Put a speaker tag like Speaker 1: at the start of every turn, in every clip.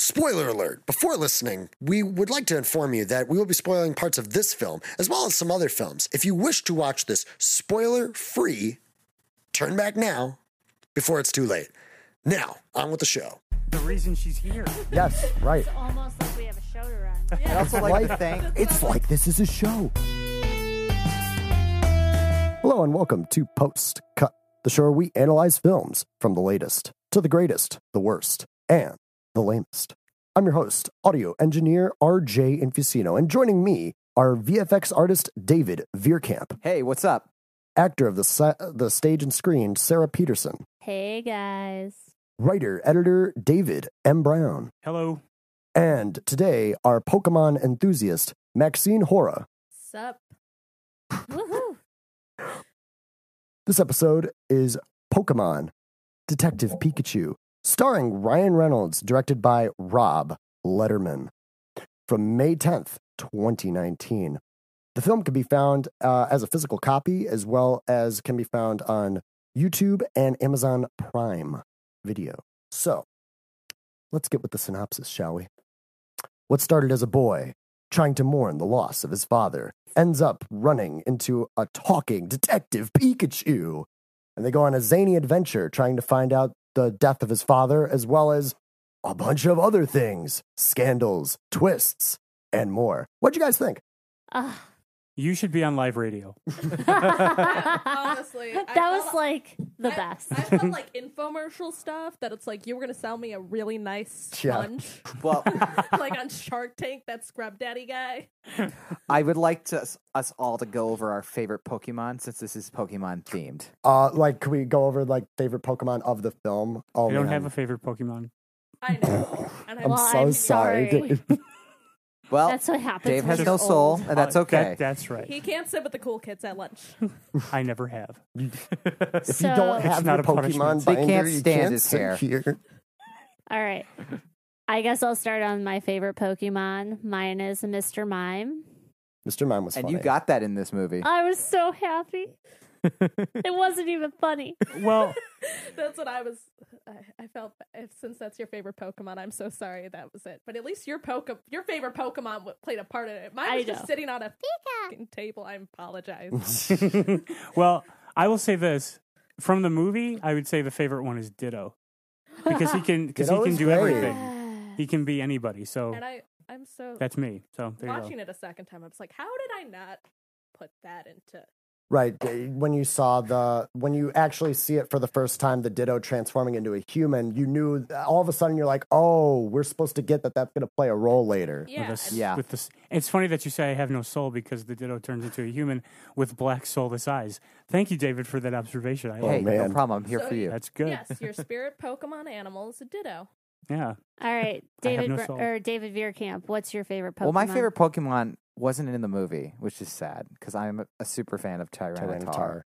Speaker 1: Spoiler alert! Before listening, we would like to inform you that we will be spoiling parts of this film, as well as some other films. If you wish to watch this spoiler free, turn back now before it's too late. Now, on with the show.
Speaker 2: the reason she's here.
Speaker 3: Yes, right.
Speaker 4: It's almost like we have a show to run.
Speaker 3: And also like thank it's like this is a show. Hello and welcome to Post Cut, the show where we analyze films from the latest to the greatest, the worst, and the lamest. I'm your host, audio engineer RJ Infusino, and joining me are VFX artist David Veerkamp,
Speaker 5: Hey, what's up?
Speaker 3: actor of the sa- the stage and screen Sarah Peterson,
Speaker 4: Hey guys.
Speaker 3: writer editor David M Brown.
Speaker 2: Hello.
Speaker 3: And today, our Pokemon enthusiast, Maxine Hora.
Speaker 4: Sup? Woohoo.
Speaker 3: This episode is Pokemon Detective Pikachu, starring Ryan Reynolds, directed by Rob Letterman from May 10th, 2019. The film can be found uh, as a physical copy, as well as can be found on YouTube and Amazon Prime Video. So, let's get with the synopsis, shall we? What started as a boy trying to mourn the loss of his father, ends up running into a talking detective Pikachu. And they go on a zany adventure trying to find out the death of his father, as well as a bunch of other things scandals, twists, and more. What'd you guys think?
Speaker 4: Ah.
Speaker 2: You should be on live radio.
Speaker 6: Honestly, I
Speaker 4: that
Speaker 6: felt-
Speaker 4: was like the
Speaker 6: I-
Speaker 4: best.
Speaker 6: I felt like infomercial stuff that it's like you were gonna sell me a really nice
Speaker 3: Yeah.
Speaker 6: sponge,
Speaker 5: Well,
Speaker 6: like on Shark Tank, that scrub daddy guy.
Speaker 5: I would like to, us all to go over our favorite Pokemon since this is Pokemon themed.
Speaker 3: Uh, like, can we go over like favorite Pokemon of the film? Oh,
Speaker 2: I don't
Speaker 3: man.
Speaker 2: have a favorite Pokemon.
Speaker 6: I know, and I
Speaker 3: I'm
Speaker 4: Well,
Speaker 3: so
Speaker 4: I'm
Speaker 3: sorry.
Speaker 4: sorry.
Speaker 5: Well,
Speaker 4: That's what happens.
Speaker 5: Dave
Speaker 4: when
Speaker 5: has
Speaker 4: you're
Speaker 5: no
Speaker 4: old.
Speaker 5: soul, and that's
Speaker 2: Uh,
Speaker 5: okay.
Speaker 2: that- that's right.
Speaker 6: he can't sit with the cool kids at lunch.
Speaker 2: I never have.
Speaker 3: if
Speaker 4: So,
Speaker 3: you don't have
Speaker 2: not
Speaker 3: your
Speaker 2: a punishment.
Speaker 3: Pokemon,
Speaker 5: They
Speaker 3: binder,
Speaker 5: can't
Speaker 3: you
Speaker 5: stand
Speaker 3: can't
Speaker 5: his
Speaker 3: sit
Speaker 5: hair.
Speaker 3: Here.
Speaker 4: all right. I guess I'll start on my favorite Pokemon. Mine is Mr. Mime.
Speaker 3: Mr. Mime was
Speaker 5: and
Speaker 3: funny.
Speaker 5: you got that in this movie.
Speaker 4: I was so happy. it wasn't even funny.
Speaker 2: well,
Speaker 6: That's what I was. I, I felt if since that's your favorite Pokemon, I'm so sorry that was it. But at least your poke, your favorite Pokemon w- played a part in it. Mine
Speaker 4: I
Speaker 6: was just
Speaker 4: know.
Speaker 6: sitting on a fucking table. I apologize.
Speaker 2: well, I will say this. From the movie, I would say the favorite one is Ditto. Because he can because he
Speaker 3: Ditto
Speaker 2: can
Speaker 3: is
Speaker 2: do
Speaker 3: great.
Speaker 2: everything. He can be anybody. So
Speaker 6: and I, I'm so
Speaker 2: that's me. So there you go.
Speaker 6: watching it a second time. I was like, how did I not put that into?
Speaker 3: Right. uh, When you saw the, when you actually see it for the first time, the Ditto transforming into a human, you knew all of a sudden you're like, oh, we're supposed to get that that's going to play a role later.
Speaker 6: Yeah,
Speaker 2: with this,
Speaker 6: and-
Speaker 5: Yeah.
Speaker 2: with this. It's funny that you say I have no soul because the Ditto turns into a human with black soulless eyes. Thank you, David, for that observation. I
Speaker 5: hey,
Speaker 2: love-
Speaker 3: Oh, man.
Speaker 5: no problem. I'm here
Speaker 6: So
Speaker 5: for you.
Speaker 2: that's good.
Speaker 6: Yes, your spirit Pokemon animal is a ditto.
Speaker 2: Yeah,
Speaker 4: All right,
Speaker 2: I have
Speaker 4: David
Speaker 2: no
Speaker 4: Br-
Speaker 2: soul.
Speaker 4: or David Veerkamp, what's your favorite Pokemon?
Speaker 5: Well, my favorite Pokemon wasn't in the movie, which is sad because I'm a, a super fan of
Speaker 3: Tyranitar.
Speaker 5: Tyranitar.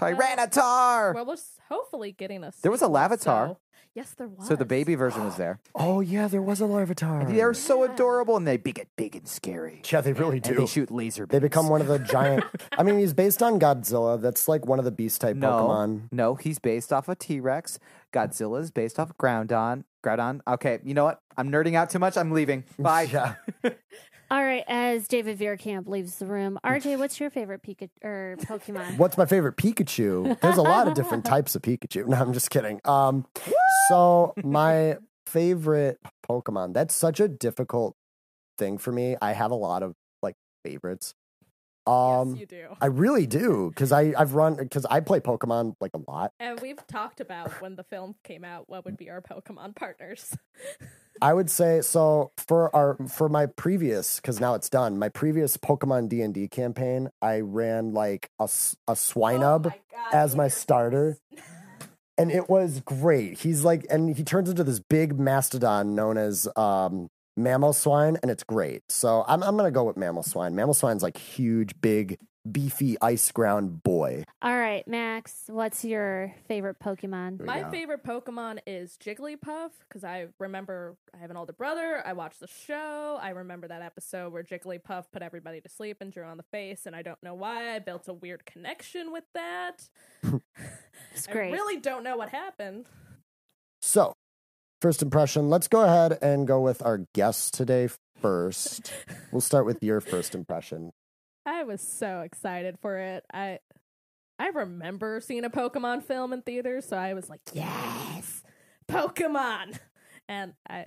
Speaker 6: Well,
Speaker 5: Tyranitar!
Speaker 6: we're s- hopefully getting a.
Speaker 5: There was a
Speaker 6: sequel,
Speaker 5: Lavatar.
Speaker 6: so- Yes, there was.
Speaker 5: so the baby version was there.
Speaker 3: Oh, yeah, there was a Larvitar.
Speaker 5: And they are so adorable, and they be- get big and scary.
Speaker 3: Yeah, they really do.
Speaker 5: And they shoot laser
Speaker 3: They
Speaker 5: beams.
Speaker 3: become one of the giant. I mean, he's based on Godzilla. That's like one of the beast type
Speaker 5: No,
Speaker 3: Pokemon.
Speaker 5: no, he's based off of T Rex. Godzilla's based off of Groudon. Groudon. Okay, you know what? I'm nerding out too much. I'm leaving. Bye.
Speaker 3: Yeah.
Speaker 4: All right, as David Veerkamp leaves the room, RJ, what's your favorite Pika- or Pokemon?
Speaker 3: What's my favorite Pikachu? There's a lot of different types of Pikachu. No, I'm just kidding. Um, so my favorite Pokemon. That's such a difficult thing for me. I have a lot of like favorites. Um,
Speaker 6: yes, you do.
Speaker 3: I really do because I I've run because I play Pokemon like a lot.
Speaker 6: And we've talked about when the film came out, what would be our Pokemon partners.
Speaker 3: I would say so for our for my previous because now it's done. My previous Pokemon D and D campaign, I ran like a s- a
Speaker 6: Oh,
Speaker 3: Swinub as my starter. And it was great. He's like, and he turns into this big mastodon known as um, Mammal Swine, and it's great. So I'm, I'm going to go with Mammal Swine. Mammal Swine's like huge, big, beefy, ice ground boy.
Speaker 4: All right, Max, what's your favorite Pokemon?
Speaker 6: My favorite Pokemon is Jigglypuff because I remember I have an older brother. I watched the show. I remember that episode where Jigglypuff put everybody to sleep and drew on the face, and I don't know why I built a weird connection with that.
Speaker 4: It's
Speaker 6: I
Speaker 4: great.
Speaker 6: really don't know what happened.
Speaker 3: So first impression. Let's go ahead and go with our guests today first. we'll start with your first impression.
Speaker 6: I was so excited for it. I I remember seeing a Pokemon film in theaters, so I was like, "Yes, Pokemon!" And I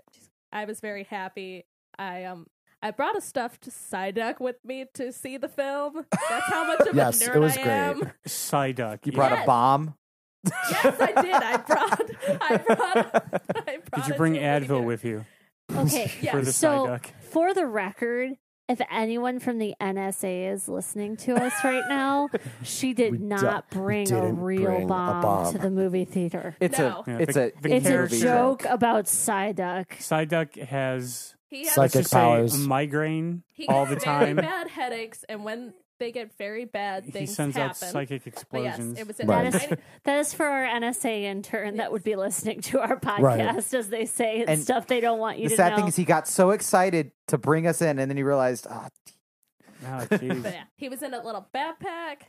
Speaker 6: I was very happy. I um I brought a stuffed Psyduck with me to see the film. That's how much of
Speaker 3: Yes,
Speaker 6: a
Speaker 3: it
Speaker 6: nerd
Speaker 3: was
Speaker 6: I
Speaker 3: great.
Speaker 6: am.
Speaker 2: Psyduck.
Speaker 5: You brought
Speaker 6: Yes.
Speaker 5: a bomb.
Speaker 6: Yes, I did. I brought. I brought. I brought
Speaker 2: Did you
Speaker 6: it
Speaker 2: bring
Speaker 6: to a movie
Speaker 2: Advil
Speaker 6: theater.
Speaker 2: with you
Speaker 4: Okay.
Speaker 6: Yes.
Speaker 2: for the
Speaker 4: so,
Speaker 2: Psyduck?
Speaker 4: for the record, if anyone from the NSA is listening to us right now, she did
Speaker 3: We
Speaker 4: not
Speaker 3: don't- we
Speaker 4: bring a
Speaker 3: didn't
Speaker 4: real
Speaker 3: bring a
Speaker 4: bomb,
Speaker 3: bomb.
Speaker 4: to the movie theater.
Speaker 5: It's
Speaker 6: No.
Speaker 5: a
Speaker 2: Yeah,
Speaker 5: it's
Speaker 2: the-
Speaker 5: a
Speaker 2: the
Speaker 4: It's a
Speaker 2: character
Speaker 4: joke about Psyduck.
Speaker 2: Psyduck has
Speaker 6: He has
Speaker 3: Psychic
Speaker 2: let's just
Speaker 3: powers.
Speaker 2: say a migraine
Speaker 6: he
Speaker 2: all the
Speaker 6: gets
Speaker 2: time.
Speaker 6: Very bad headaches, and when they get very bad, things
Speaker 2: He sends
Speaker 6: happen.
Speaker 2: out psychic
Speaker 6: But yes,
Speaker 2: explosions.
Speaker 6: it was an
Speaker 3: Right.
Speaker 4: That is that is for our NSA intern that would be listening to our podcast as they say it's
Speaker 5: And
Speaker 4: stuff they don't want you
Speaker 5: the
Speaker 4: to
Speaker 5: sad
Speaker 4: know.
Speaker 5: thing is he got so excited to bring us in, and then he realized, oh,
Speaker 2: Oh,
Speaker 6: But
Speaker 2: jeez.
Speaker 6: yeah, he was in a little backpack.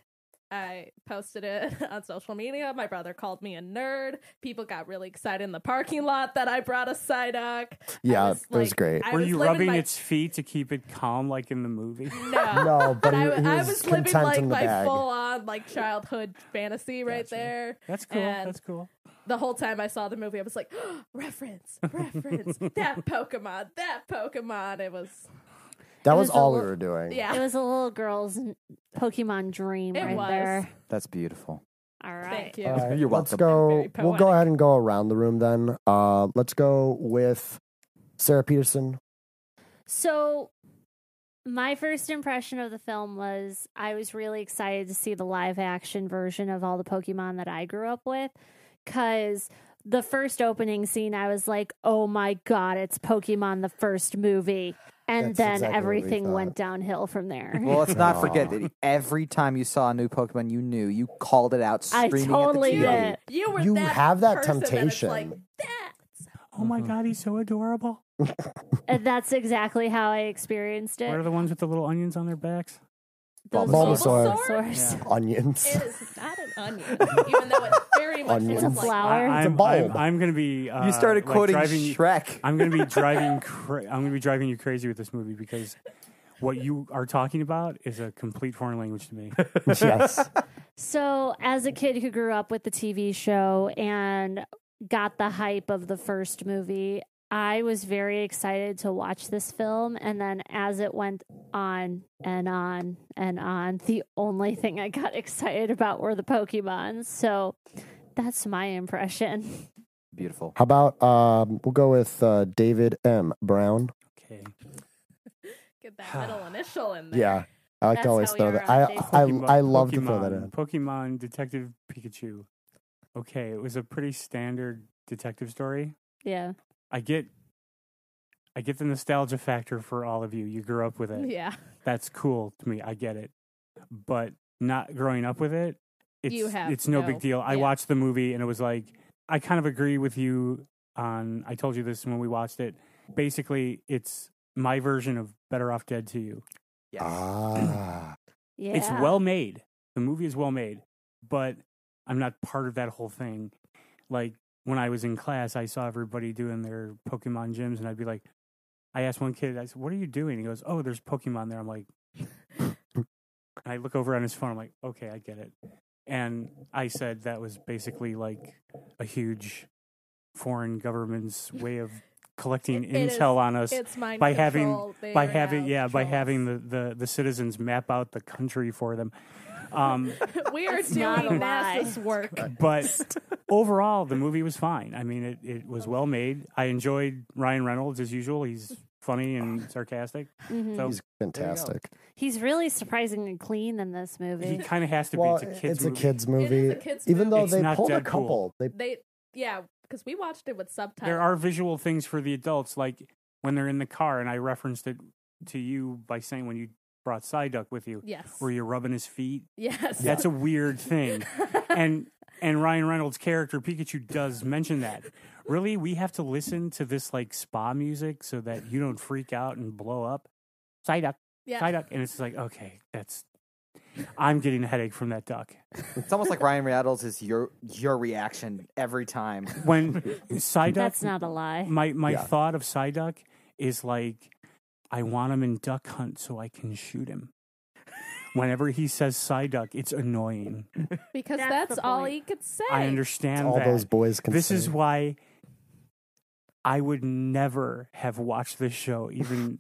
Speaker 6: I posted it on social media. My brother called me a nerd. People got really excited in the parking lot that I brought a Psyduck.
Speaker 3: Yeah,
Speaker 6: I
Speaker 3: it was great.
Speaker 6: I
Speaker 2: Were
Speaker 6: was
Speaker 2: you
Speaker 6: living
Speaker 2: rubbing
Speaker 6: my-
Speaker 2: its feet to keep it calm, like in the movie?
Speaker 6: No,
Speaker 3: No, but
Speaker 6: I,
Speaker 3: he, he
Speaker 6: I
Speaker 3: was,
Speaker 6: was living
Speaker 3: content
Speaker 6: like
Speaker 3: in the
Speaker 6: my
Speaker 3: bag.
Speaker 6: full on like childhood fantasy right there.
Speaker 2: That's cool.
Speaker 6: And
Speaker 2: That's cool.
Speaker 6: the whole time I saw the movie, I was like, reference, reference, that Pokemon, that Pokemon. It was,
Speaker 3: that
Speaker 4: It
Speaker 3: was,
Speaker 4: was a
Speaker 3: all we
Speaker 4: lo-
Speaker 3: were doing.
Speaker 6: yeah,
Speaker 4: It was a little girl's n- Pokemon dream
Speaker 6: It
Speaker 4: right
Speaker 6: was.
Speaker 4: there.
Speaker 5: that's beautiful.
Speaker 4: All right.
Speaker 6: Thank you.
Speaker 3: All right, Uh,
Speaker 5: You're
Speaker 3: let's
Speaker 5: welcome.
Speaker 3: go.
Speaker 6: Very
Speaker 3: We'll
Speaker 6: poetic.
Speaker 3: go ahead and go around the room then. Uh, let's go with Sarah Peterson.
Speaker 4: So, my first impression of the film was I was really excited to see the live action version of all the Pokemon that I grew up with because the first opening scene, I was like, oh my God, it's Pokemon the first movie. And
Speaker 3: That's
Speaker 4: then
Speaker 3: exactly what we
Speaker 4: everything
Speaker 3: thought.
Speaker 4: went downhill from there.
Speaker 5: Well, let's not forget
Speaker 3: Aw.
Speaker 5: that every time you saw a new Pokemon, you knew you called it out.
Speaker 4: I
Speaker 5: screaming
Speaker 4: totally
Speaker 5: at the TV.
Speaker 4: did.
Speaker 6: You were
Speaker 3: You
Speaker 6: that
Speaker 3: have that
Speaker 6: person it's
Speaker 3: temptation.
Speaker 6: like, that's
Speaker 2: Oh my
Speaker 5: Mm-hmm.
Speaker 2: god, he's so adorable.
Speaker 4: And that's exactly how I experienced
Speaker 2: What are
Speaker 4: it.
Speaker 2: the ones with the little onions on their backs?
Speaker 4: Those
Speaker 3: Bulbasaur.
Speaker 4: Bulbasaurs.
Speaker 2: Yeah.
Speaker 3: Onions.
Speaker 6: It is not an onion, even though it very much
Speaker 3: Onion.
Speaker 4: It's
Speaker 6: is
Speaker 4: a
Speaker 3: It's
Speaker 6: like
Speaker 4: flower.
Speaker 2: I,
Speaker 3: It's a
Speaker 2: am
Speaker 3: bulb.
Speaker 2: I'm, I'm gonna be. Uh,
Speaker 5: You started
Speaker 2: like,
Speaker 5: quoting
Speaker 2: driving you-
Speaker 5: Shrek.
Speaker 2: I'm gonna be driving. Cra- I'm gonna be driving you crazy with this movie because what you are talking about is a complete foreign language to me.
Speaker 3: yes.
Speaker 4: So, as a kid who grew up with the TV show and got the hype of the first movie, I was very excited to watch this film. And then, as it went on and on and on, the only thing I got excited about were the Pokemon. So, that's my impression.
Speaker 5: Beautiful.
Speaker 3: How about um, we'll go with uh, David M. Brown.
Speaker 2: Okay.
Speaker 6: get that middle initial in there.
Speaker 3: Yeah, I like
Speaker 4: That's
Speaker 3: to always
Speaker 4: how
Speaker 3: throw
Speaker 4: you're
Speaker 3: that. I
Speaker 4: on
Speaker 3: I, I love to throw that in.
Speaker 2: Pokemon Detective Pikachu. Okay, it was a pretty standard detective story.
Speaker 4: yeah.
Speaker 2: I get. I get the nostalgia factor for all of you. You grew up with it.
Speaker 6: Yeah,
Speaker 2: that's cool to me. I get it, but not growing up with it, it's
Speaker 6: You have
Speaker 2: it's no, big
Speaker 6: no-
Speaker 2: deal. I
Speaker 6: yeah.
Speaker 2: watched the movie and it was like I kind of agree with you on. I told you this when we watched it. Basically, it's my version of Better Off Dead to You.
Speaker 5: Yes.
Speaker 3: Ah,
Speaker 4: Yeah.
Speaker 2: It's well made. The movie is well made, but I'm not part of that whole thing. Like when I was in class, I saw everybody doing their Pokemon gyms, and I'd be like, I asked one kid, I said, "What are you doing?" He goes, "Oh, there's Pokemon there." I'm like, and I look over on his phone. I'm like, "Okay, I get it." And I said that was basically like a huge foreign government's way of collecting
Speaker 6: It- it is-
Speaker 2: intel on us
Speaker 6: it's mind
Speaker 2: By having-
Speaker 6: control. They
Speaker 2: by
Speaker 6: are
Speaker 2: having
Speaker 6: now
Speaker 2: yeah by having
Speaker 6: controls.
Speaker 2: the, the the citizens map out the country for them um
Speaker 6: we are
Speaker 4: It's not a
Speaker 6: doing
Speaker 4: lie.
Speaker 6: NASA's work.
Speaker 2: but overall the movie was fine i mean it, it was well made i enjoyed ryan reynolds as usual he's funny and sarcastic
Speaker 4: Mhm.
Speaker 2: so
Speaker 3: he's fantastic.
Speaker 4: He's really surprisingly clean in this
Speaker 2: he
Speaker 4: movie.
Speaker 2: kind of has to
Speaker 3: Well,
Speaker 2: be it's a
Speaker 3: it's
Speaker 2: kids
Speaker 3: a
Speaker 2: movie.
Speaker 3: kids
Speaker 6: It
Speaker 3: movie.
Speaker 6: is a kids'
Speaker 3: Even though
Speaker 6: movie.
Speaker 2: It's
Speaker 3: they
Speaker 2: not
Speaker 3: pulled a
Speaker 2: Deadpool.
Speaker 3: couple, they
Speaker 6: They yeah, because we watched it with subtitles.
Speaker 2: there are visual things for the adults like when they're in the car and i referenced it to you by saying when you brought Psyduck with you
Speaker 6: yes,
Speaker 2: where you're rubbing his feet
Speaker 6: yes.
Speaker 2: that's a weird thing and and Ryan Reynolds' character Pikachu does mention that. Really, we have to listen to this like spa music so that you don't freak out and blow up. Psyduck,
Speaker 6: yeah.
Speaker 2: Psyduck, and it's like okay, that's I'm getting a headache from that duck.
Speaker 5: It's almost like Ryan Reynolds is your your reaction every time.
Speaker 2: When Psyduck,
Speaker 4: That's not a lie.
Speaker 2: my my
Speaker 3: Yeah.
Speaker 2: thought of Psyduck is like, I want him in Duck Hunt so I can shoot him. Whenever he says Psyduck, it's annoying.
Speaker 6: because
Speaker 4: That's
Speaker 6: that's,
Speaker 4: the
Speaker 6: all
Speaker 4: point.
Speaker 6: he could say.
Speaker 2: I understand
Speaker 3: all
Speaker 2: that.
Speaker 3: those boys can
Speaker 2: this is
Speaker 3: say.
Speaker 2: why I would never have watched this show, even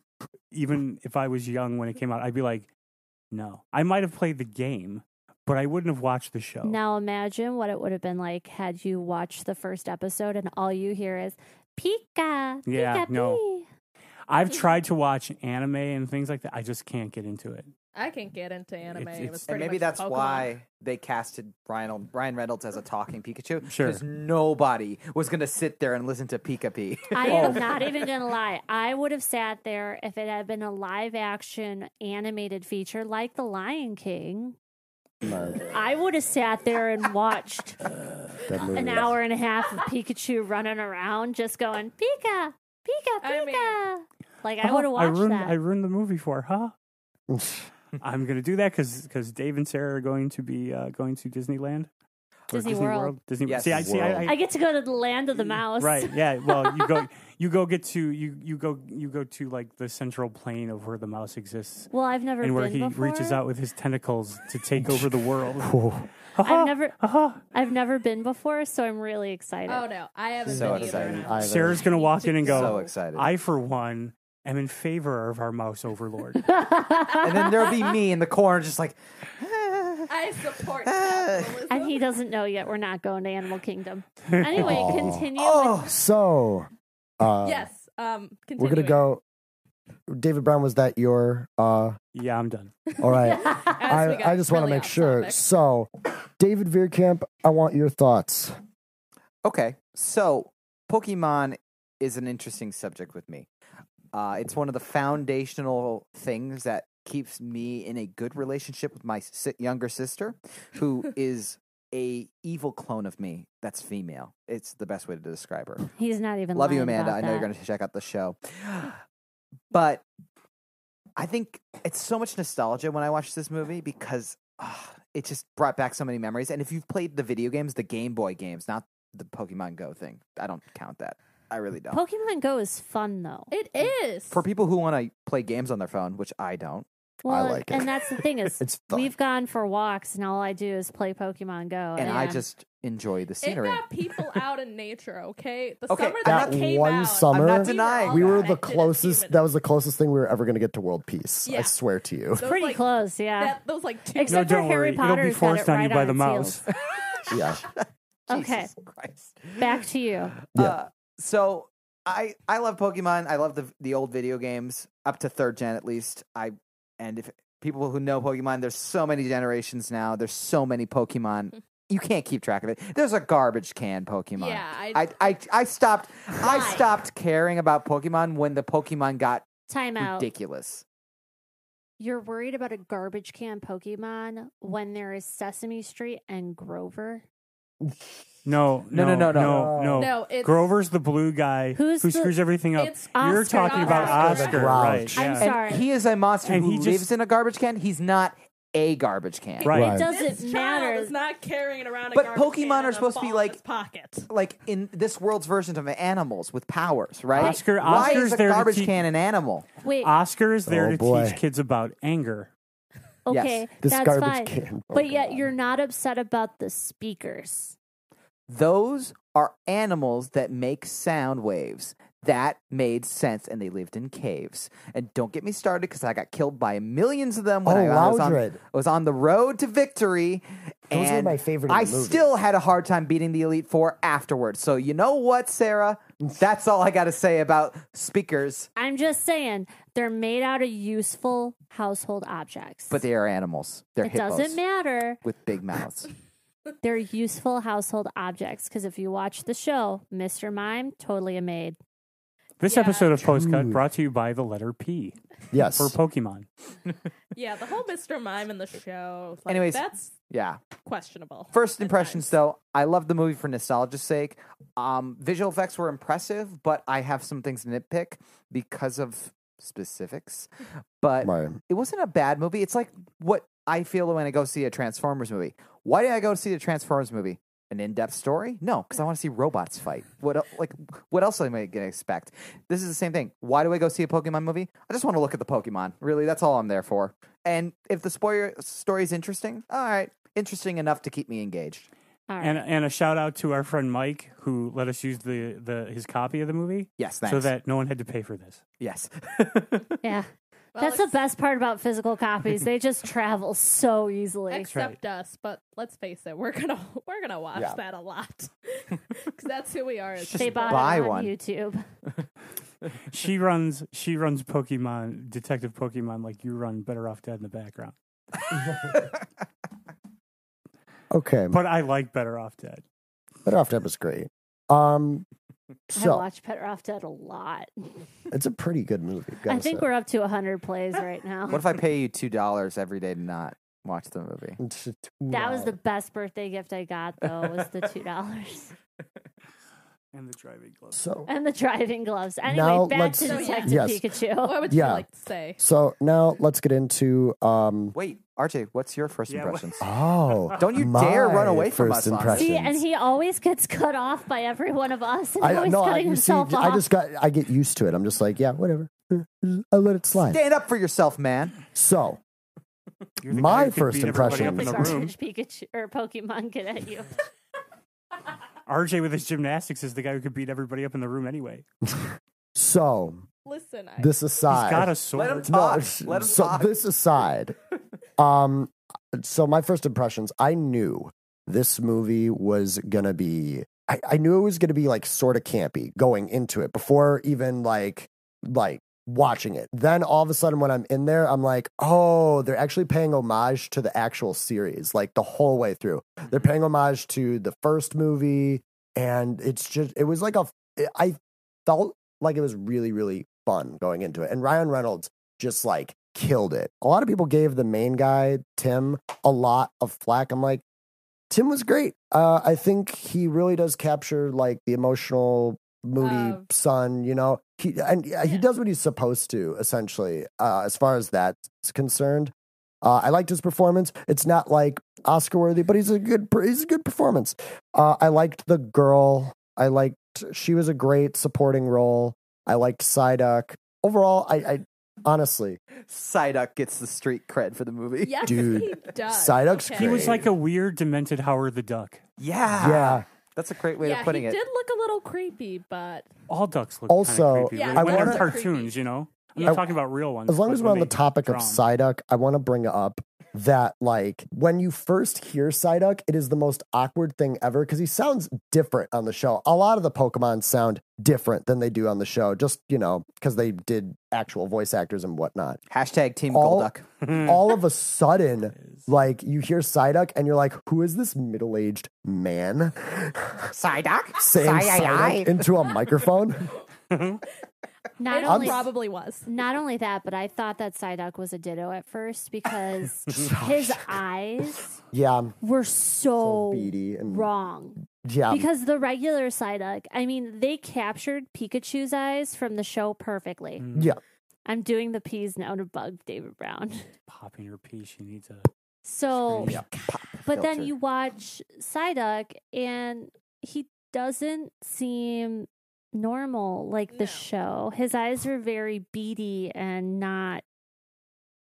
Speaker 2: even if I was young when it came out. I'd be like, no. I might have played the game, but I wouldn't have watched the show.
Speaker 4: Now imagine what it would have been like had you watched the first episode and all you hear is Pika.
Speaker 2: Yeah,
Speaker 4: Pika
Speaker 2: no.
Speaker 4: pee."
Speaker 2: I've tried to watch anime and things like that. I just can't get into it.
Speaker 6: I can get into anime.
Speaker 2: It's-
Speaker 6: It
Speaker 2: it's-
Speaker 6: was
Speaker 5: And
Speaker 6: pretty
Speaker 5: maybe
Speaker 6: much
Speaker 5: that's
Speaker 6: Pokemon.
Speaker 5: why they casted Ryan Ryan Reynolds as a talking Pikachu.
Speaker 2: Sure.
Speaker 5: Because nobody was gonna sit there and listen to Pika Pee.
Speaker 4: I am not even gonna lie. I would have sat there if it had been a live action animated feature like The Lion King.
Speaker 3: No,
Speaker 4: I would have sat there and watched
Speaker 3: that movie
Speaker 4: an
Speaker 3: was-
Speaker 4: hour and a half of Pikachu running around, just going Pika, Pika, Pika.
Speaker 6: I mean-
Speaker 4: like I would
Speaker 2: Huh,
Speaker 4: have watched
Speaker 2: ruined,
Speaker 4: that.
Speaker 2: Uh-huh. I ruined the movie for her, huh? I'm gonna do that because Dave and Sarah are going to be uh, going to Disneyland, Or
Speaker 4: Disney World.
Speaker 2: Disney.
Speaker 5: Yes.
Speaker 2: See, I see. I,
Speaker 3: World.
Speaker 4: I get to go to the land of the mouse.
Speaker 2: Right. Yeah. Well, you go. You go get to you. You go. You go to like the central plane of where the mouse exists,
Speaker 4: Well, I've never
Speaker 2: and where
Speaker 4: been
Speaker 2: he
Speaker 4: before.
Speaker 2: reaches out with his tentacles to take over the world.
Speaker 3: Whoa.
Speaker 2: Ha-ha,
Speaker 4: I've never,
Speaker 2: ha-ha.
Speaker 4: I've never been before, so I'm really excited.
Speaker 6: Oh no, I haven't
Speaker 5: So
Speaker 6: been
Speaker 5: excited.
Speaker 6: either. and
Speaker 3: I-
Speaker 6: I'm
Speaker 2: Sarah's gonna walk in and go.
Speaker 5: so excited.
Speaker 2: I, for one, am in favor of our mouse overlord.
Speaker 5: and then there'll be me in the corner just like
Speaker 6: I support capitalism.
Speaker 4: and he doesn't know yet. We're not going to Animal Kingdom. Anyway,
Speaker 3: Aw.
Speaker 4: continue.
Speaker 5: Oh
Speaker 3: So, uh,
Speaker 6: yes. Um.
Speaker 3: we're gonna
Speaker 6: continuing.
Speaker 3: go. David Brown, was that your? Uh,
Speaker 2: yeah, I'm done.
Speaker 3: all right.
Speaker 4: With... Uh,
Speaker 6: As we
Speaker 3: I,
Speaker 6: got
Speaker 3: I just want to
Speaker 6: really
Speaker 3: make
Speaker 6: off
Speaker 3: sure.
Speaker 6: topic.
Speaker 3: So, David Veerkamp, I want your thoughts.
Speaker 5: Okay, so Pokemon is an interesting subject with me. Uh, it's one of the foundational things that keeps me in a good relationship with my si- younger sister, who is a evil clone of me. That's female. It's the best way to describe her.
Speaker 4: He's not even.
Speaker 5: Love you,
Speaker 4: lying
Speaker 5: Amanda.
Speaker 4: about
Speaker 5: I know you're
Speaker 4: that.
Speaker 5: going to check out the show, but I think it's so much nostalgia when I watch this movie because ah, it just brought back so many memories. And if you've played the video games, the Game Boy games, not the Pokemon Go thing, I don't count that. I really don't.
Speaker 4: Pokemon Go is fun though.
Speaker 6: It is
Speaker 5: For people who want to play games on their phone, which I don't,
Speaker 4: Well,
Speaker 3: like it.
Speaker 4: and that's the thing is,
Speaker 3: It's fun.
Speaker 4: we've gone for walks, and all I do is play Pokemon Go,
Speaker 5: and I
Speaker 4: Oh, Yeah.
Speaker 5: just enjoy the
Speaker 6: It
Speaker 5: scenery.
Speaker 6: got people out in nature, okay? The
Speaker 5: Okay,
Speaker 6: summer
Speaker 5: that
Speaker 6: that, came
Speaker 3: one
Speaker 6: out,
Speaker 3: summer, I'm not
Speaker 5: denying
Speaker 6: all
Speaker 3: we were the
Speaker 6: connected as
Speaker 3: closest.
Speaker 6: humans.
Speaker 3: That was the closest thing we were ever going to get to world peace. I
Speaker 6: Yeah.
Speaker 3: swear to you.
Speaker 6: Those,
Speaker 4: pretty
Speaker 6: like,
Speaker 4: close, yeah.
Speaker 6: That, those like two
Speaker 4: Except
Speaker 2: no,
Speaker 4: for
Speaker 2: don't
Speaker 4: Harry
Speaker 2: worry. It'll
Speaker 4: Potter's
Speaker 2: be
Speaker 4: got
Speaker 2: forced
Speaker 4: it
Speaker 2: on you
Speaker 4: right
Speaker 2: by
Speaker 4: on
Speaker 2: the
Speaker 4: its
Speaker 2: mouse.
Speaker 3: yeah.
Speaker 4: Okay.
Speaker 5: Jesus Christ.
Speaker 4: Back to you.
Speaker 3: Yeah.
Speaker 5: Uh, so I I love Pokemon. I love the the old video games up to third gen at least. I and if people who know Pokemon, there's so many generations now. There's so many
Speaker 4: Hmm.
Speaker 5: Pokemon. You can't keep track of it. There's a garbage can Pokemon.
Speaker 6: Yeah, I-
Speaker 5: I I, I stopped I
Speaker 4: Why?
Speaker 5: stopped caring about Pokemon when the Pokemon got
Speaker 4: Time out.
Speaker 5: ridiculous.
Speaker 4: You're worried about a garbage can Pokemon when there is Sesame Street and Grover.
Speaker 2: No,
Speaker 5: No,
Speaker 2: no,
Speaker 5: no, no, no.
Speaker 2: no, no.
Speaker 6: No, it's
Speaker 2: Grover's the blue guy
Speaker 4: Who's
Speaker 2: who
Speaker 4: the-
Speaker 2: screws everything up.
Speaker 6: it's
Speaker 2: You're
Speaker 4: Oscar.
Speaker 2: talking about
Speaker 6: Oscar.
Speaker 2: Oscar, right?
Speaker 3: Grouch.
Speaker 2: Yeah.
Speaker 4: I'm
Speaker 5: And
Speaker 4: Sorry.
Speaker 5: he is a monster
Speaker 2: And
Speaker 5: who
Speaker 2: he just-
Speaker 5: lives in a garbage can. He's not a garbage can.
Speaker 2: Right.
Speaker 4: It
Speaker 6: This
Speaker 4: doesn't
Speaker 6: child
Speaker 4: matter.
Speaker 6: is not carrying around. A
Speaker 5: But
Speaker 6: garbage can
Speaker 5: Pokemon are
Speaker 6: and a
Speaker 5: supposed to be
Speaker 6: ball in
Speaker 5: like-
Speaker 6: his pocket.
Speaker 5: like in this world's version of animals with powers, right?
Speaker 2: Oscar-
Speaker 5: Why
Speaker 2: Oscar's
Speaker 5: is a
Speaker 2: there to
Speaker 5: garbage
Speaker 2: teach-
Speaker 5: can an animal?
Speaker 4: Wait,
Speaker 2: Oscar is there
Speaker 3: Oh,
Speaker 2: to
Speaker 3: boy.
Speaker 2: teach kids about anger.
Speaker 5: yes.
Speaker 4: okay,
Speaker 3: This
Speaker 4: that's
Speaker 3: garbage
Speaker 4: fine.
Speaker 3: can.
Speaker 4: but yet
Speaker 3: Pokemon.
Speaker 4: you're not upset about the speakers.
Speaker 5: Those are animals that make sound waves. That made sense, and they lived in caves. And don't get me started because I got killed by millions of them when
Speaker 3: Oh,
Speaker 5: I, I was on
Speaker 3: Loudred.
Speaker 5: was on the road to victory.
Speaker 3: Those were
Speaker 5: and
Speaker 3: my favorite
Speaker 5: I
Speaker 3: movies.
Speaker 5: still had a hard time beating the Elite Four afterwards. So you know what, Sarah? That's all I got to say about speakers.
Speaker 4: I'm just saying they're made out of useful household objects.
Speaker 5: But they are animals. They're
Speaker 4: it
Speaker 5: hippos
Speaker 4: doesn't matter.
Speaker 5: with big mouths.
Speaker 4: They're useful household objects because if you watch the show, Mr. Mime, totally a maid.
Speaker 2: This
Speaker 6: Yeah.
Speaker 2: episode of Postcut brought to you by the letter P
Speaker 3: yes.
Speaker 2: for Pokemon.
Speaker 6: Yeah, the whole Mr. Mime in the show. Like,
Speaker 5: Anyways.
Speaker 6: that's
Speaker 5: yeah.
Speaker 6: questionable.
Speaker 5: First
Speaker 6: at
Speaker 5: impressions,
Speaker 6: times.
Speaker 5: though, I love the movie for nostalgia's sake. Um, visual effects were impressive, but I have some things to nitpick because of specifics. But
Speaker 3: Right.
Speaker 5: it wasn't a bad movie. It's like what I feel when I go see a Transformers movie. Why did I go see a Transformers movie? An in-depth story? No, because I want to see robots fight. What el- like what else am I gonna expect? This is the same thing. Why do I go see a Pokemon movie? I just want to look at the Pokemon. Really, that's all I'm there for. And if the spoiler story is interesting, all right, interesting enough to keep me engaged.
Speaker 4: All right.
Speaker 2: And and a shout out to our friend Mike who let us use the the his copy of the movie
Speaker 5: Yes, thanks.
Speaker 2: so that no one had to pay for this.
Speaker 5: yes,
Speaker 4: yeah.
Speaker 6: Well,
Speaker 4: That's the
Speaker 6: ex-
Speaker 4: best part about physical copies. They just travel so easily.
Speaker 6: Except us, but let's face it, we're gonna we're gonna watch
Speaker 5: Yeah.
Speaker 6: that a lot because that's who we are. as
Speaker 4: they
Speaker 6: people.
Speaker 4: bought
Speaker 5: buy
Speaker 4: it on
Speaker 5: one.
Speaker 4: YouTube.
Speaker 2: She runs she runs Pokemon Detective Pokemon like you run Better Off Dead in the background.
Speaker 3: Okay,
Speaker 2: But I like Better Off Dead.
Speaker 3: Better Off Dead was great. Um,
Speaker 4: I
Speaker 3: so
Speaker 4: watch Pet Off Dead a lot.
Speaker 3: it's a pretty good movie.
Speaker 4: I
Speaker 3: gotta
Speaker 4: think
Speaker 3: say.
Speaker 4: we're up to 100 plays right now.
Speaker 5: what if I pay you two dollars every day to not watch the movie?
Speaker 3: It's a two
Speaker 4: that was the
Speaker 3: hour-
Speaker 4: best birthday gift I got, though, was the $2
Speaker 2: And the driving glove.
Speaker 3: so.
Speaker 4: and the driving gloves. Anyway,
Speaker 3: Now
Speaker 4: back
Speaker 3: let's-
Speaker 4: to
Speaker 6: So, yeah.
Speaker 4: Detective
Speaker 3: Yes.
Speaker 4: Pikachu.
Speaker 6: What would you
Speaker 3: Yeah.
Speaker 6: like to say?
Speaker 3: So now let's get into um.
Speaker 5: Wait, RJ, what's your first
Speaker 2: Yeah, wha-
Speaker 5: impressions?
Speaker 3: Oh,
Speaker 5: Don't you dare
Speaker 3: my
Speaker 5: run away from
Speaker 3: first
Speaker 5: us, Lana.
Speaker 3: impressions.
Speaker 4: See, and he always gets cut off by every one of us, and
Speaker 3: I
Speaker 4: always
Speaker 3: no, I,
Speaker 4: cutting
Speaker 3: you see,
Speaker 4: himself off.
Speaker 3: I just got I get used to it. I'm just like, yeah, whatever. I let it slide.
Speaker 5: Stand up for yourself, man.
Speaker 3: So
Speaker 2: You're the
Speaker 3: My
Speaker 2: guy who could
Speaker 3: first
Speaker 2: beat everybody
Speaker 4: the
Speaker 3: impression-
Speaker 2: Up in the room.
Speaker 4: garbage Pikachu or Pokemon get at you.
Speaker 2: RJ with his gymnastics is the guy who could beat everybody up in the room anyway.
Speaker 3: so
Speaker 6: Listen, I,
Speaker 3: this
Speaker 2: He's
Speaker 3: aside,
Speaker 2: got a sword.
Speaker 5: him
Speaker 3: no,
Speaker 5: talk.
Speaker 3: s-
Speaker 5: Let him
Speaker 3: so
Speaker 5: talk.
Speaker 3: this aside, um, so my first impressions, I knew this movie was gonna be. I, I knew it was gonna be like sort of campy going into it before even like like watching it. Then all of a sudden, when I'm in there, I'm like, oh, they're actually paying homage to the actual series, like the whole way through. They're
Speaker 5: Mm-hmm.
Speaker 3: paying homage to the first movie, and it's just, it was like a, I felt like it was really, really fun going into it. And Ryan Reynolds just like killed it. A lot of people gave the main guy, Tim, a lot of flack. I'm like, Tim was great. Uh, I think he really does capture like the emotional, moody
Speaker 6: Of
Speaker 3: son, you know, he and yeah, he
Speaker 6: Yeah.
Speaker 3: does what he's supposed to, essentially, uh, as far as that's concerned. Uh, I liked his performance. It's not like Oscar worthy, but he's a good per- he's a good performance. Uh, I liked the girl. I liked she was a great supporting role. I liked Psyduck. Overall, I, I honestly,
Speaker 5: Psyduck gets the street cred for the movie.
Speaker 6: yes,
Speaker 3: dude,
Speaker 6: he does.
Speaker 3: Psyducke's
Speaker 2: He was
Speaker 3: great.
Speaker 2: like a weird, demented Howard the Duck.
Speaker 5: Yeah.
Speaker 3: yeah.
Speaker 5: That's a great way
Speaker 6: yeah,
Speaker 5: of putting
Speaker 6: he
Speaker 5: it.
Speaker 6: did look a little creepy, but
Speaker 2: All ducks look
Speaker 3: Also,
Speaker 2: kind of creepy.
Speaker 6: Yeah,
Speaker 2: when,
Speaker 3: I
Speaker 2: when they're
Speaker 3: wanna-
Speaker 2: cartoons, you know. I'm
Speaker 3: I-
Speaker 2: not talking about real ones.
Speaker 3: As long
Speaker 2: but
Speaker 3: as we're
Speaker 2: when
Speaker 3: on the
Speaker 2: they
Speaker 3: topic of
Speaker 2: draw 'em.
Speaker 3: Psyduck, I want to bring up that, like, when you first hear Psyduck, it is the most awkward thing ever because he sounds different on the show. A lot of the Pokemon sound different than they do on the show, just, you know, because they did actual voice actors and whatnot.
Speaker 5: Hashtag Team
Speaker 3: All-
Speaker 5: Golduck.
Speaker 3: All of a sudden, like, you hear Psyduck and you're like, who is this middle aged man
Speaker 5: Psyduck?
Speaker 3: saying Psyduck into a microphone?
Speaker 4: Not
Speaker 6: it
Speaker 4: only
Speaker 6: probably was.
Speaker 4: not only that, but I thought that Psyduck was a ditto at first because his eyes
Speaker 3: yeah.
Speaker 4: were
Speaker 3: So
Speaker 4: so
Speaker 3: beady and
Speaker 4: wrong.
Speaker 3: yeah.
Speaker 4: Oh, because the regular Psyduck, I mean, they captured Pikachu's eyes from the show perfectly.
Speaker 2: Mm,
Speaker 3: yeah.
Speaker 4: I'm doing the peas now to bug David Brown.
Speaker 2: popping your piece. You need to.
Speaker 4: So,
Speaker 2: Yeah.
Speaker 4: but then
Speaker 5: Filter.
Speaker 4: you watch Psyduck and he doesn't seem normal like the
Speaker 6: No.
Speaker 4: show. His eyes are very beady and not.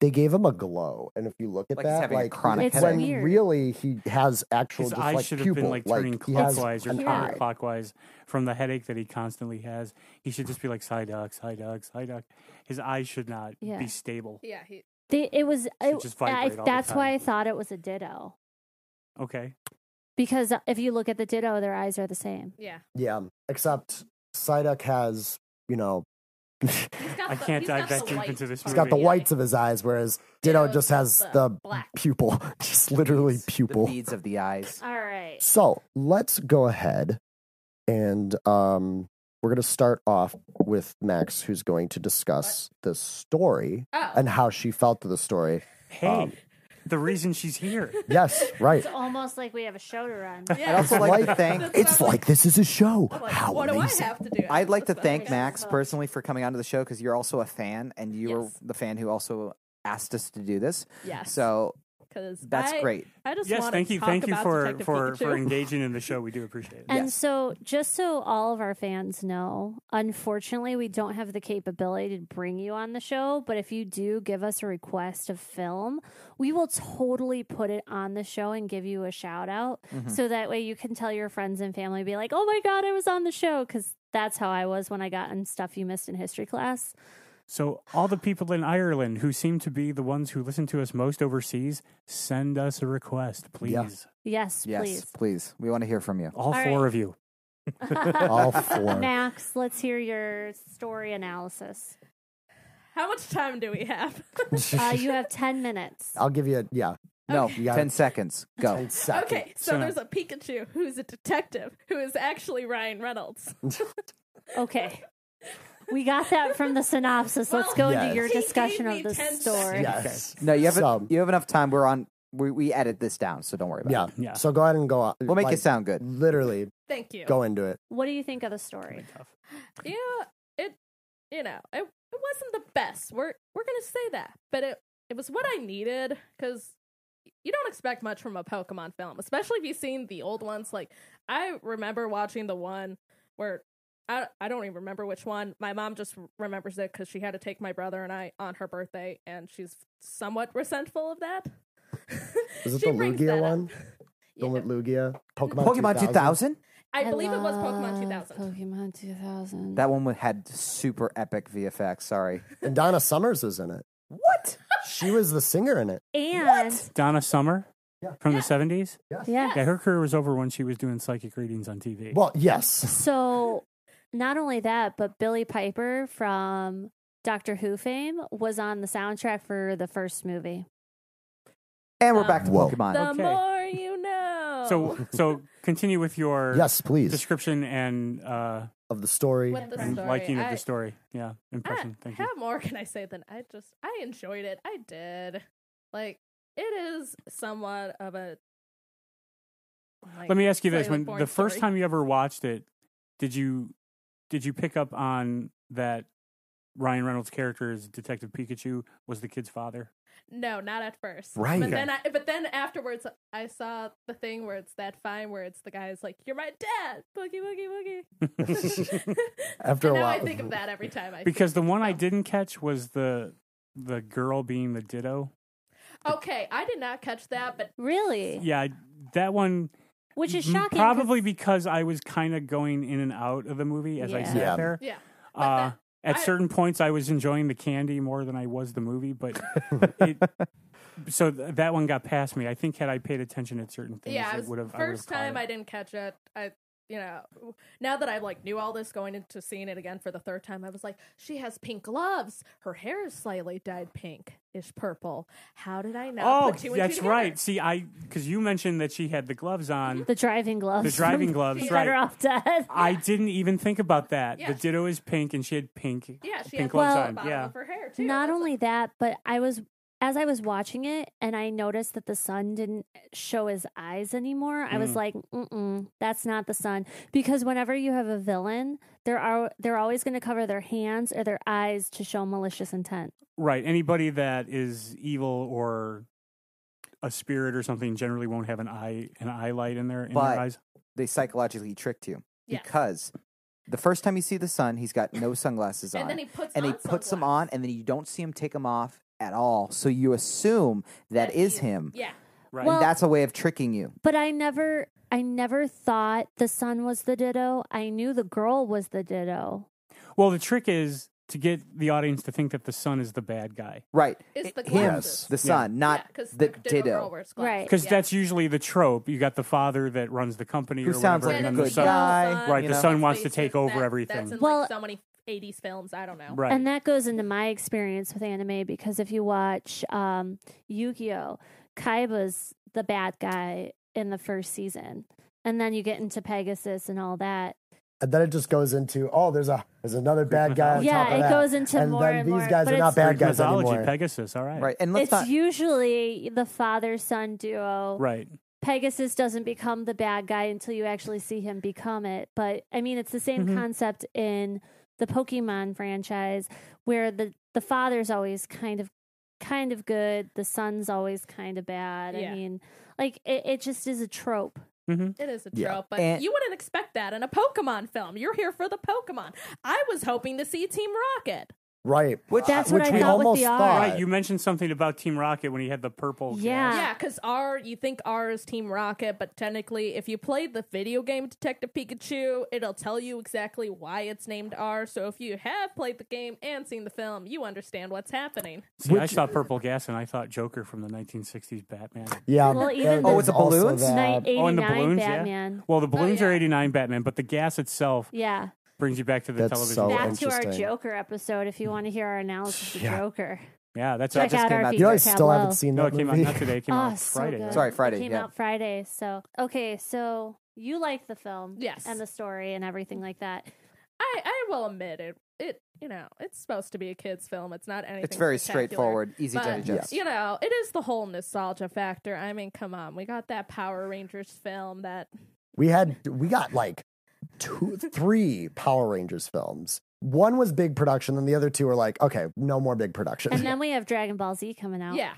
Speaker 3: they gave him a glow, and if you look at
Speaker 5: Like he's
Speaker 3: that,
Speaker 5: having a
Speaker 3: like
Speaker 5: chronic
Speaker 4: It's
Speaker 3: when
Speaker 4: headache. weird.
Speaker 3: really he has actual
Speaker 2: His
Speaker 3: just
Speaker 2: eyes
Speaker 3: like
Speaker 2: should
Speaker 3: pupil,
Speaker 2: have been like turning
Speaker 3: like he has
Speaker 2: clockwise or
Speaker 3: an
Speaker 4: Yeah.
Speaker 3: eye.
Speaker 2: counterclockwise from the headache that he constantly has. He should just be like Psyduck, Psyduck, Psyduck. His eyes should not
Speaker 4: Yeah.
Speaker 2: be stable.
Speaker 6: Yeah, he,
Speaker 4: They, it was.
Speaker 2: Should
Speaker 4: it-
Speaker 2: just
Speaker 4: I,
Speaker 2: vibrate all the
Speaker 4: that's why
Speaker 2: time.
Speaker 4: I thought it was a ditto
Speaker 2: Okay.
Speaker 4: because if you look at the ditto, their eyes are the same.
Speaker 6: yeah.
Speaker 3: Yeah, except Psyduck has you know he's
Speaker 6: He's got
Speaker 2: I
Speaker 6: the-
Speaker 2: can't
Speaker 6: he's got
Speaker 2: dive
Speaker 6: the
Speaker 2: that deep
Speaker 6: white
Speaker 2: into this
Speaker 6: part.
Speaker 3: got the
Speaker 2: Movie.
Speaker 3: whites of his eyes, whereas Ditto
Speaker 6: Ditto's
Speaker 3: just has the,
Speaker 6: the black.
Speaker 3: pupil, just literally
Speaker 5: The
Speaker 3: pupil.
Speaker 5: beads of the eyes.
Speaker 4: All right.
Speaker 3: So let's go ahead and um, we're going to start off with Max, who's going to discuss the story
Speaker 6: Oh,
Speaker 3: and how she felt to the story.
Speaker 2: Hey,
Speaker 3: Um,
Speaker 2: the reason she's here.
Speaker 3: Yes, right.
Speaker 4: It's almost like we have a show to run.
Speaker 6: yeah.
Speaker 5: I'd also like to thank.
Speaker 6: That's
Speaker 3: It's
Speaker 6: what I'm
Speaker 3: like this is a show.
Speaker 6: I'm like,
Speaker 3: How
Speaker 6: what do I
Speaker 3: amazing.
Speaker 6: have to do?
Speaker 5: I'd like to
Speaker 6: That's
Speaker 5: thank
Speaker 6: what I-
Speaker 5: Max personally for coming onto the show because you're also a fan, and you were
Speaker 6: Yes.
Speaker 5: the fan who also asked us to do this.
Speaker 6: Yes.
Speaker 5: So
Speaker 6: because
Speaker 5: That's
Speaker 6: I,
Speaker 5: great.
Speaker 6: I just
Speaker 2: yes,
Speaker 6: want
Speaker 2: thank
Speaker 6: to
Speaker 2: you,
Speaker 6: talk
Speaker 2: thank you
Speaker 6: about
Speaker 2: for
Speaker 6: Detective
Speaker 2: for, for
Speaker 6: Pikachu.
Speaker 2: engaging in the show. We do appreciate it.
Speaker 4: And
Speaker 5: Yes.
Speaker 4: so, just so all of our fans know, unfortunately, we don't have the capability to bring you on the show. But if you do give us a request of film, we will totally put it on the show and give you a shout out. So that way you can tell your friends and family, be like, oh my God, I was on the show. Cause that's how I was when I got in stuff you missed in history class.
Speaker 2: So all the people in Ireland who seem to be the ones who listen to us most overseas, send us a request, please.
Speaker 3: Yeah.
Speaker 4: Yes,
Speaker 5: Yes, please.
Speaker 4: please.
Speaker 5: We want to hear from you.
Speaker 3: Oh,
Speaker 2: All,
Speaker 4: All
Speaker 2: four
Speaker 4: right.
Speaker 2: of you.
Speaker 3: All four.
Speaker 4: Max, let's hear your story analysis.
Speaker 6: How much time do we have?
Speaker 4: Uh, you have 10 minutes.
Speaker 3: I'll give you a yeah.
Speaker 5: No,
Speaker 6: Okay.
Speaker 3: You got
Speaker 5: ten
Speaker 3: it.
Speaker 5: seconds. Go.
Speaker 3: Ten seconds.
Speaker 6: Okay, so,
Speaker 2: So-
Speaker 6: there's a Pikachu who's a detective who is actually Ryan Reynolds.
Speaker 4: Okay. We got that from the synopsis. Let's go
Speaker 3: Yes.
Speaker 4: into your
Speaker 6: He
Speaker 4: discussion
Speaker 6: gave
Speaker 4: of
Speaker 6: me
Speaker 4: this
Speaker 6: 10
Speaker 4: story.
Speaker 3: Yes.
Speaker 5: No, you have
Speaker 3: Some.
Speaker 5: you have enough time. We're on. We, we edit this down, so don't worry about
Speaker 3: Yeah.
Speaker 5: it.
Speaker 2: Yeah.
Speaker 3: So go ahead and go on.
Speaker 5: We'll make
Speaker 3: like,
Speaker 5: it sound good.
Speaker 3: Literally
Speaker 6: Thank you.
Speaker 3: go into it.
Speaker 4: What do you think of the story?
Speaker 6: Yeah, it you know, it, it wasn't the best. We're we're going to say that. But it it was what I needed cuz you don't expect much from a Pokemon film, especially if you've seen the old ones like I remember watching the one where I, I don't even remember which one. My mom just remembers it because she had to take my brother and I on her birthday, and she's somewhat resentful of that.
Speaker 3: Is it
Speaker 6: She
Speaker 3: the
Speaker 6: brings
Speaker 3: Lugia
Speaker 6: that up.
Speaker 3: one? The
Speaker 6: Yeah.
Speaker 3: Lugia Pokemon,
Speaker 5: Pokemon
Speaker 3: 2000?
Speaker 5: 2000.
Speaker 6: I believe it was Pokemon 2000.
Speaker 4: Pokemon 2000.
Speaker 5: That one had super epic VFX. Sorry.
Speaker 3: And Donna Summers was in it.
Speaker 5: What?
Speaker 3: She was the singer in it.
Speaker 4: and
Speaker 2: Donna Summer
Speaker 3: Yeah.
Speaker 2: from the 70s.
Speaker 4: yeah.
Speaker 2: Yeah, her career was over when she was doing psychic readings on TV.
Speaker 3: Well, yes.
Speaker 4: So not only that, but Billy Piper from Doctor Who fame was on the soundtrack for the first movie.
Speaker 5: And we're
Speaker 6: Um,
Speaker 5: back to
Speaker 3: Whoa.
Speaker 5: Pokemon.
Speaker 6: The
Speaker 2: Okay.
Speaker 6: more you know.
Speaker 2: so so continue with your
Speaker 3: Yes, please.
Speaker 2: description and uh
Speaker 3: Of the story.
Speaker 6: What the
Speaker 2: and
Speaker 6: story.
Speaker 2: liking of
Speaker 6: I-
Speaker 2: the story. Yeah, impression.
Speaker 6: I,
Speaker 2: Thank you.
Speaker 6: Ah, how more can I say than I just I enjoyed it. I did. Like it is somewhat of a. like,
Speaker 2: Let me ask you this:
Speaker 6: Silent
Speaker 2: When
Speaker 6: Born
Speaker 2: the first
Speaker 6: story.
Speaker 2: time you ever watched it, did you did you pick up on that Ryan Reynolds' character as Detective Pikachu was the kid's father?
Speaker 6: No, not at first.
Speaker 3: Right.
Speaker 6: But then, I, but then afterwards, I saw the thing where it's that fine where it's the guy's like, "You're my dad, boogie boogie boogie."
Speaker 3: After
Speaker 6: and
Speaker 3: a
Speaker 6: now
Speaker 3: while.
Speaker 6: I think of that every time I.
Speaker 2: Because the one I
Speaker 6: Oh.
Speaker 2: didn't catch was the the girl being the Ditto.
Speaker 6: okay, I did not catch that, but
Speaker 4: Really?
Speaker 2: Yeah, I- that one.
Speaker 4: Which is
Speaker 2: m-
Speaker 4: shocking. 'cause-
Speaker 2: Probably because I was kind of going in and out of the movie as I
Speaker 4: Yeah.
Speaker 2: sat
Speaker 3: Yeah.
Speaker 2: there.
Speaker 6: yeah,
Speaker 2: Uh, at
Speaker 6: I-
Speaker 2: certain points, I was enjoying the candy more than I was the movie, but it, so th- that one got past me. I think had I paid attention at certain things,
Speaker 6: yeah. I
Speaker 2: it
Speaker 6: was
Speaker 2: would've- I would've
Speaker 6: first
Speaker 2: caught
Speaker 6: time
Speaker 2: it.
Speaker 6: I didn't catch it. I you know now that I like knew all this going into seeing it again for the third time, I was like, she has pink gloves. Her hair is slightly dyed pink, ish purple. How did I not?
Speaker 2: Oh,
Speaker 6: put two and two
Speaker 2: that's
Speaker 6: together?
Speaker 2: right. See, I because you mentioned that she had the gloves on,
Speaker 4: The driving gloves.
Speaker 2: the driving gloves,
Speaker 4: Better
Speaker 2: right?
Speaker 4: off dead.
Speaker 2: I didn't even think about that.
Speaker 6: Yeah.
Speaker 2: The ditto is pink, and she had pink,
Speaker 6: Yeah, she
Speaker 2: pink
Speaker 6: had
Speaker 2: gloves
Speaker 4: Well-
Speaker 6: the
Speaker 2: on.
Speaker 6: bottom
Speaker 2: Yeah,
Speaker 6: of her hair too.
Speaker 4: Not
Speaker 6: That's-
Speaker 4: only that, but I was as I was watching it and I noticed that the sun didn't show his eyes anymore. I was
Speaker 2: Mm.
Speaker 4: like, "Mm-mm, that's not the sun." Because whenever you have a villain, there are they're always going to cover their hands or their eyes to show malicious intent.
Speaker 2: right. Anybody that is evil or a spirit or something generally won't have an eye an eye light in their in
Speaker 5: But-
Speaker 2: their eyes.
Speaker 5: they psychologically tricked you
Speaker 6: Yes.
Speaker 5: because the first time you see the sun, he's got no sunglasses on,
Speaker 6: and then he puts
Speaker 5: and he
Speaker 6: on
Speaker 5: puts them on,
Speaker 6: sunglasses.
Speaker 5: and then you don't see him take them off at all. So you assume that
Speaker 6: That
Speaker 5: is
Speaker 6: he-
Speaker 5: him.
Speaker 6: Yeah,
Speaker 2: Right.
Speaker 4: Well-
Speaker 5: and that's a way of tricking you.
Speaker 4: But I never I never thought the sun was the ditto. I knew the girl was the ditto.
Speaker 2: well, the trick is to get the audience to think that the son is the bad guy
Speaker 5: Right.
Speaker 6: It's
Speaker 5: It-
Speaker 6: the
Speaker 5: him,
Speaker 6: glasses.
Speaker 5: the sun, not
Speaker 6: because
Speaker 5: the
Speaker 6: Girl
Speaker 5: ditto.
Speaker 6: wears glasses.
Speaker 4: Right.
Speaker 2: because
Speaker 6: Yeah.
Speaker 2: that's usually the trope. You got the father that runs the company
Speaker 5: Who
Speaker 2: or
Speaker 5: sounds
Speaker 2: whatever,
Speaker 5: like
Speaker 2: and then
Speaker 5: a
Speaker 6: And
Speaker 2: the
Speaker 5: good
Speaker 6: it's the
Speaker 2: son.
Speaker 5: guy.
Speaker 2: Right, the
Speaker 6: you know?
Speaker 2: son wants to
Speaker 6: That's-
Speaker 2: take
Speaker 6: that-
Speaker 2: over everything.
Speaker 6: That's in
Speaker 4: Well-
Speaker 6: like so many '80s films. I don't know.
Speaker 2: Right.
Speaker 4: And that goes into my experience with anime because if you watch um, Yu Gi Oh, Kaiba's the bad guy in the first season, and then you get into Pegasus and all that.
Speaker 3: and then it just goes into, oh, there's a there's another bad guy on top
Speaker 4: yeah,
Speaker 3: of
Speaker 4: it
Speaker 3: that.
Speaker 4: goes into
Speaker 3: and
Speaker 4: more
Speaker 3: then
Speaker 4: and
Speaker 3: these
Speaker 4: more.
Speaker 3: guys
Speaker 4: but
Speaker 3: are not
Speaker 4: it's,
Speaker 3: bad
Speaker 2: Greek
Speaker 3: guys
Speaker 2: mythology,
Speaker 3: anymore.
Speaker 2: Pegasus. All right.
Speaker 5: Right. And let's
Speaker 4: It's
Speaker 5: not.
Speaker 4: usually the father son duo.
Speaker 2: Right.
Speaker 4: Pegasus doesn't become the bad guy until you actually see him become it. But I mean, it's the same
Speaker 2: Mhm.
Speaker 4: concept in the Pokemon franchise where the the father's always kind of kind of good. The son's always kind of bad.
Speaker 6: Yeah.
Speaker 4: I mean, like it, it just is a trope.
Speaker 6: It is a trope,
Speaker 5: Yeah.
Speaker 6: but
Speaker 5: And-
Speaker 6: you wouldn't expect that in a Pokemon film. You're here for the Pokemon. I was hoping to see Team Rocket.
Speaker 3: Right.
Speaker 5: Which-
Speaker 4: That's what
Speaker 3: Which
Speaker 4: I
Speaker 3: we
Speaker 4: thought with
Speaker 3: almost
Speaker 4: the R.
Speaker 3: thought.
Speaker 2: Right, you mentioned something about Team Rocket when he had the purple.
Speaker 4: Yeah.
Speaker 2: gas.
Speaker 6: Yeah, because R, you think R is Team Rocket, but technically, if you played the video game Detective Pikachu, it'll tell you exactly why it's named R. So if you have played the game and seen the film, you understand what's happening.
Speaker 2: See, I
Speaker 3: Which-
Speaker 2: saw purple gas and I thought Joker from the 1960s Batman.
Speaker 3: Yeah.
Speaker 4: Well, even
Speaker 3: and
Speaker 4: the-
Speaker 5: Oh, it's a
Speaker 3: also
Speaker 5: balloons?
Speaker 3: that-
Speaker 4: Night eighty
Speaker 2: oh, and
Speaker 4: nine
Speaker 2: the balloons, yeah.
Speaker 4: Batman.
Speaker 2: Well, the balloons are
Speaker 6: Oh, yeah.
Speaker 2: 89 Batman, but the gas itself
Speaker 4: Yeah,
Speaker 2: brings you back to the
Speaker 3: That's
Speaker 2: television.
Speaker 3: so- Oh,
Speaker 4: back to our
Speaker 3: interesting.
Speaker 4: Joker episode if you want to hear our analysis of
Speaker 3: Yeah.
Speaker 4: Joker.
Speaker 2: yeah, that's
Speaker 4: Check
Speaker 5: just
Speaker 4: out
Speaker 5: came
Speaker 4: our
Speaker 5: out-
Speaker 4: feature
Speaker 3: You know, I still
Speaker 4: tableau.
Speaker 3: haven't seen
Speaker 2: No,
Speaker 3: that
Speaker 2: it came out
Speaker 3: movie.
Speaker 2: not today. It came
Speaker 4: oh,
Speaker 2: out
Speaker 4: so
Speaker 2: Friday.
Speaker 4: good.
Speaker 2: right?
Speaker 5: Sorry, Friday,
Speaker 4: It came
Speaker 5: yeah.
Speaker 4: out Friday. So okay, so you like the film,
Speaker 6: Yes.
Speaker 4: and the story and everything like that.
Speaker 6: I, I will admit it. It, you know, it's supposed to be a kid's film. It's not anything.
Speaker 5: It's very
Speaker 6: spectacular.
Speaker 5: straightforward, easy to
Speaker 6: But,
Speaker 5: digest.
Speaker 6: you know, it is the whole nostalgia factor. I mean, come on, we got that Power Rangers film that
Speaker 3: We had we got like two three Power Rangers films. One was big production, then the other two were like, okay, no more big production.
Speaker 4: And then we have Dragon Ball Z coming out.
Speaker 6: Yeah.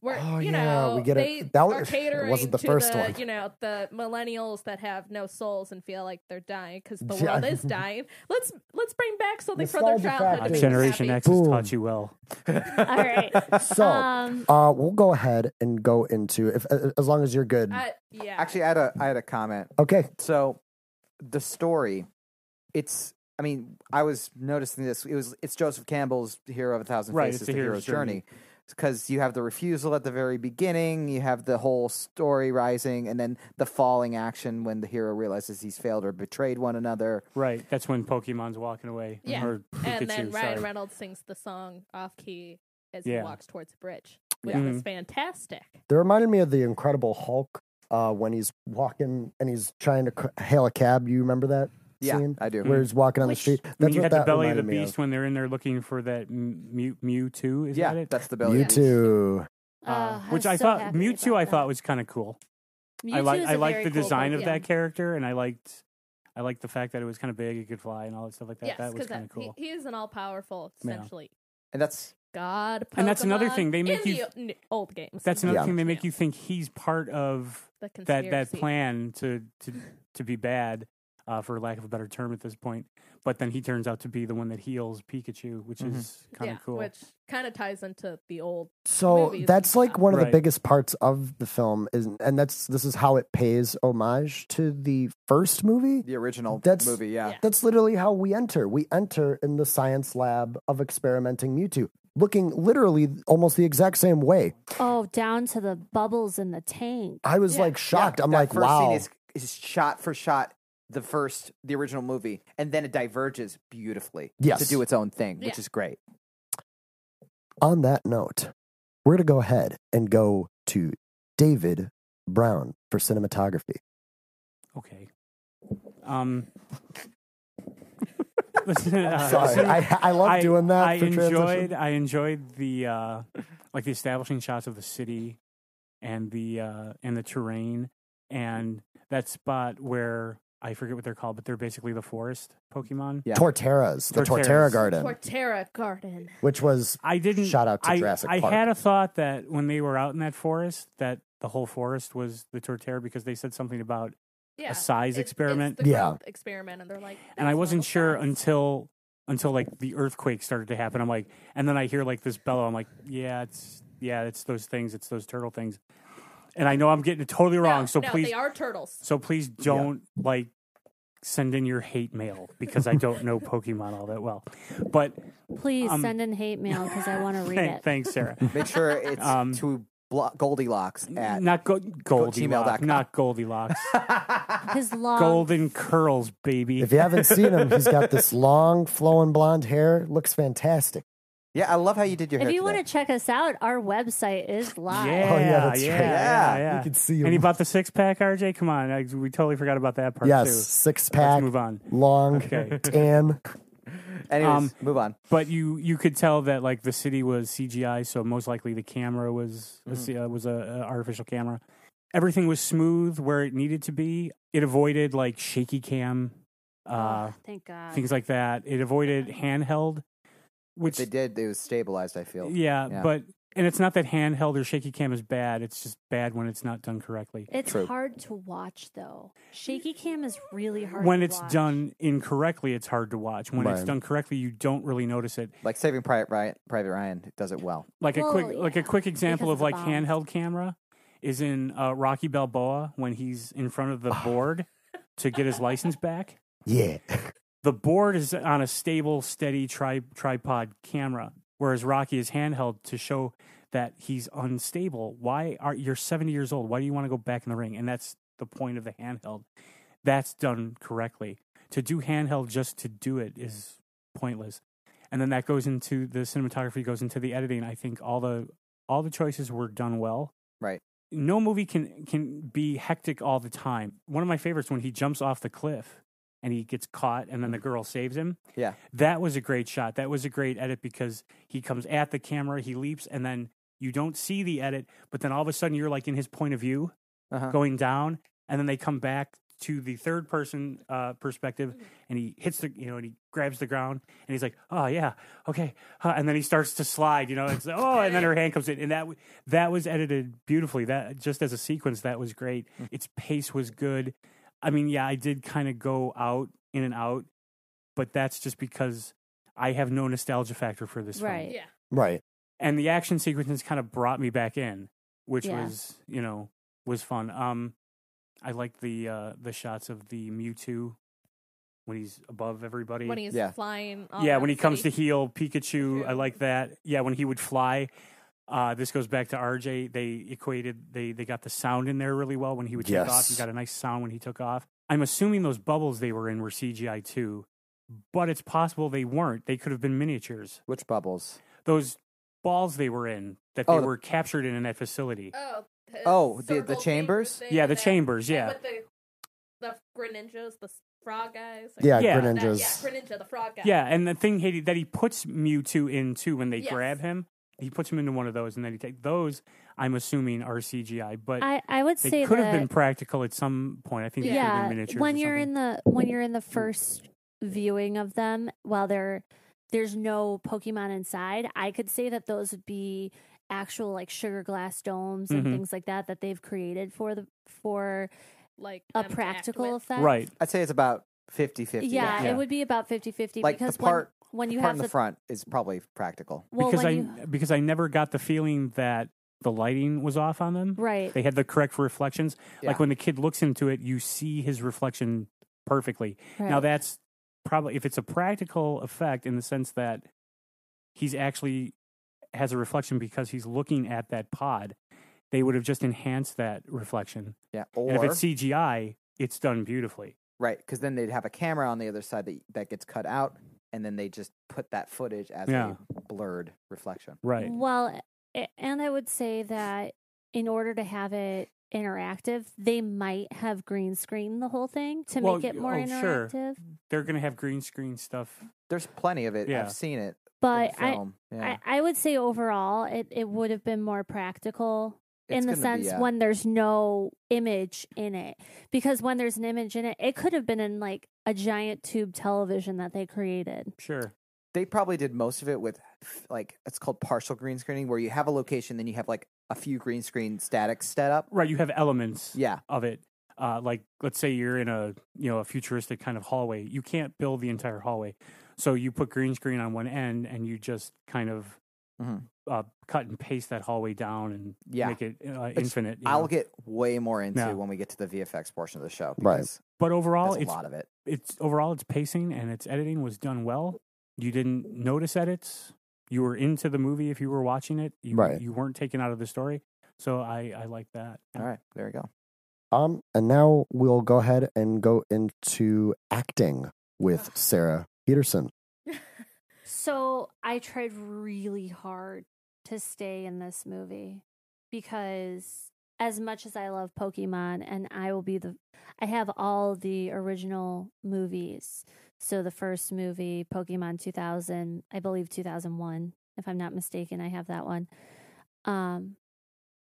Speaker 6: Where,
Speaker 3: Oh,
Speaker 6: you
Speaker 3: yeah,
Speaker 6: know,
Speaker 3: we get
Speaker 6: they
Speaker 3: it. That
Speaker 6: are
Speaker 3: was- it
Speaker 6: catering
Speaker 3: wasn't the
Speaker 6: to
Speaker 3: first
Speaker 6: the,
Speaker 3: one.
Speaker 6: you know, the millennials that have no souls and feel like they're dying because the
Speaker 3: Yeah.
Speaker 6: world is dying. Let's let's bring back something from their
Speaker 3: Nostalgia
Speaker 6: childhood.
Speaker 3: factor.
Speaker 6: to make them
Speaker 2: Generation
Speaker 6: happy.
Speaker 2: X has
Speaker 3: Boom.
Speaker 2: taught you well.
Speaker 4: All right.
Speaker 2: Oh.
Speaker 3: so
Speaker 4: Um,
Speaker 3: uh, we'll go ahead and go into if uh, as long as you're good.
Speaker 6: I- yeah.
Speaker 5: Actually, I had a I had a comment.
Speaker 3: okay,
Speaker 5: So, the story, it's. I mean, I was noticing this. It was it's Joseph Campbell's Hero of a Thousand
Speaker 2: Right,
Speaker 5: Faces,
Speaker 2: it's
Speaker 5: the
Speaker 2: a hero's
Speaker 5: hero's journey,
Speaker 2: journey.
Speaker 5: because you have the refusal at the very beginning, you have the whole story rising, and then the falling action when the hero realizes he's failed or betrayed one another.
Speaker 2: Right, that's when Pokemon's walking away.
Speaker 6: Yeah.
Speaker 2: Or Pikachu,
Speaker 6: and then Ryan
Speaker 2: sorry.
Speaker 6: Reynolds sings the song off key as he
Speaker 2: Yeah.
Speaker 6: walks towards the bridge, which
Speaker 2: Yeah.
Speaker 6: was
Speaker 2: Mhm.
Speaker 6: fantastic.
Speaker 3: that reminded me of the Incredible Hulk uh, when he's walking and he's trying to c- hail a cab. You remember that
Speaker 5: Yeah,
Speaker 3: scene
Speaker 5: I do.
Speaker 3: where he's walking on
Speaker 6: Which-
Speaker 3: the street? That's
Speaker 2: I mean, Mm-hmm. you
Speaker 3: what
Speaker 2: had
Speaker 3: that
Speaker 2: the belly of the
Speaker 3: reminded me
Speaker 2: beast when they're in there looking for that M- Mew Mewtwo. Is
Speaker 5: yeah,
Speaker 2: that it?
Speaker 5: that's the belly.
Speaker 3: You
Speaker 5: of the beast.
Speaker 3: too.
Speaker 4: oh,
Speaker 2: Uh,
Speaker 4: I was
Speaker 2: which I
Speaker 4: so
Speaker 2: thought
Speaker 4: happy
Speaker 2: Mewtwo,
Speaker 4: about
Speaker 2: I
Speaker 4: that.
Speaker 2: thought was kind of cool. I
Speaker 6: Mewtwo
Speaker 2: like
Speaker 6: is
Speaker 2: I
Speaker 6: a
Speaker 2: like
Speaker 6: very
Speaker 2: the
Speaker 6: cool
Speaker 2: design of
Speaker 6: Pokemon.
Speaker 2: that character, and I liked I liked the fact that it was kind of big, it could fly, and all that stuff like that.
Speaker 6: Yes,
Speaker 2: that was
Speaker 6: because
Speaker 2: kind of cool.
Speaker 6: he, he is an all powerful,
Speaker 2: Yeah.
Speaker 6: essentially
Speaker 5: and that's
Speaker 6: god. Pokemon
Speaker 2: And that's another thing, they make
Speaker 6: in
Speaker 2: you-
Speaker 6: the o- old games.
Speaker 2: That's another
Speaker 3: Yeah.
Speaker 2: thing. They make you think he's part of
Speaker 6: The
Speaker 2: that that
Speaker 6: conspiracy.
Speaker 2: plan to to to be bad, uh, for lack of a better term at this point. But then he turns out to be the one that heals Pikachu, which
Speaker 3: Mm-hmm.
Speaker 5: Mhm.
Speaker 2: is kind of
Speaker 6: yeah,
Speaker 2: cool.
Speaker 6: Which kind of ties into the old.
Speaker 3: So
Speaker 6: Movies
Speaker 3: that's
Speaker 6: and
Speaker 3: like
Speaker 6: stuff.
Speaker 3: one of the
Speaker 2: Right.
Speaker 3: biggest parts of the film is, and that's this is how it pays homage to the first movie.
Speaker 5: the original
Speaker 3: That's-
Speaker 5: movie. Yeah.
Speaker 6: Yeah.
Speaker 3: That's literally how we enter. We enter in the science lab of experimenting Mewtwo, looking literally almost the exact same way.
Speaker 4: Oh, down to the bubbles in the tank.
Speaker 3: I was
Speaker 6: Yeah.
Speaker 3: like shocked.
Speaker 5: Yeah,
Speaker 3: I'm
Speaker 5: that
Speaker 3: like,
Speaker 5: first
Speaker 3: wow.
Speaker 5: Scene is, is shot for shot the first, the original movie, and then it diverges beautifully
Speaker 3: Yes.
Speaker 5: to do its own thing, which
Speaker 6: Yeah.
Speaker 5: is great.
Speaker 3: On that note, we're going to go ahead and go to David Brown for cinematography.
Speaker 2: Okay. Um. listen, uh,
Speaker 3: Sorry,
Speaker 2: listen-
Speaker 3: I, I love doing that.
Speaker 2: I
Speaker 3: for
Speaker 2: enjoyed.
Speaker 3: transition.
Speaker 2: I enjoyed the uh, like the establishing shots of the city and the uh, and the terrain and that spot where I forget what they're called, but they're basically the forest Pokemon.
Speaker 5: Yeah.
Speaker 3: Torteras, the Torterra,
Speaker 2: Torterras.
Speaker 3: Garden,
Speaker 6: Torterra Garden.
Speaker 3: which was
Speaker 2: I didn't.
Speaker 3: shout out to
Speaker 2: I,
Speaker 3: Jurassic
Speaker 2: I
Speaker 3: Park.
Speaker 2: had a thought that when they were out in that forest, that the whole forest was the Torterra because they said something about,
Speaker 6: Yeah.
Speaker 2: size
Speaker 6: It's- it's
Speaker 2: experiment?
Speaker 6: the
Speaker 3: Yeah.
Speaker 6: growth Experiment, and they're like.
Speaker 2: and I
Speaker 6: "That's
Speaker 2: wasn't
Speaker 6: normal
Speaker 2: sure
Speaker 6: size."
Speaker 2: until until like the earthquake started to happen. I'm like, and then I hear like this bellow. I'm like, yeah, it's yeah, it's those things. It's those turtle things. And I know I'm getting it totally
Speaker 6: No,
Speaker 2: wrong. so
Speaker 6: no,
Speaker 2: please,
Speaker 6: they are turtles.
Speaker 2: so please don't like send in your hate mail because I don't know Pokemon all that well. But
Speaker 4: Please
Speaker 2: Um,
Speaker 4: send in hate mail because I want to read
Speaker 2: thank-
Speaker 4: it.
Speaker 2: thanks, Sarah.
Speaker 5: Make sure it's
Speaker 2: Um,
Speaker 5: to blo- Goldilocks at.
Speaker 2: not go- Goldilocks.
Speaker 5: gmail.com.
Speaker 2: Not Goldilocks.
Speaker 6: Um,
Speaker 4: His long
Speaker 2: Golden curls, baby.
Speaker 3: If you haven't seen him, he's got this long, flowing blonde hair. Looks fantastic.
Speaker 5: yeah, I love how you did your
Speaker 4: If
Speaker 5: hair.
Speaker 4: you want
Speaker 5: today.
Speaker 4: to check us out, our website is live.
Speaker 2: Yeah,
Speaker 3: Oh, yeah, that's right.
Speaker 2: yeah,
Speaker 5: Yeah,
Speaker 2: yeah,
Speaker 3: You
Speaker 2: yeah.
Speaker 3: can see him.
Speaker 2: And he bought the six pack, RJ. Come on, I, we totally forgot about that part
Speaker 3: yes,
Speaker 2: too.
Speaker 3: six
Speaker 2: Let's
Speaker 3: pack,
Speaker 2: move on.
Speaker 3: long,
Speaker 2: Okay.
Speaker 3: tan.
Speaker 5: Anyways,
Speaker 2: um,
Speaker 5: move on.
Speaker 2: But you you could tell that like the city was CGI, so most likely the camera was
Speaker 4: Mm-hmm.
Speaker 2: was, uh, was a, a artificial camera. Everything was smooth where it needed to be. It avoided like shaky cam uh,
Speaker 4: Oh, thank God.
Speaker 2: things like that. It avoided handheld, which
Speaker 5: They did. It was stabilized. I feel.
Speaker 2: yeah,
Speaker 5: Yeah.
Speaker 2: but and it's not that handheld or shaky cam is bad. It's just bad when it's not done correctly.
Speaker 4: It's
Speaker 5: True.
Speaker 4: hard to watch though. Shaky cam is really hard.
Speaker 2: When
Speaker 4: to
Speaker 2: it's
Speaker 4: watch.
Speaker 2: done incorrectly, it's hard to watch. When it's
Speaker 3: Right.
Speaker 2: done correctly, you don't really notice it.
Speaker 5: Like Saving Private Ryan, Private Ryan does it well.
Speaker 2: Like a
Speaker 4: Well,
Speaker 2: quick, like a
Speaker 4: yeah,
Speaker 2: quick example
Speaker 4: because
Speaker 2: of
Speaker 4: of
Speaker 2: like
Speaker 4: the bombs.
Speaker 2: handheld camera is in uh, Rocky Balboa when he's in front of the board to get his license back.
Speaker 3: Yeah.
Speaker 2: the board is on a stable, steady tri- tripod camera, whereas Rocky is handheld to show that he's unstable. Why are you're 70 years old? Why do you want to go back in the ring? And that's the point of the handheld. That's done correctly. To do handheld just to do it is pointless. And then that goes into the cinematography, goes into the editing. I think all the all the choices were done well.
Speaker 5: Right.
Speaker 2: No movie can can be hectic all the time. One of my favorites when he jumps off the cliff and he gets caught and then the girl saves him.
Speaker 5: Yeah.
Speaker 2: That was a great shot. That was a great edit because he comes at the camera, he leaps and then you don't see the edit, but then all of a sudden you're like in his point of view
Speaker 5: Uh-huh.
Speaker 2: going down and then they come back to the third person uh, perspective and he hits the you know and he grabs the ground and he's like oh yeah okay huh," and then he starts to slide you know it's oh and then her hand comes in and that w- that was edited beautifully that just as a sequence that was great its pace was good i mean yeah i did kind of go out in and out but that's just because i have no nostalgia factor for this film
Speaker 4: Right.
Speaker 6: Yeah.
Speaker 3: Right.
Speaker 2: and the action sequences kind of brought me back in, which
Speaker 4: Yeah.
Speaker 2: was you know was fun. Um, I like the uh, the shots of the Mewtwo when he's above everybody.
Speaker 6: When he's
Speaker 5: Yeah.
Speaker 6: flying. all
Speaker 2: yeah,
Speaker 6: around
Speaker 2: when he
Speaker 6: the
Speaker 2: comes to
Speaker 6: city.
Speaker 2: heal Pikachu, I
Speaker 6: Pikachu.
Speaker 2: like that. Yeah, when he would fly. Uh, this goes back to RJ. They equated they they got the sound in there really well when he would take off. He
Speaker 3: Yes.
Speaker 2: got a nice sound when he took off. I'm assuming those bubbles they were in were CGI too, but it's possible they weren't. They could have been miniatures
Speaker 5: Which bubbles?
Speaker 2: those balls they were in that they
Speaker 5: Oh, the-
Speaker 2: were captured in in that facility.
Speaker 6: Oh, his
Speaker 5: Oh, the- the
Speaker 6: circle chamber
Speaker 5: chambers?
Speaker 6: thing
Speaker 2: yeah, the
Speaker 6: that-
Speaker 2: chambers.
Speaker 6: and
Speaker 2: Yeah,
Speaker 6: With the, the Greninjas, the s- frog guys. or-
Speaker 3: Yeah,
Speaker 2: Yeah.
Speaker 6: That-
Speaker 3: Greninjas.
Speaker 6: yeah, Greninja, the frog guy.
Speaker 2: yeah, and the thing he, that he puts Mewtwo into when they
Speaker 6: Yes.
Speaker 2: grab him, he puts him into one of those, and then he take those. I'm assuming are CGI, but
Speaker 4: I, I would
Speaker 2: they
Speaker 4: say
Speaker 2: could
Speaker 4: that
Speaker 2: have been practical at some point. I think. they could have
Speaker 4: yeah,
Speaker 2: been miniatures
Speaker 4: when
Speaker 2: or
Speaker 4: you're
Speaker 2: something.
Speaker 4: in the when you're in the first viewing of them while they're there's no Pokemon inside, I could say that those would be actual like sugar glass domes
Speaker 2: Mhm.
Speaker 4: and things like that that they've created for the for
Speaker 6: Like
Speaker 4: a
Speaker 6: them to act
Speaker 4: practical
Speaker 6: with.
Speaker 4: effect.
Speaker 2: right,
Speaker 5: I'd say it's about 50 50.
Speaker 4: Yeah,
Speaker 2: Yeah.
Speaker 4: it would be about 50-50
Speaker 5: Like the
Speaker 4: because
Speaker 5: part-
Speaker 4: when, when you
Speaker 5: part
Speaker 4: have
Speaker 5: in the,
Speaker 4: the,
Speaker 5: front is probably practical.
Speaker 4: well
Speaker 2: because I
Speaker 4: when you,
Speaker 2: because I never got the feeling that the lighting was off on them.
Speaker 4: right
Speaker 2: They had the correct reflections.
Speaker 5: Yeah.
Speaker 2: Like when the kid looks into it, you see his reflection perfectly. Now
Speaker 4: right.
Speaker 2: that's probably if it's a practical effect in the sense that he's actually has a reflection because he's looking at that pod, they would have just enhanced that reflection.
Speaker 5: Yeah. Or,
Speaker 2: and if it's CGI, it's done beautifully.
Speaker 5: right, because then they'd have a camera on the other side that, that gets cut out, and then they just put that footage as
Speaker 2: Yeah.
Speaker 5: a blurred reflection.
Speaker 2: Right.
Speaker 4: Well, a- and I would say that in order to have it interactive, they might have green screen the whole thing to
Speaker 2: Well,
Speaker 4: make it more
Speaker 2: oh, sure.
Speaker 4: interactive.
Speaker 2: They're going to have green screen stuff.
Speaker 5: There's plenty of it.
Speaker 2: Yeah.
Speaker 5: I've seen it. in
Speaker 4: But
Speaker 5: the
Speaker 4: I,
Speaker 5: film. yeah.
Speaker 4: I, I would say overall, it, it would have been more practical in the
Speaker 5: It's gonna be,
Speaker 4: sense
Speaker 5: uh,
Speaker 4: when there's no image in it. Because when there's an image in it, it could have been in like a giant tube television that they created.
Speaker 2: Sure.
Speaker 5: they probably did most of it with like it's called partial green screening where you have a location then you have like a few green screen statics set up
Speaker 2: Right. You have elements
Speaker 5: yeah
Speaker 2: of it. Uh, like let's say you're in a you know a futuristic kind of hallway. You can't build the entire hallway, so you put green screen on one end and you just kind of
Speaker 5: Mhm.
Speaker 2: uh, cut and paste that hallway down and
Speaker 5: Yeah.
Speaker 2: make it uh, infinite. you know.
Speaker 5: i'll get way more into
Speaker 2: No.
Speaker 5: when we get to the vfx portion of the show
Speaker 3: Right.
Speaker 5: because
Speaker 2: but overall,
Speaker 5: there's a
Speaker 2: it's
Speaker 5: lot of it
Speaker 2: it's overall its pacing and its editing was done well. You didn't notice edits. You were into the movie if you were watching it. You,
Speaker 3: Right.
Speaker 2: You weren't taken out of the story. So I I like that.
Speaker 5: all right there we go
Speaker 3: Um, and now we'll go ahead and go into acting with Sarah Peterson.
Speaker 4: So I tried really hard to stay in this movie because as much as I love Pokemon and I will be the I have all the original movies. So the first movie, Pokemon 2000, I believe 2001, if I'm not mistaken, I have that one. Um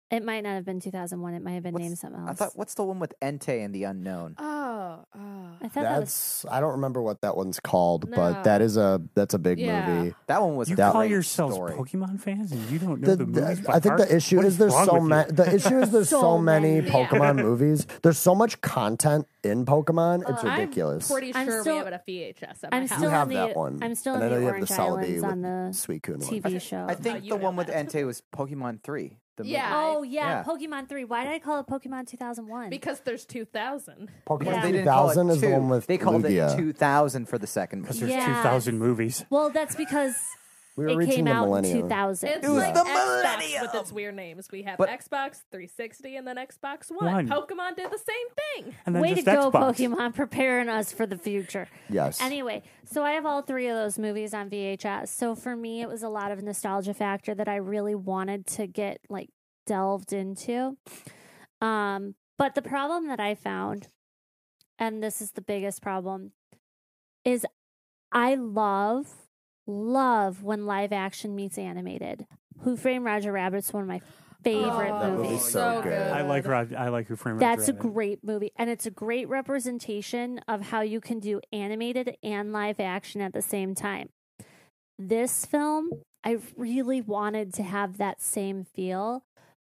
Speaker 4: it might not have been 2001, it might have been
Speaker 5: What's-
Speaker 4: named something else.
Speaker 5: i thought what's the one with ente and the unknown
Speaker 6: Oh, oh.
Speaker 4: I thought that was
Speaker 3: That's I don't remember what that one's called, but
Speaker 6: No.
Speaker 3: that is a that's a big
Speaker 6: Yeah.
Speaker 3: movie.
Speaker 5: That one was
Speaker 2: You
Speaker 5: a great
Speaker 2: call yourselves
Speaker 5: story.
Speaker 2: Pokemon fans and you don't know
Speaker 3: The,
Speaker 2: the,
Speaker 3: the-
Speaker 2: movies by
Speaker 3: I think
Speaker 2: heart?
Speaker 3: the issue
Speaker 2: What
Speaker 3: is there's
Speaker 2: wrong
Speaker 3: so
Speaker 2: with you?
Speaker 3: many. The issue is there's so,
Speaker 4: So
Speaker 3: many
Speaker 4: many.
Speaker 6: Yeah.
Speaker 3: Pokemon movies. There's so much content in Pokemon. It's
Speaker 4: Uh, I'm
Speaker 3: ridiculous.
Speaker 6: I'm pretty
Speaker 4: I'm
Speaker 6: sure
Speaker 4: still-
Speaker 6: we have it at VHS at my
Speaker 4: I'm
Speaker 6: house.
Speaker 4: still
Speaker 3: you have
Speaker 4: in
Speaker 3: that
Speaker 4: the-
Speaker 3: one.
Speaker 4: I'm still
Speaker 3: and
Speaker 4: in
Speaker 3: I know
Speaker 4: the
Speaker 3: you have the
Speaker 4: Orange
Speaker 3: Celebi
Speaker 4: Islands on the
Speaker 3: with Suicune one.
Speaker 4: TV show.
Speaker 5: I
Speaker 6: Oh,
Speaker 5: think
Speaker 6: you
Speaker 5: the
Speaker 6: know
Speaker 5: one with
Speaker 6: that.
Speaker 5: Entei was Pokemon Three. The movie.
Speaker 6: Yeah.
Speaker 4: Oh yeah,
Speaker 5: Yeah.
Speaker 4: Pokemon Three. Why did I call it Pokemon 2001?
Speaker 6: because there's 2000.
Speaker 3: Pokemon
Speaker 5: Because
Speaker 4: Yeah.
Speaker 5: they didn't call it
Speaker 3: 2000 is the
Speaker 5: two.
Speaker 3: one with
Speaker 5: they called
Speaker 3: Lugia.
Speaker 5: it 2000 for the second
Speaker 2: Because
Speaker 5: movie.
Speaker 2: there's
Speaker 4: Yeah.
Speaker 2: 2,000 movies.
Speaker 4: well, that's because
Speaker 3: We were
Speaker 4: it
Speaker 3: reaching
Speaker 4: came
Speaker 3: the
Speaker 4: out in
Speaker 3: millennium.
Speaker 4: 2000.
Speaker 6: It's
Speaker 5: It was
Speaker 6: like
Speaker 5: the
Speaker 6: Xbox with
Speaker 5: millennium.
Speaker 6: its weird names. We have
Speaker 5: But-
Speaker 6: Xbox 360 and then Xbox
Speaker 2: One.
Speaker 6: One. Pokemon did the same thing.
Speaker 2: And then
Speaker 4: Way to
Speaker 2: just
Speaker 4: go,
Speaker 2: Xbox.
Speaker 4: Pokemon, preparing us for the future.
Speaker 3: Yes.
Speaker 4: Anyway, so I have all three of those movies on VHS. So for me, it was a lot of nostalgia factor that I really wanted to get like delved into. Um, but the problem that I found, and this is the biggest problem, is I love, love when live action meets animated. Who Framed Roger Rabbit's one of my favorite
Speaker 6: Oh, That
Speaker 4: movies.
Speaker 3: movie's so good.
Speaker 2: I like Rod, I like Who Framed Roger
Speaker 4: That's a
Speaker 2: Rabbit.
Speaker 4: great movie, and it's a great representation of how you can do animated and live action at the same time. This film, I really wanted to have that same feel,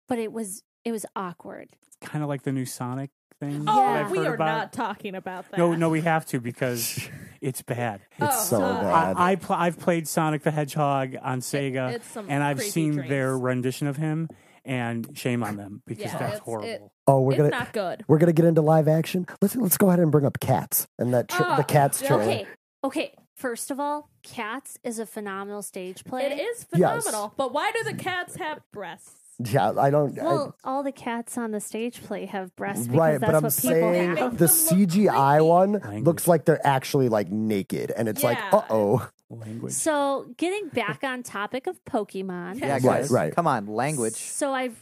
Speaker 4: but it was it was awkward.
Speaker 2: kind of like the new Sonic thing.
Speaker 6: Oh,
Speaker 2: that I've
Speaker 6: we
Speaker 2: heard
Speaker 6: are
Speaker 2: about.
Speaker 6: not talking about that.
Speaker 2: No, no, we have to because it's bad.
Speaker 6: Oh,
Speaker 3: It's so
Speaker 6: uh,
Speaker 3: bad.
Speaker 2: I, I pl- I've played Sonic the Hedgehog on Sega,
Speaker 6: it's some
Speaker 2: and I've
Speaker 6: crazy
Speaker 2: seen
Speaker 6: dreams.
Speaker 2: their rendition of him, and shame on them because
Speaker 6: Yeah,
Speaker 2: that's
Speaker 6: it's-
Speaker 2: horrible.
Speaker 6: it-
Speaker 3: oh, we're
Speaker 6: it's
Speaker 3: gonna
Speaker 6: not good.
Speaker 3: we're gonna get into live action. Let's let's go ahead and bring up cats and that tr-
Speaker 6: Oh,
Speaker 3: the cats
Speaker 6: yeah.
Speaker 3: trailer.
Speaker 4: Okay, okay. First of all, Cats is a phenomenal stage play.
Speaker 6: It is phenomenal. But why do the cats have breasts?
Speaker 3: Yeah, I don't. I-
Speaker 4: Well, all the cats on the stage play have breasts because
Speaker 3: right,
Speaker 4: that's
Speaker 3: but I'm
Speaker 4: what people
Speaker 3: saying
Speaker 4: have.
Speaker 3: the
Speaker 6: Makes them look
Speaker 3: CGI
Speaker 6: creepy.
Speaker 3: one
Speaker 2: Language.
Speaker 3: looks like they're actually like naked, and it's like,
Speaker 6: Yeah.
Speaker 3: uh oh.
Speaker 2: Language.
Speaker 4: So, getting back on topic of Pokemon.
Speaker 5: Yeah,
Speaker 3: Right,
Speaker 5: guys,
Speaker 3: right.
Speaker 5: Come on, language.
Speaker 4: So I've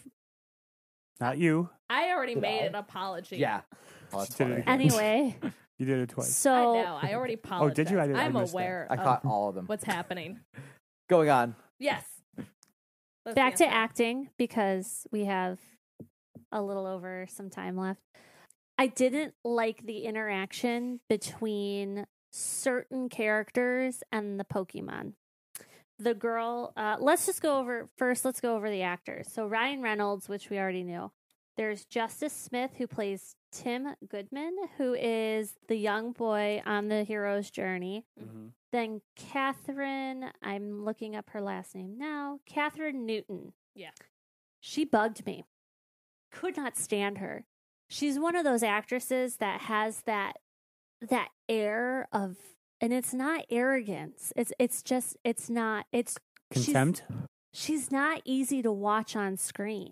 Speaker 2: not you.
Speaker 6: I already made
Speaker 3: I?
Speaker 6: an apology.
Speaker 5: Yeah.
Speaker 3: Oh, that's
Speaker 2: She did it
Speaker 3: funny.
Speaker 2: again.
Speaker 4: anyway.
Speaker 2: You did it twice.
Speaker 6: I
Speaker 4: So
Speaker 6: know. I already
Speaker 2: Oh,
Speaker 6: apologized.
Speaker 2: did you? I didn't- I
Speaker 6: am
Speaker 2: missed that.
Speaker 6: aware
Speaker 5: I
Speaker 6: of
Speaker 5: caught all of them.
Speaker 6: what's happening.
Speaker 5: Going on.
Speaker 6: Yes. Let's
Speaker 4: back to
Speaker 6: answer.
Speaker 4: acting because we have a little over some time left. I didn't like the interaction between certain characters and the Pokemon. The girl, uh, let's just go over first, let's go over the actors. So, Ryan Reynolds, which we already knew. There's Justice Smith, who plays Tim Goodman, who is the young boy on the hero's journey. Then Catherine, I'm looking up her last name now. Catherine Newton.
Speaker 6: Yeah.
Speaker 4: She bugged me. Could not stand her. She's one of those actresses that has that that air of and it's not arrogance. It's it's just it's not it's she's-
Speaker 2: Contempt.
Speaker 4: she's not easy to watch on screen.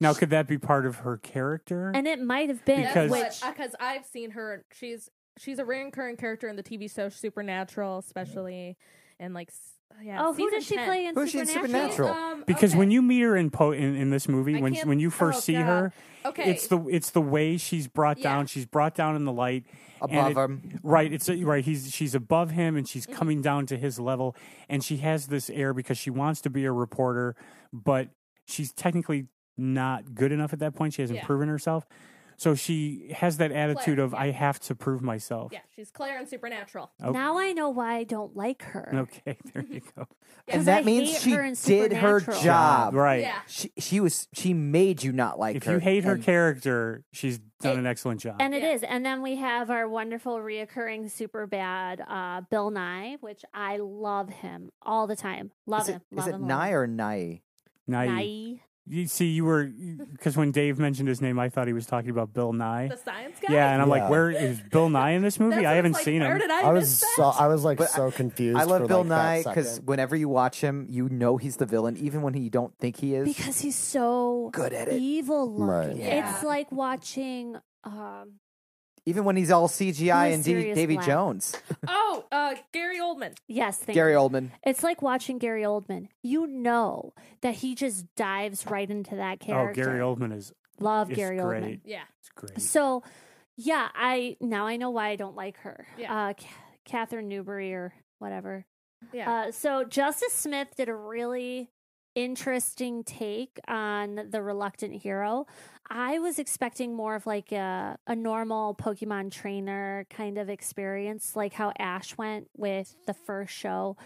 Speaker 2: Now, could that be part of her character?
Speaker 4: And it might have been
Speaker 2: Because-
Speaker 4: which
Speaker 6: That's what, because uh, I've seen her. She's she's a recurring character in the TV show Supernatural, especially, and like s- yeah.
Speaker 4: Oh, who
Speaker 6: season
Speaker 4: does she
Speaker 6: 10.
Speaker 4: play in
Speaker 5: Who's she in Supernatural?
Speaker 6: Um,
Speaker 2: because
Speaker 6: okay.
Speaker 2: when you meet her in po- in, in this movie,
Speaker 6: I
Speaker 2: when
Speaker 6: can't-
Speaker 2: when you first
Speaker 6: oh,
Speaker 2: see
Speaker 6: God.
Speaker 2: her,
Speaker 6: okay,
Speaker 2: it's the it's the way she's brought
Speaker 6: Yeah.
Speaker 2: down. She's brought down in the light. and
Speaker 5: Above
Speaker 2: it-
Speaker 5: him.
Speaker 2: Right. It's right. He's she's above him, and
Speaker 6: Mm-hmm.
Speaker 2: she's coming down to his level, and she has this air because she wants to be a reporter, but she's technically not good enough at that point. She hasn't
Speaker 6: Yeah.
Speaker 2: proven herself, so she has that attitude
Speaker 6: Claire,
Speaker 2: of
Speaker 6: yeah.
Speaker 2: "I have to prove myself."
Speaker 6: yeah, she's Claire in Supernatural.
Speaker 2: Oh.
Speaker 4: now I know why I don't like her.
Speaker 2: Okay, there you go.
Speaker 5: And
Speaker 4: Because I
Speaker 5: that means
Speaker 4: hate
Speaker 5: she
Speaker 4: her in
Speaker 5: did her
Speaker 4: Supernatural.
Speaker 5: job.
Speaker 2: right.
Speaker 6: Yeah,
Speaker 5: She, she was she made you not Ah, like
Speaker 2: If
Speaker 5: her.
Speaker 2: you hate her
Speaker 5: And
Speaker 2: character, she's done
Speaker 4: It-
Speaker 2: an excellent job.
Speaker 5: Uh,
Speaker 4: And it is,
Speaker 6: Yeah.
Speaker 4: And then we have our wonderful reoccurring super bad uh, Bill Nye, which I love him all the time. Love
Speaker 5: is
Speaker 4: him.
Speaker 5: it,
Speaker 4: love
Speaker 5: is it
Speaker 4: him, love
Speaker 5: Nye
Speaker 4: him.
Speaker 5: or Nye?
Speaker 2: now you,
Speaker 4: Nye?
Speaker 2: you see, you were because when Dave mentioned his name, I thought he was talking about Bill Nye.
Speaker 6: the science guy.
Speaker 2: Yeah, and I'm
Speaker 3: Yeah.
Speaker 2: like, where is Bill Nye in this
Speaker 6: That's
Speaker 2: movie?
Speaker 6: what
Speaker 2: I
Speaker 6: it's
Speaker 2: haven't
Speaker 6: like,
Speaker 2: seen
Speaker 6: Where
Speaker 2: him.
Speaker 6: did I,
Speaker 3: I was
Speaker 6: miss that?
Speaker 3: so I was like
Speaker 5: But
Speaker 3: so confused.
Speaker 5: I love
Speaker 3: for,
Speaker 5: Bill
Speaker 3: like,
Speaker 5: Nye
Speaker 3: that
Speaker 5: because
Speaker 3: second.
Speaker 5: whenever you watch him, you know he's the villain, even when you don't think he is.
Speaker 4: Because he's so
Speaker 5: good at it.
Speaker 4: evil
Speaker 3: Right.
Speaker 4: looking.
Speaker 6: Yeah.
Speaker 4: It's like watching. Um,
Speaker 5: Even when he's all CGI
Speaker 4: He was
Speaker 5: and D-
Speaker 4: serious
Speaker 5: Davy
Speaker 4: black.
Speaker 5: Jones,
Speaker 6: oh, uh, Gary Oldman.
Speaker 4: yes, thank
Speaker 5: Gary
Speaker 4: you.
Speaker 5: Oldman.
Speaker 4: It's like watching Gary Oldman. You know that he just dives right into that
Speaker 2: Oh,
Speaker 4: character.
Speaker 2: Gary Oldman is
Speaker 4: Love
Speaker 2: is
Speaker 4: Gary
Speaker 2: great.
Speaker 4: Oldman.
Speaker 6: Yeah,
Speaker 2: It's great.
Speaker 4: So, yeah, I now I know why I don't like her.
Speaker 6: Yeah.
Speaker 4: Uh, Ca- Catherine Newberry or whatever.
Speaker 6: yeah.
Speaker 4: Uh, so Justice Smith did a really interesting take on the reluctant hero. I was expecting more of like a, a normal Pokemon trainer kind of experience, like how Ash went with the first show.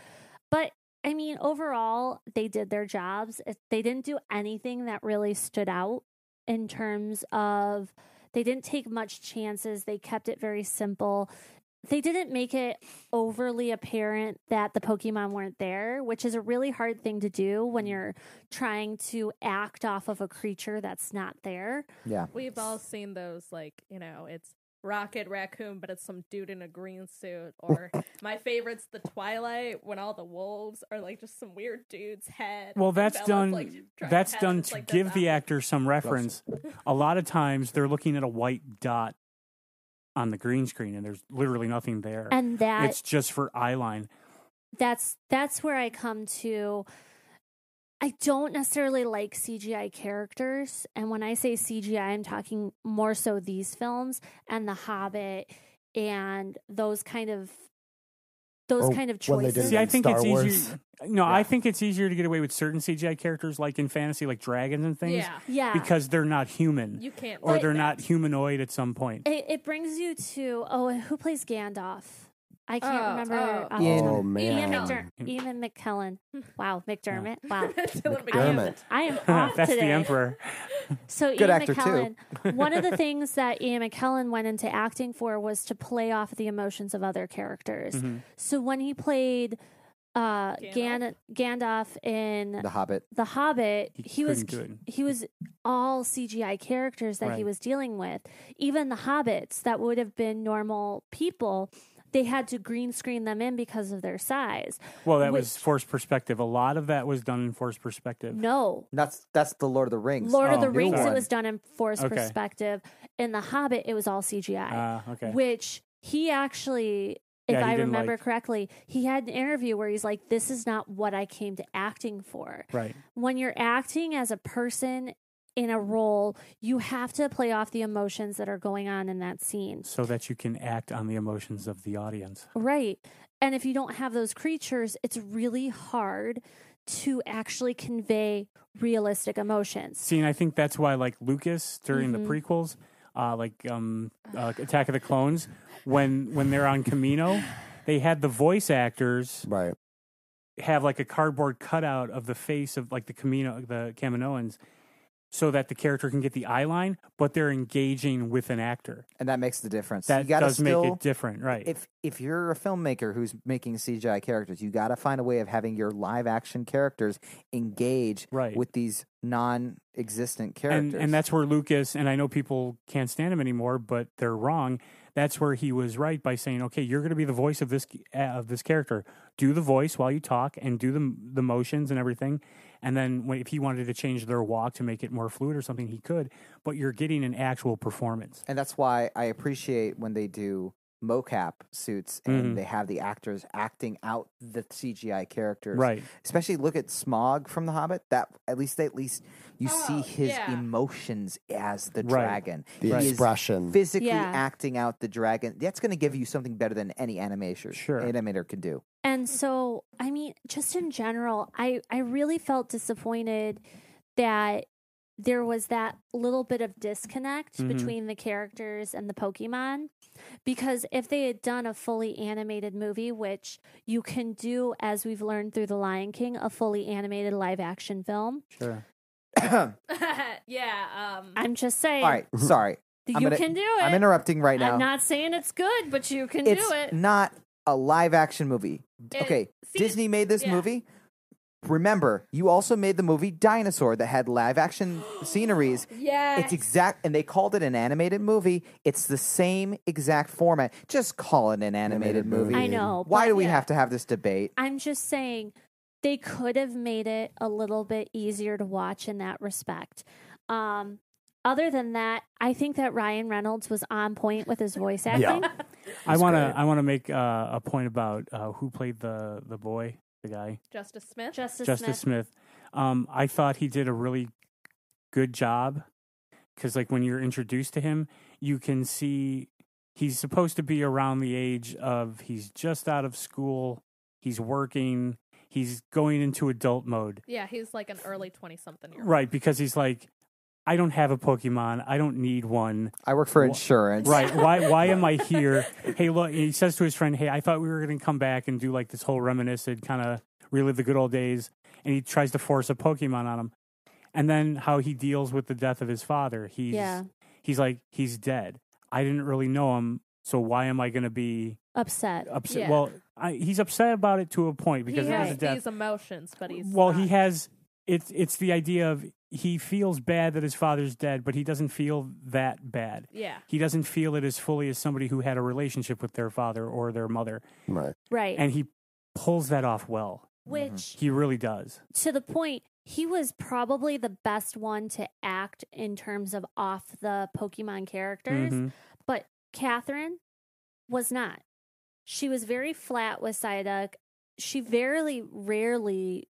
Speaker 4: But I mean, overall, they did their jobs. It- They didn't do anything that really stood out in terms of they didn't take much chances. They kept it very simple. They didn't make it overly apparent that the Pokemon weren't there, which is a really hard thing to do
Speaker 3: Mm.
Speaker 4: when you're trying to act off of a creature that's not there.
Speaker 5: Yeah.
Speaker 6: We've all seen those, like, you know, it's Rocket Raccoon, but it's some dude in a green suit. Or my favorite's The Twilight, when all the wolves are like just some weird dude's head.
Speaker 2: Well, that's
Speaker 6: Bella's,
Speaker 2: done.
Speaker 6: like, trying
Speaker 2: that's
Speaker 6: catch
Speaker 2: done
Speaker 6: it.
Speaker 2: to
Speaker 6: Like, that's
Speaker 2: give the
Speaker 6: awesome.
Speaker 2: actor some reference. A lot of times, they're looking at a white dot on the green screen, and there's literally nothing there.
Speaker 4: And that
Speaker 2: it's just for eye line.
Speaker 4: that's that's where I come to I don't necessarily like CGI characters and when I say CGI I'm talking more so these films and The Hobbit and those kind of those
Speaker 3: Or
Speaker 4: kind of
Speaker 3: when they
Speaker 4: choices.
Speaker 3: did it
Speaker 2: See, I
Speaker 3: in
Speaker 2: think
Speaker 3: Star
Speaker 2: it's
Speaker 3: Wars.
Speaker 2: easier. No, I
Speaker 5: Yeah.
Speaker 2: think it's easier to get away with certain CGI characters, like in fantasy, like dragons and things,
Speaker 6: Yeah.
Speaker 4: yeah.
Speaker 2: because they're not human
Speaker 6: You can't.
Speaker 2: or
Speaker 6: like
Speaker 2: they're
Speaker 6: that.
Speaker 2: not humanoid at some point.
Speaker 4: it, it brings you to oh who plays Gandalf? I can't
Speaker 6: Oh,
Speaker 4: remember.
Speaker 6: oh.
Speaker 4: off the
Speaker 5: Ian-
Speaker 4: top-
Speaker 3: Oh
Speaker 4: Ian,
Speaker 3: man,
Speaker 4: McDer- Ian McKellen. Wow, McDermott. Wow.
Speaker 3: McDermott.
Speaker 6: Dylan McDermott.
Speaker 4: I am off
Speaker 2: that's
Speaker 4: today.
Speaker 2: the emperor.
Speaker 4: So
Speaker 5: Good
Speaker 4: Ian
Speaker 5: actor,
Speaker 4: McKellen,
Speaker 5: too.
Speaker 4: one of the things that Ian McKellen went into acting for was to play off the emotions of other characters.
Speaker 2: Mhm.
Speaker 4: So when he played uh, Gan- Gandalf in
Speaker 5: The Hobbit.
Speaker 4: The Hobbit,
Speaker 2: He
Speaker 4: he, was
Speaker 2: couldn't
Speaker 4: he was all CGI characters that he
Speaker 2: Right.
Speaker 4: was dealing with. Even the hobbits that would have been normal people, they had to green screen them in because of their size.
Speaker 2: Well, that
Speaker 4: Which-
Speaker 2: was forced perspective. A lot of that was done in forced perspective.
Speaker 4: No,
Speaker 5: That's that's the Lord of the Rings.
Speaker 4: Lord of
Speaker 2: Oh,
Speaker 4: the
Speaker 5: new
Speaker 4: Rings, it
Speaker 5: one.
Speaker 4: was done in forced
Speaker 2: Okay.
Speaker 4: perspective. In The Hobbit, it was all CGI,
Speaker 2: Ah, okay.
Speaker 4: which he actually, if
Speaker 2: Yeah, he
Speaker 4: I
Speaker 2: didn't
Speaker 4: remember
Speaker 2: like-
Speaker 4: correctly, he had an interview where he's like, "This is not what I came to acting for."
Speaker 2: right.
Speaker 4: When you're acting as a person in a role, you have to play off the emotions that are going on in that scene.
Speaker 2: So that you can act on the emotions of the audience.
Speaker 4: Right. And if you don't have those creatures, it's really hard to actually convey realistic emotions.
Speaker 2: See, and I think that's why, like Lucas during
Speaker 4: Mm-hmm.
Speaker 2: the prequels, uh, like um, uh, Attack of the Clones, when when they're on Camino, they had the voice actors
Speaker 3: right?
Speaker 2: have like a cardboard cutout of the face of like the Camino, the Caminoans, so that the character can get the eye line, but they're engaging with an actor.
Speaker 5: and that makes the difference. you
Speaker 2: That
Speaker 5: gotta
Speaker 2: does
Speaker 5: still,
Speaker 2: make it different, right?
Speaker 5: if if you're a filmmaker who's making CGI characters, you got to find a way of having your live action characters engage
Speaker 2: Right.
Speaker 5: with these non-existent
Speaker 2: and
Speaker 5: characters.
Speaker 2: and that's where Lucas and I know people can't stand him anymore, but they're wrong. That's where he was right by saying, "Okay, you're going to be the voice of this uh, of this character. Do the voice while you talk, and do the the motions and everything. And then when, if he wanted to change their walk to make it more fluid or something, he could. But you're getting an actual performance.
Speaker 5: and that's why I appreciate when they do mocap suits and
Speaker 2: Mhm.
Speaker 5: they have the actors acting out the CGI characters.
Speaker 2: Right.
Speaker 5: Especially look at Smog from The Hobbit. That at least at least you see
Speaker 6: Oh,
Speaker 5: his
Speaker 6: yeah.
Speaker 5: emotions as the
Speaker 2: Right.
Speaker 5: dragon.
Speaker 3: The
Speaker 5: He is
Speaker 3: expression.
Speaker 5: physically
Speaker 4: Yeah.
Speaker 5: acting out the dragon. That's going to give you something better than any animator
Speaker 2: Sure.
Speaker 5: animator can do.
Speaker 4: And so, I mean, just in general, I I really felt disappointed that there was that little bit of disconnect
Speaker 5: Mm-hmm.
Speaker 2: Mhm.
Speaker 4: between the characters and the Pokemon because if they had done a fully animated movie, which you can do as we've learned through The Lion King, a fully animated live action film,
Speaker 2: Sure.
Speaker 6: yeah. Um,
Speaker 4: I'm just saying
Speaker 5: All right, sorry.
Speaker 4: you
Speaker 5: I'm gonna-
Speaker 4: can do it.
Speaker 5: I'm interrupting right now.
Speaker 4: I'm not saying it's good, but you can
Speaker 5: it's
Speaker 4: do it.
Speaker 5: not a live action movie. D-
Speaker 6: It-
Speaker 5: okay,
Speaker 6: see,
Speaker 5: Disney made this
Speaker 6: yeah.
Speaker 5: movie. Remember, you also made the movie Dinosaur that had live action sceneries.
Speaker 6: yeah.
Speaker 5: It's exact, and they called it an animated movie. It's the same exact format. Just call it an animated,
Speaker 3: Animated
Speaker 5: movie.
Speaker 3: movie.
Speaker 4: I know.
Speaker 5: Why
Speaker 4: but-
Speaker 5: do we
Speaker 6: yeah.
Speaker 5: have to have this debate?
Speaker 4: I'm just saying they could have made it a little bit easier to watch in that respect. Um, other than that, I think that Ryan Reynolds was on point with his voice acting.
Speaker 2: I
Speaker 3: That's
Speaker 2: want to
Speaker 3: great.
Speaker 2: I want to make uh, a point about uh, who played the the boy, the guy,
Speaker 6: Justice Smith.
Speaker 4: Justice,
Speaker 2: Justice
Speaker 4: Smith.
Speaker 2: Smith. Um, I thought he did a really good job because, like, when you're introduced to him, you can see he's supposed to be around the age of he's just out of school, he's working, he's going into adult mode.
Speaker 6: Yeah, he's like an early twenty something year old.
Speaker 2: Right, because he's like, I don't have a Pokemon. I don't need one.
Speaker 5: I work for
Speaker 2: Wha-
Speaker 5: insurance.
Speaker 2: Right. Why why am I here? Hey, look, he says to his friend, Hey, I thought we were gonna come back and do like this whole reminiscent, kinda relive the good old days, and he tries to force a Pokemon on him. And then how he deals with the death of his father. He's
Speaker 4: yeah.
Speaker 2: he's like, he's dead. I didn't really know him, so why am I gonna be
Speaker 4: Upset.
Speaker 2: upset?
Speaker 6: Yeah.
Speaker 2: Well, I, he's upset about it to a point because
Speaker 6: he
Speaker 2: it
Speaker 6: has
Speaker 2: was a death.
Speaker 6: these emotions, but he's
Speaker 2: well
Speaker 6: not.
Speaker 2: he has it's it's the idea of he feels bad that his father's dead but he doesn't feel that bad
Speaker 6: yeah.
Speaker 2: he doesn't feel it as fully as somebody who had a relationship with their father or their mother
Speaker 3: Right.
Speaker 4: Right.
Speaker 2: and he pulls that off well
Speaker 4: Which
Speaker 2: he really does
Speaker 4: to the point, he was probably the best one to act in terms of off the Pokemon characters,
Speaker 2: Mhm.
Speaker 4: but Catherine was not. She was very flat with Psyduck. She very rarely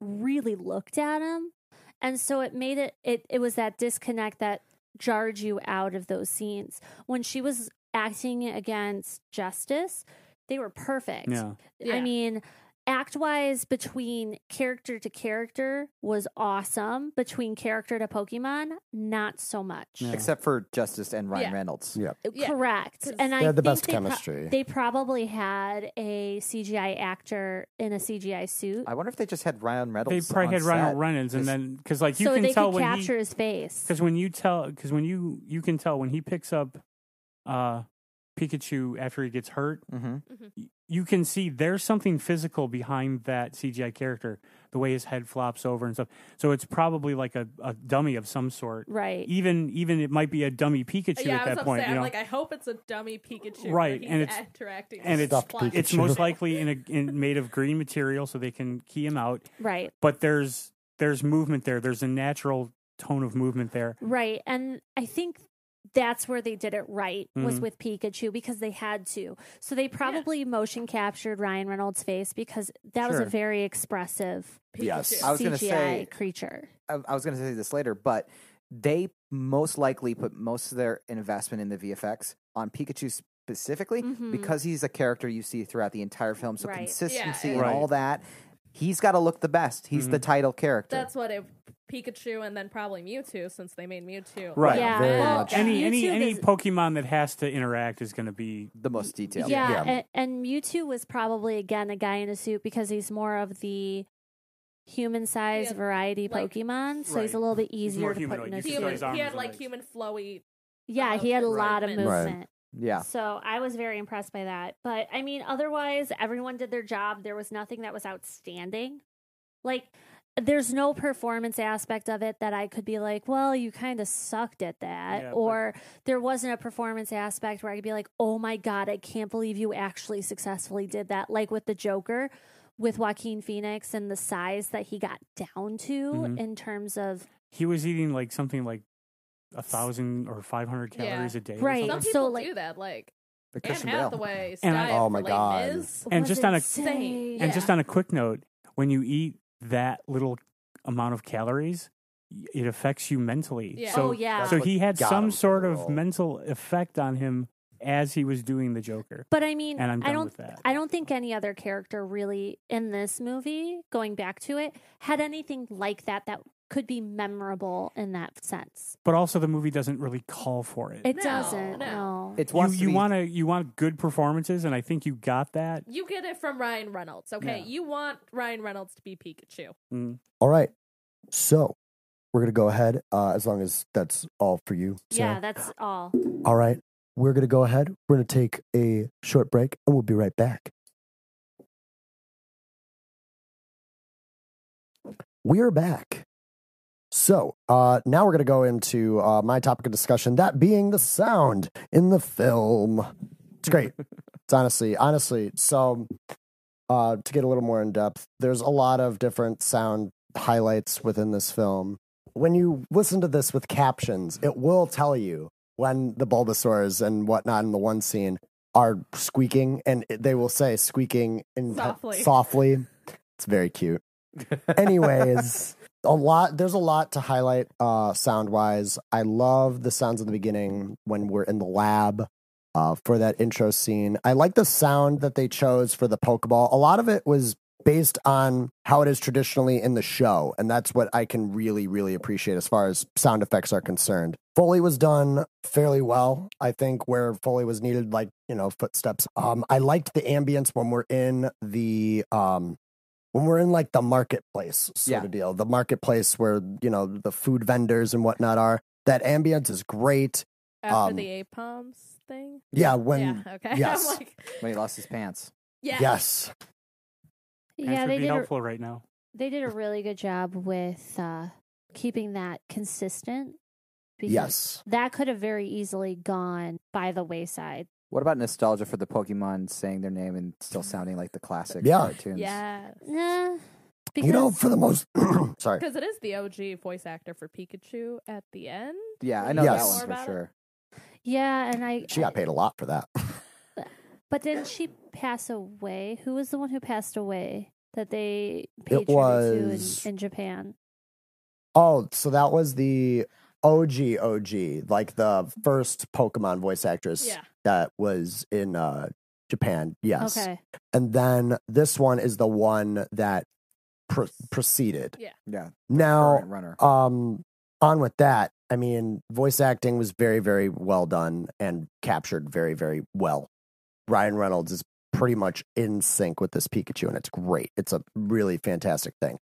Speaker 4: really looked at him. And so it made it it, it was that disconnect that jarred you out of those scenes. When she was acting against justice, they were perfect.
Speaker 2: yeah
Speaker 4: I
Speaker 6: Yeah.
Speaker 4: mean, act wise, between character to character was awesome. Between character to Pokemon, not so much.
Speaker 2: Yeah.
Speaker 5: Except for Justice and Ryan
Speaker 6: Yeah.
Speaker 5: Reynolds.
Speaker 3: Yeah.
Speaker 6: Yeah,
Speaker 4: Correct.
Speaker 6: 'cause-
Speaker 4: And I
Speaker 3: They had the
Speaker 4: think
Speaker 3: best
Speaker 4: they pro-
Speaker 3: chemistry.
Speaker 4: they probably had a CGI actor in a CGI suit,
Speaker 5: I wonder if they just had Ryan
Speaker 2: they
Speaker 5: Reynolds.
Speaker 2: probably
Speaker 5: on
Speaker 2: had
Speaker 5: set.
Speaker 2: ronald reynolds and then because like you
Speaker 4: so
Speaker 2: can
Speaker 4: they
Speaker 2: tell
Speaker 4: could
Speaker 2: when he-
Speaker 4: capture his face.
Speaker 2: Because when you tell, because when you you can tell when he picks up uh, Pikachu after he gets hurt,
Speaker 5: Mhm.
Speaker 2: y- you can see there's something physical behind that CGI character, the way his head flops over and stuff. So it's probably like a, a dummy of some sort.
Speaker 4: Right.
Speaker 2: Even even it might be a dummy Pikachu
Speaker 6: yeah,
Speaker 2: at
Speaker 6: I was
Speaker 2: that
Speaker 6: about
Speaker 2: point.
Speaker 6: to say,
Speaker 2: you
Speaker 6: I'm
Speaker 2: know,
Speaker 6: like, I hope it's a dummy Pikachu. where
Speaker 2: Right,
Speaker 6: he's
Speaker 2: and it's-
Speaker 6: interacting
Speaker 2: and
Speaker 6: with
Speaker 2: it's-
Speaker 6: the plot.
Speaker 2: it's
Speaker 3: Pikachu.
Speaker 2: most likely in a in, made of green material, so they can key him out.
Speaker 4: Right.
Speaker 2: But there's there's movement there. There's a natural tone of movement there.
Speaker 4: Right. And I think that's where they did it right was
Speaker 2: Mhm.
Speaker 4: with Pikachu because they had to. So they probably motion captured Ryan Reynolds' face because that was a
Speaker 2: Sure.
Speaker 4: very expressive
Speaker 6: Pikachu.
Speaker 3: Yes.
Speaker 5: I was
Speaker 4: CGI
Speaker 5: gonna say-
Speaker 4: creature.
Speaker 5: I, I was going to say this later, but they most likely put most of their investment in the VFX on Pikachu specifically
Speaker 6: Mm-hmm.
Speaker 4: Mhm.
Speaker 5: because he's a character you see throughout the entire film. So
Speaker 4: Right.
Speaker 5: consistency
Speaker 6: Yeah,
Speaker 5: and
Speaker 2: Right. Mm-hmm.
Speaker 5: all that, he's got to look the best. He's the title character.
Speaker 6: That's what it Pikachu and then probably Mewtwo since they made Mewtwo.
Speaker 2: Right.
Speaker 4: Yeah.
Speaker 3: Very
Speaker 4: well,
Speaker 3: much.
Speaker 2: Any any
Speaker 4: YouTube
Speaker 2: any
Speaker 4: is-
Speaker 2: Pokemon that has to interact is going to be
Speaker 5: the most
Speaker 4: yeah,
Speaker 5: detailed.
Speaker 3: Yeah.
Speaker 4: And, and Mewtwo was probably again a guy in a suit because he's more of the human size
Speaker 6: Yeah,
Speaker 4: variety
Speaker 6: like-
Speaker 4: Pokemon, so he's a
Speaker 2: Right.
Speaker 4: little bit
Speaker 2: He's
Speaker 4: easier
Speaker 2: more
Speaker 4: to put
Speaker 2: humanoid.
Speaker 4: in a
Speaker 2: You can
Speaker 6: Human,
Speaker 2: throw
Speaker 4: suit.
Speaker 2: his arms
Speaker 6: he had
Speaker 2: and
Speaker 6: like
Speaker 2: legs.
Speaker 6: human flowy.
Speaker 4: Yeah, he had a
Speaker 6: Right.
Speaker 4: lot of
Speaker 6: Right.
Speaker 4: movement.
Speaker 5: Yeah.
Speaker 4: So I was very impressed by that. But I mean, otherwise, everyone did their job. There was nothing that was outstanding. Like, there's no performance aspect of it that I could be like, well, you kind of sucked at that.
Speaker 2: Yeah, but-
Speaker 4: or there wasn't a performance aspect where I could be like, oh my God, I can't believe you actually successfully did that. Like with the Joker, with Joaquin Phoenix and the size that he got down to
Speaker 2: Mhm.
Speaker 4: in terms of
Speaker 2: he was eating like something like a thousand or five hundred
Speaker 6: Yeah.
Speaker 2: calories a day, or
Speaker 4: Right.
Speaker 6: Some
Speaker 2: something.
Speaker 6: people
Speaker 4: So, like-
Speaker 6: do that, like
Speaker 5: The
Speaker 6: Anne
Speaker 5: Christian Bale.
Speaker 6: Hathaway's
Speaker 2: And I-
Speaker 6: diet
Speaker 3: Oh
Speaker 6: for
Speaker 3: my
Speaker 6: Les
Speaker 3: God.
Speaker 6: Mis.
Speaker 2: And
Speaker 4: was
Speaker 2: just on a-
Speaker 4: insane.
Speaker 2: And just
Speaker 6: Yeah.
Speaker 2: on a quick note, when you eat that little amount of calories, y- it affects you mentally.
Speaker 6: Yeah.
Speaker 2: So,
Speaker 4: oh yeah,
Speaker 2: so
Speaker 3: That's
Speaker 2: he
Speaker 3: what
Speaker 2: had
Speaker 3: got him
Speaker 2: some sort
Speaker 3: through it
Speaker 2: of
Speaker 3: all.
Speaker 2: mental effect on him as he was doing the Joker,
Speaker 4: But I mean,
Speaker 2: and I'm done
Speaker 4: I don't
Speaker 2: with that.
Speaker 4: I don't think any other character really in this movie, going back to it, had anything like that that could be memorable in that sense.
Speaker 2: but also, the movie doesn't really call for it.
Speaker 4: It
Speaker 6: No,
Speaker 4: doesn't.
Speaker 6: no.
Speaker 4: No.
Speaker 5: It's
Speaker 2: you
Speaker 5: wants to
Speaker 2: you
Speaker 5: be-
Speaker 2: want to you want good performances, and I think you got that.
Speaker 6: You get it from Ryan Reynolds, okay?
Speaker 2: Yeah.
Speaker 6: You want Ryan Reynolds to be Pikachu.
Speaker 2: Mm.
Speaker 3: All right. So we're going to go ahead, uh, as long as that's all for you.
Speaker 2: uh,
Speaker 3: Sarah.
Speaker 4: yeah, that's all.
Speaker 3: All right. We're going to go ahead. We're going to take a short break and we'll be right back. We're back. So uh, now we're going to go into uh, my topic of discussion, that being the sound in the film. It's great. it's honestly, honestly. So uh, to get a little more in depth, there's a lot of different sound highlights within this film. When you listen to this with captions, it will tell you when the Bulbasaurs and whatnot in the one scene are squeaking, and it- they will say squeaking in
Speaker 6: Softly.
Speaker 3: softly. It's very cute. Anyways, a lot. There's a lot to highlight uh, sound wise. I love the sounds in the beginning when we're in the lab. Uh, for that intro scene, I like the sound that they chose for the Pokeball. A lot of it was based on how it is traditionally in the show. And that's what I can really, really appreciate as far as sound effects are concerned. Foley was done fairly well, I think, where Foley was needed, like, you know, footsteps. Um, I liked the ambience when we're in the um when we're in like the marketplace sort
Speaker 5: Yeah.
Speaker 3: of deal. The marketplace where, you know, the food vendors and whatnot are. That ambience is great.
Speaker 6: after
Speaker 3: Um,
Speaker 6: the A palms thing.
Speaker 3: Yeah, when
Speaker 6: yeah, okay.
Speaker 3: yes.
Speaker 6: I'm like,
Speaker 5: when he lost his pants.
Speaker 6: yeah,
Speaker 3: yes.
Speaker 2: Pants
Speaker 4: Yeah,
Speaker 2: would
Speaker 4: they
Speaker 2: be
Speaker 4: did. A,
Speaker 2: helpful right now.
Speaker 4: they did a really good job with uh, keeping that consistent. because
Speaker 3: Yes.
Speaker 4: that could have very easily gone by the wayside.
Speaker 5: What about nostalgia for the Pokemon saying their name and still sounding like the classic
Speaker 3: Yeah.
Speaker 5: cartoons?
Speaker 6: yeah,
Speaker 4: Nah, because
Speaker 3: You know, for the most sorry.
Speaker 6: because it is the OG voice actor for Pikachu at the end.
Speaker 5: Yeah, I know
Speaker 3: Yes.
Speaker 5: that
Speaker 6: More
Speaker 5: one for
Speaker 6: about it?
Speaker 5: sure.
Speaker 4: yeah, and I.
Speaker 3: She got paid a lot for that.
Speaker 4: But didn't she pass away? Who was the one who passed away that they paid
Speaker 3: It
Speaker 4: tribute
Speaker 3: was-
Speaker 4: to in, in Japan?
Speaker 3: Oh, so that was the OG OG, like the first Pokemon voice actress
Speaker 6: Yeah,
Speaker 3: that was in uh, Japan. Yes.
Speaker 4: Okay.
Speaker 3: And then this one is the one that pre- preceded.
Speaker 6: Yeah.
Speaker 5: Yeah.
Speaker 3: Now,
Speaker 5: Current runner.
Speaker 3: um, on with that, I mean, voice acting was very, very well done and captured very, very well. Ryan Reynolds is pretty much in sync with this Pikachu, and it's great. It's a really fantastic thing.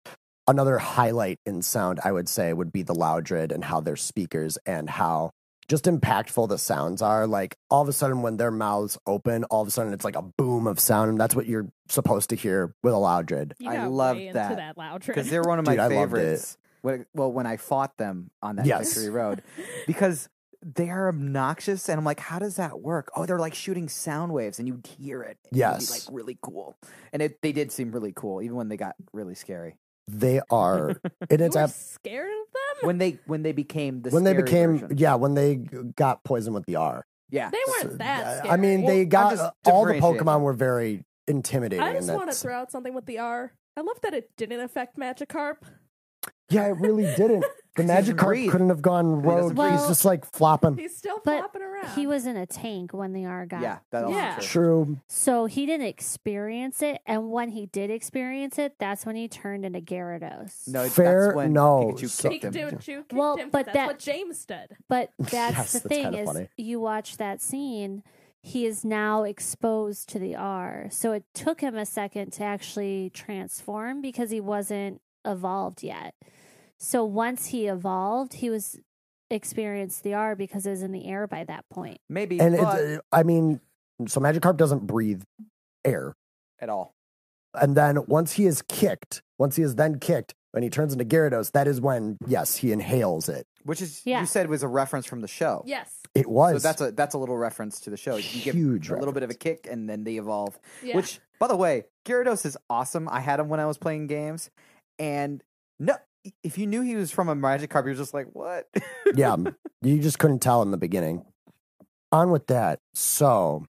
Speaker 3: Another highlight in sound, I would say, would be the Loudred and how their speakers and how just impactful the sounds are. Like all of a sudden, when their mouths open, all of a sudden it's like a boom of sound, and that's what you're supposed to hear with a Loudred.
Speaker 6: you
Speaker 5: I
Speaker 6: got
Speaker 5: loved
Speaker 6: way
Speaker 5: that.
Speaker 6: into that loud
Speaker 5: Because they're one of my
Speaker 3: Dude, I loved it.
Speaker 5: favorites. When, well, when I fought them on that
Speaker 3: Yes.
Speaker 5: Victory Road, because they are obnoxious, and I'm like, how does that work? Oh, they're like shooting sound waves, and you'd hear it. and it'd be,
Speaker 3: Yes.
Speaker 5: like really cool. And it, they did seem really cool, even when they got really scary.
Speaker 3: They are, and
Speaker 6: You
Speaker 3: it's
Speaker 6: were
Speaker 3: ab-
Speaker 6: scared of them.
Speaker 5: When they when they became the
Speaker 3: when they
Speaker 5: scary
Speaker 3: became
Speaker 5: version.
Speaker 3: yeah when they g- got poison with the r
Speaker 5: yeah
Speaker 6: They weren't
Speaker 3: So,
Speaker 6: that.
Speaker 3: i
Speaker 6: Scary.
Speaker 3: mean
Speaker 5: Well,
Speaker 3: they
Speaker 5: I'm
Speaker 3: got
Speaker 5: just
Speaker 3: uh, all the
Speaker 5: differentiating.
Speaker 3: pokemon were very intimidating
Speaker 6: I just
Speaker 3: and
Speaker 6: want to
Speaker 3: that's-
Speaker 6: throw out something with the R. I love that it didn't affect Magikarp.
Speaker 3: yeah it really didn't the
Speaker 5: He doesn't
Speaker 3: magic card
Speaker 5: breathe.
Speaker 3: couldn't have gone
Speaker 5: He doesn't
Speaker 3: rogue
Speaker 4: breathe.
Speaker 3: he's just like
Speaker 5: Mm.
Speaker 3: flopping
Speaker 6: He's still
Speaker 4: But
Speaker 6: flopping around.
Speaker 4: He was in a tank when the R got.
Speaker 5: yeah that also
Speaker 6: Yeah.
Speaker 5: true.
Speaker 3: true
Speaker 4: So he didn't experience it, and when he did experience it, that's when he turned into Gyarados.
Speaker 5: No,
Speaker 3: Fair-
Speaker 5: that's when
Speaker 3: no,
Speaker 5: Pikachu
Speaker 3: so-
Speaker 5: kicked him.
Speaker 6: Pikachu kicked
Speaker 4: Well,
Speaker 6: him,
Speaker 4: but
Speaker 6: that's
Speaker 4: that-
Speaker 6: what James did.
Speaker 4: But that's
Speaker 3: Yes,
Speaker 4: the
Speaker 3: that's
Speaker 4: thing
Speaker 3: kinda
Speaker 4: is,
Speaker 3: funny.
Speaker 4: you watch that scene, he is now exposed to the R. So it took him a second to actually transform because he wasn't evolved yet. So once he evolved, he was experienced the R because it was in the air by that point.
Speaker 5: Maybe,
Speaker 3: and
Speaker 5: but
Speaker 3: it, uh, i mean so magikarp doesn't breathe air
Speaker 5: at all.
Speaker 3: and then once he is kicked once he is then kicked when he turns into gyarados that is when yes he inhales it
Speaker 5: Which is
Speaker 4: Yeah.
Speaker 5: you said was a reference from the show.
Speaker 6: Yes.
Speaker 3: it was
Speaker 5: So that's a that's a little reference to the show. You give
Speaker 3: Huge
Speaker 5: a little bit of a kick and then they evolve.
Speaker 6: Yeah.
Speaker 5: Which, by the way, Gyarados is awesome. I had him when I was playing games, and no, if you knew he was from a Magikarp, you're just like, what?
Speaker 3: yeah, you just couldn't tell in the beginning. On with that. So,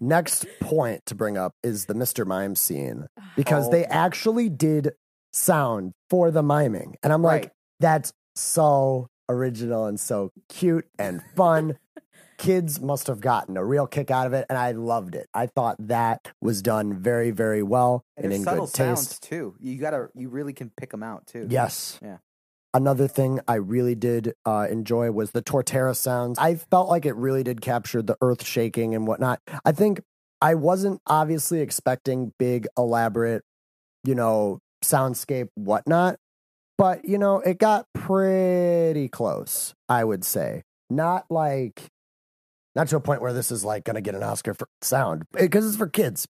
Speaker 3: next point to bring up is the Mr. Mime scene because
Speaker 5: Oh.
Speaker 3: they actually did sound for the miming. And I'm like,
Speaker 5: Right.
Speaker 3: that's so original and so cute and fun. Kids must have gotten a real kick out of it, and I loved it. I thought that was done very, very well and,
Speaker 5: there's
Speaker 3: in
Speaker 5: subtle
Speaker 3: good
Speaker 5: sounds
Speaker 3: taste.
Speaker 5: too. You gotta, you really can pick them out too.
Speaker 3: Yes.
Speaker 5: Yeah.
Speaker 3: Another thing I really did uh, enjoy was the Torterra sounds. I felt like it really did capture the earth shaking and whatnot. I think I wasn't obviously expecting big, elaborate, you know, soundscape, whatnot, but, you know, it got pretty close, I would say. Not like, not to a point where this is like going to get an Oscar for sound because it's for kids,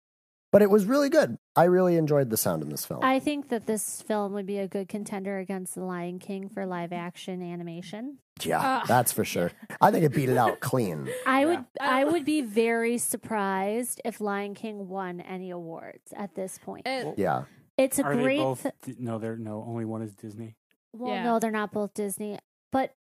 Speaker 3: but it was really good. I really enjoyed the sound in this film.
Speaker 4: I think that this film would be a good contender against The Lion King for live action animation.
Speaker 3: Yeah,
Speaker 6: Uh,
Speaker 3: that's for sure. I think it beat it out clean.
Speaker 4: I
Speaker 5: Yeah.
Speaker 4: would
Speaker 6: I-
Speaker 4: I would be very surprised if Lion King won any awards at this point.
Speaker 6: And
Speaker 3: Yeah.
Speaker 4: It's a
Speaker 2: Are
Speaker 4: great
Speaker 2: they both?
Speaker 4: fi-
Speaker 2: Di- no, they're no. Only one is Disney.
Speaker 4: Well,
Speaker 6: Yeah.
Speaker 4: no, they're not both Disney. But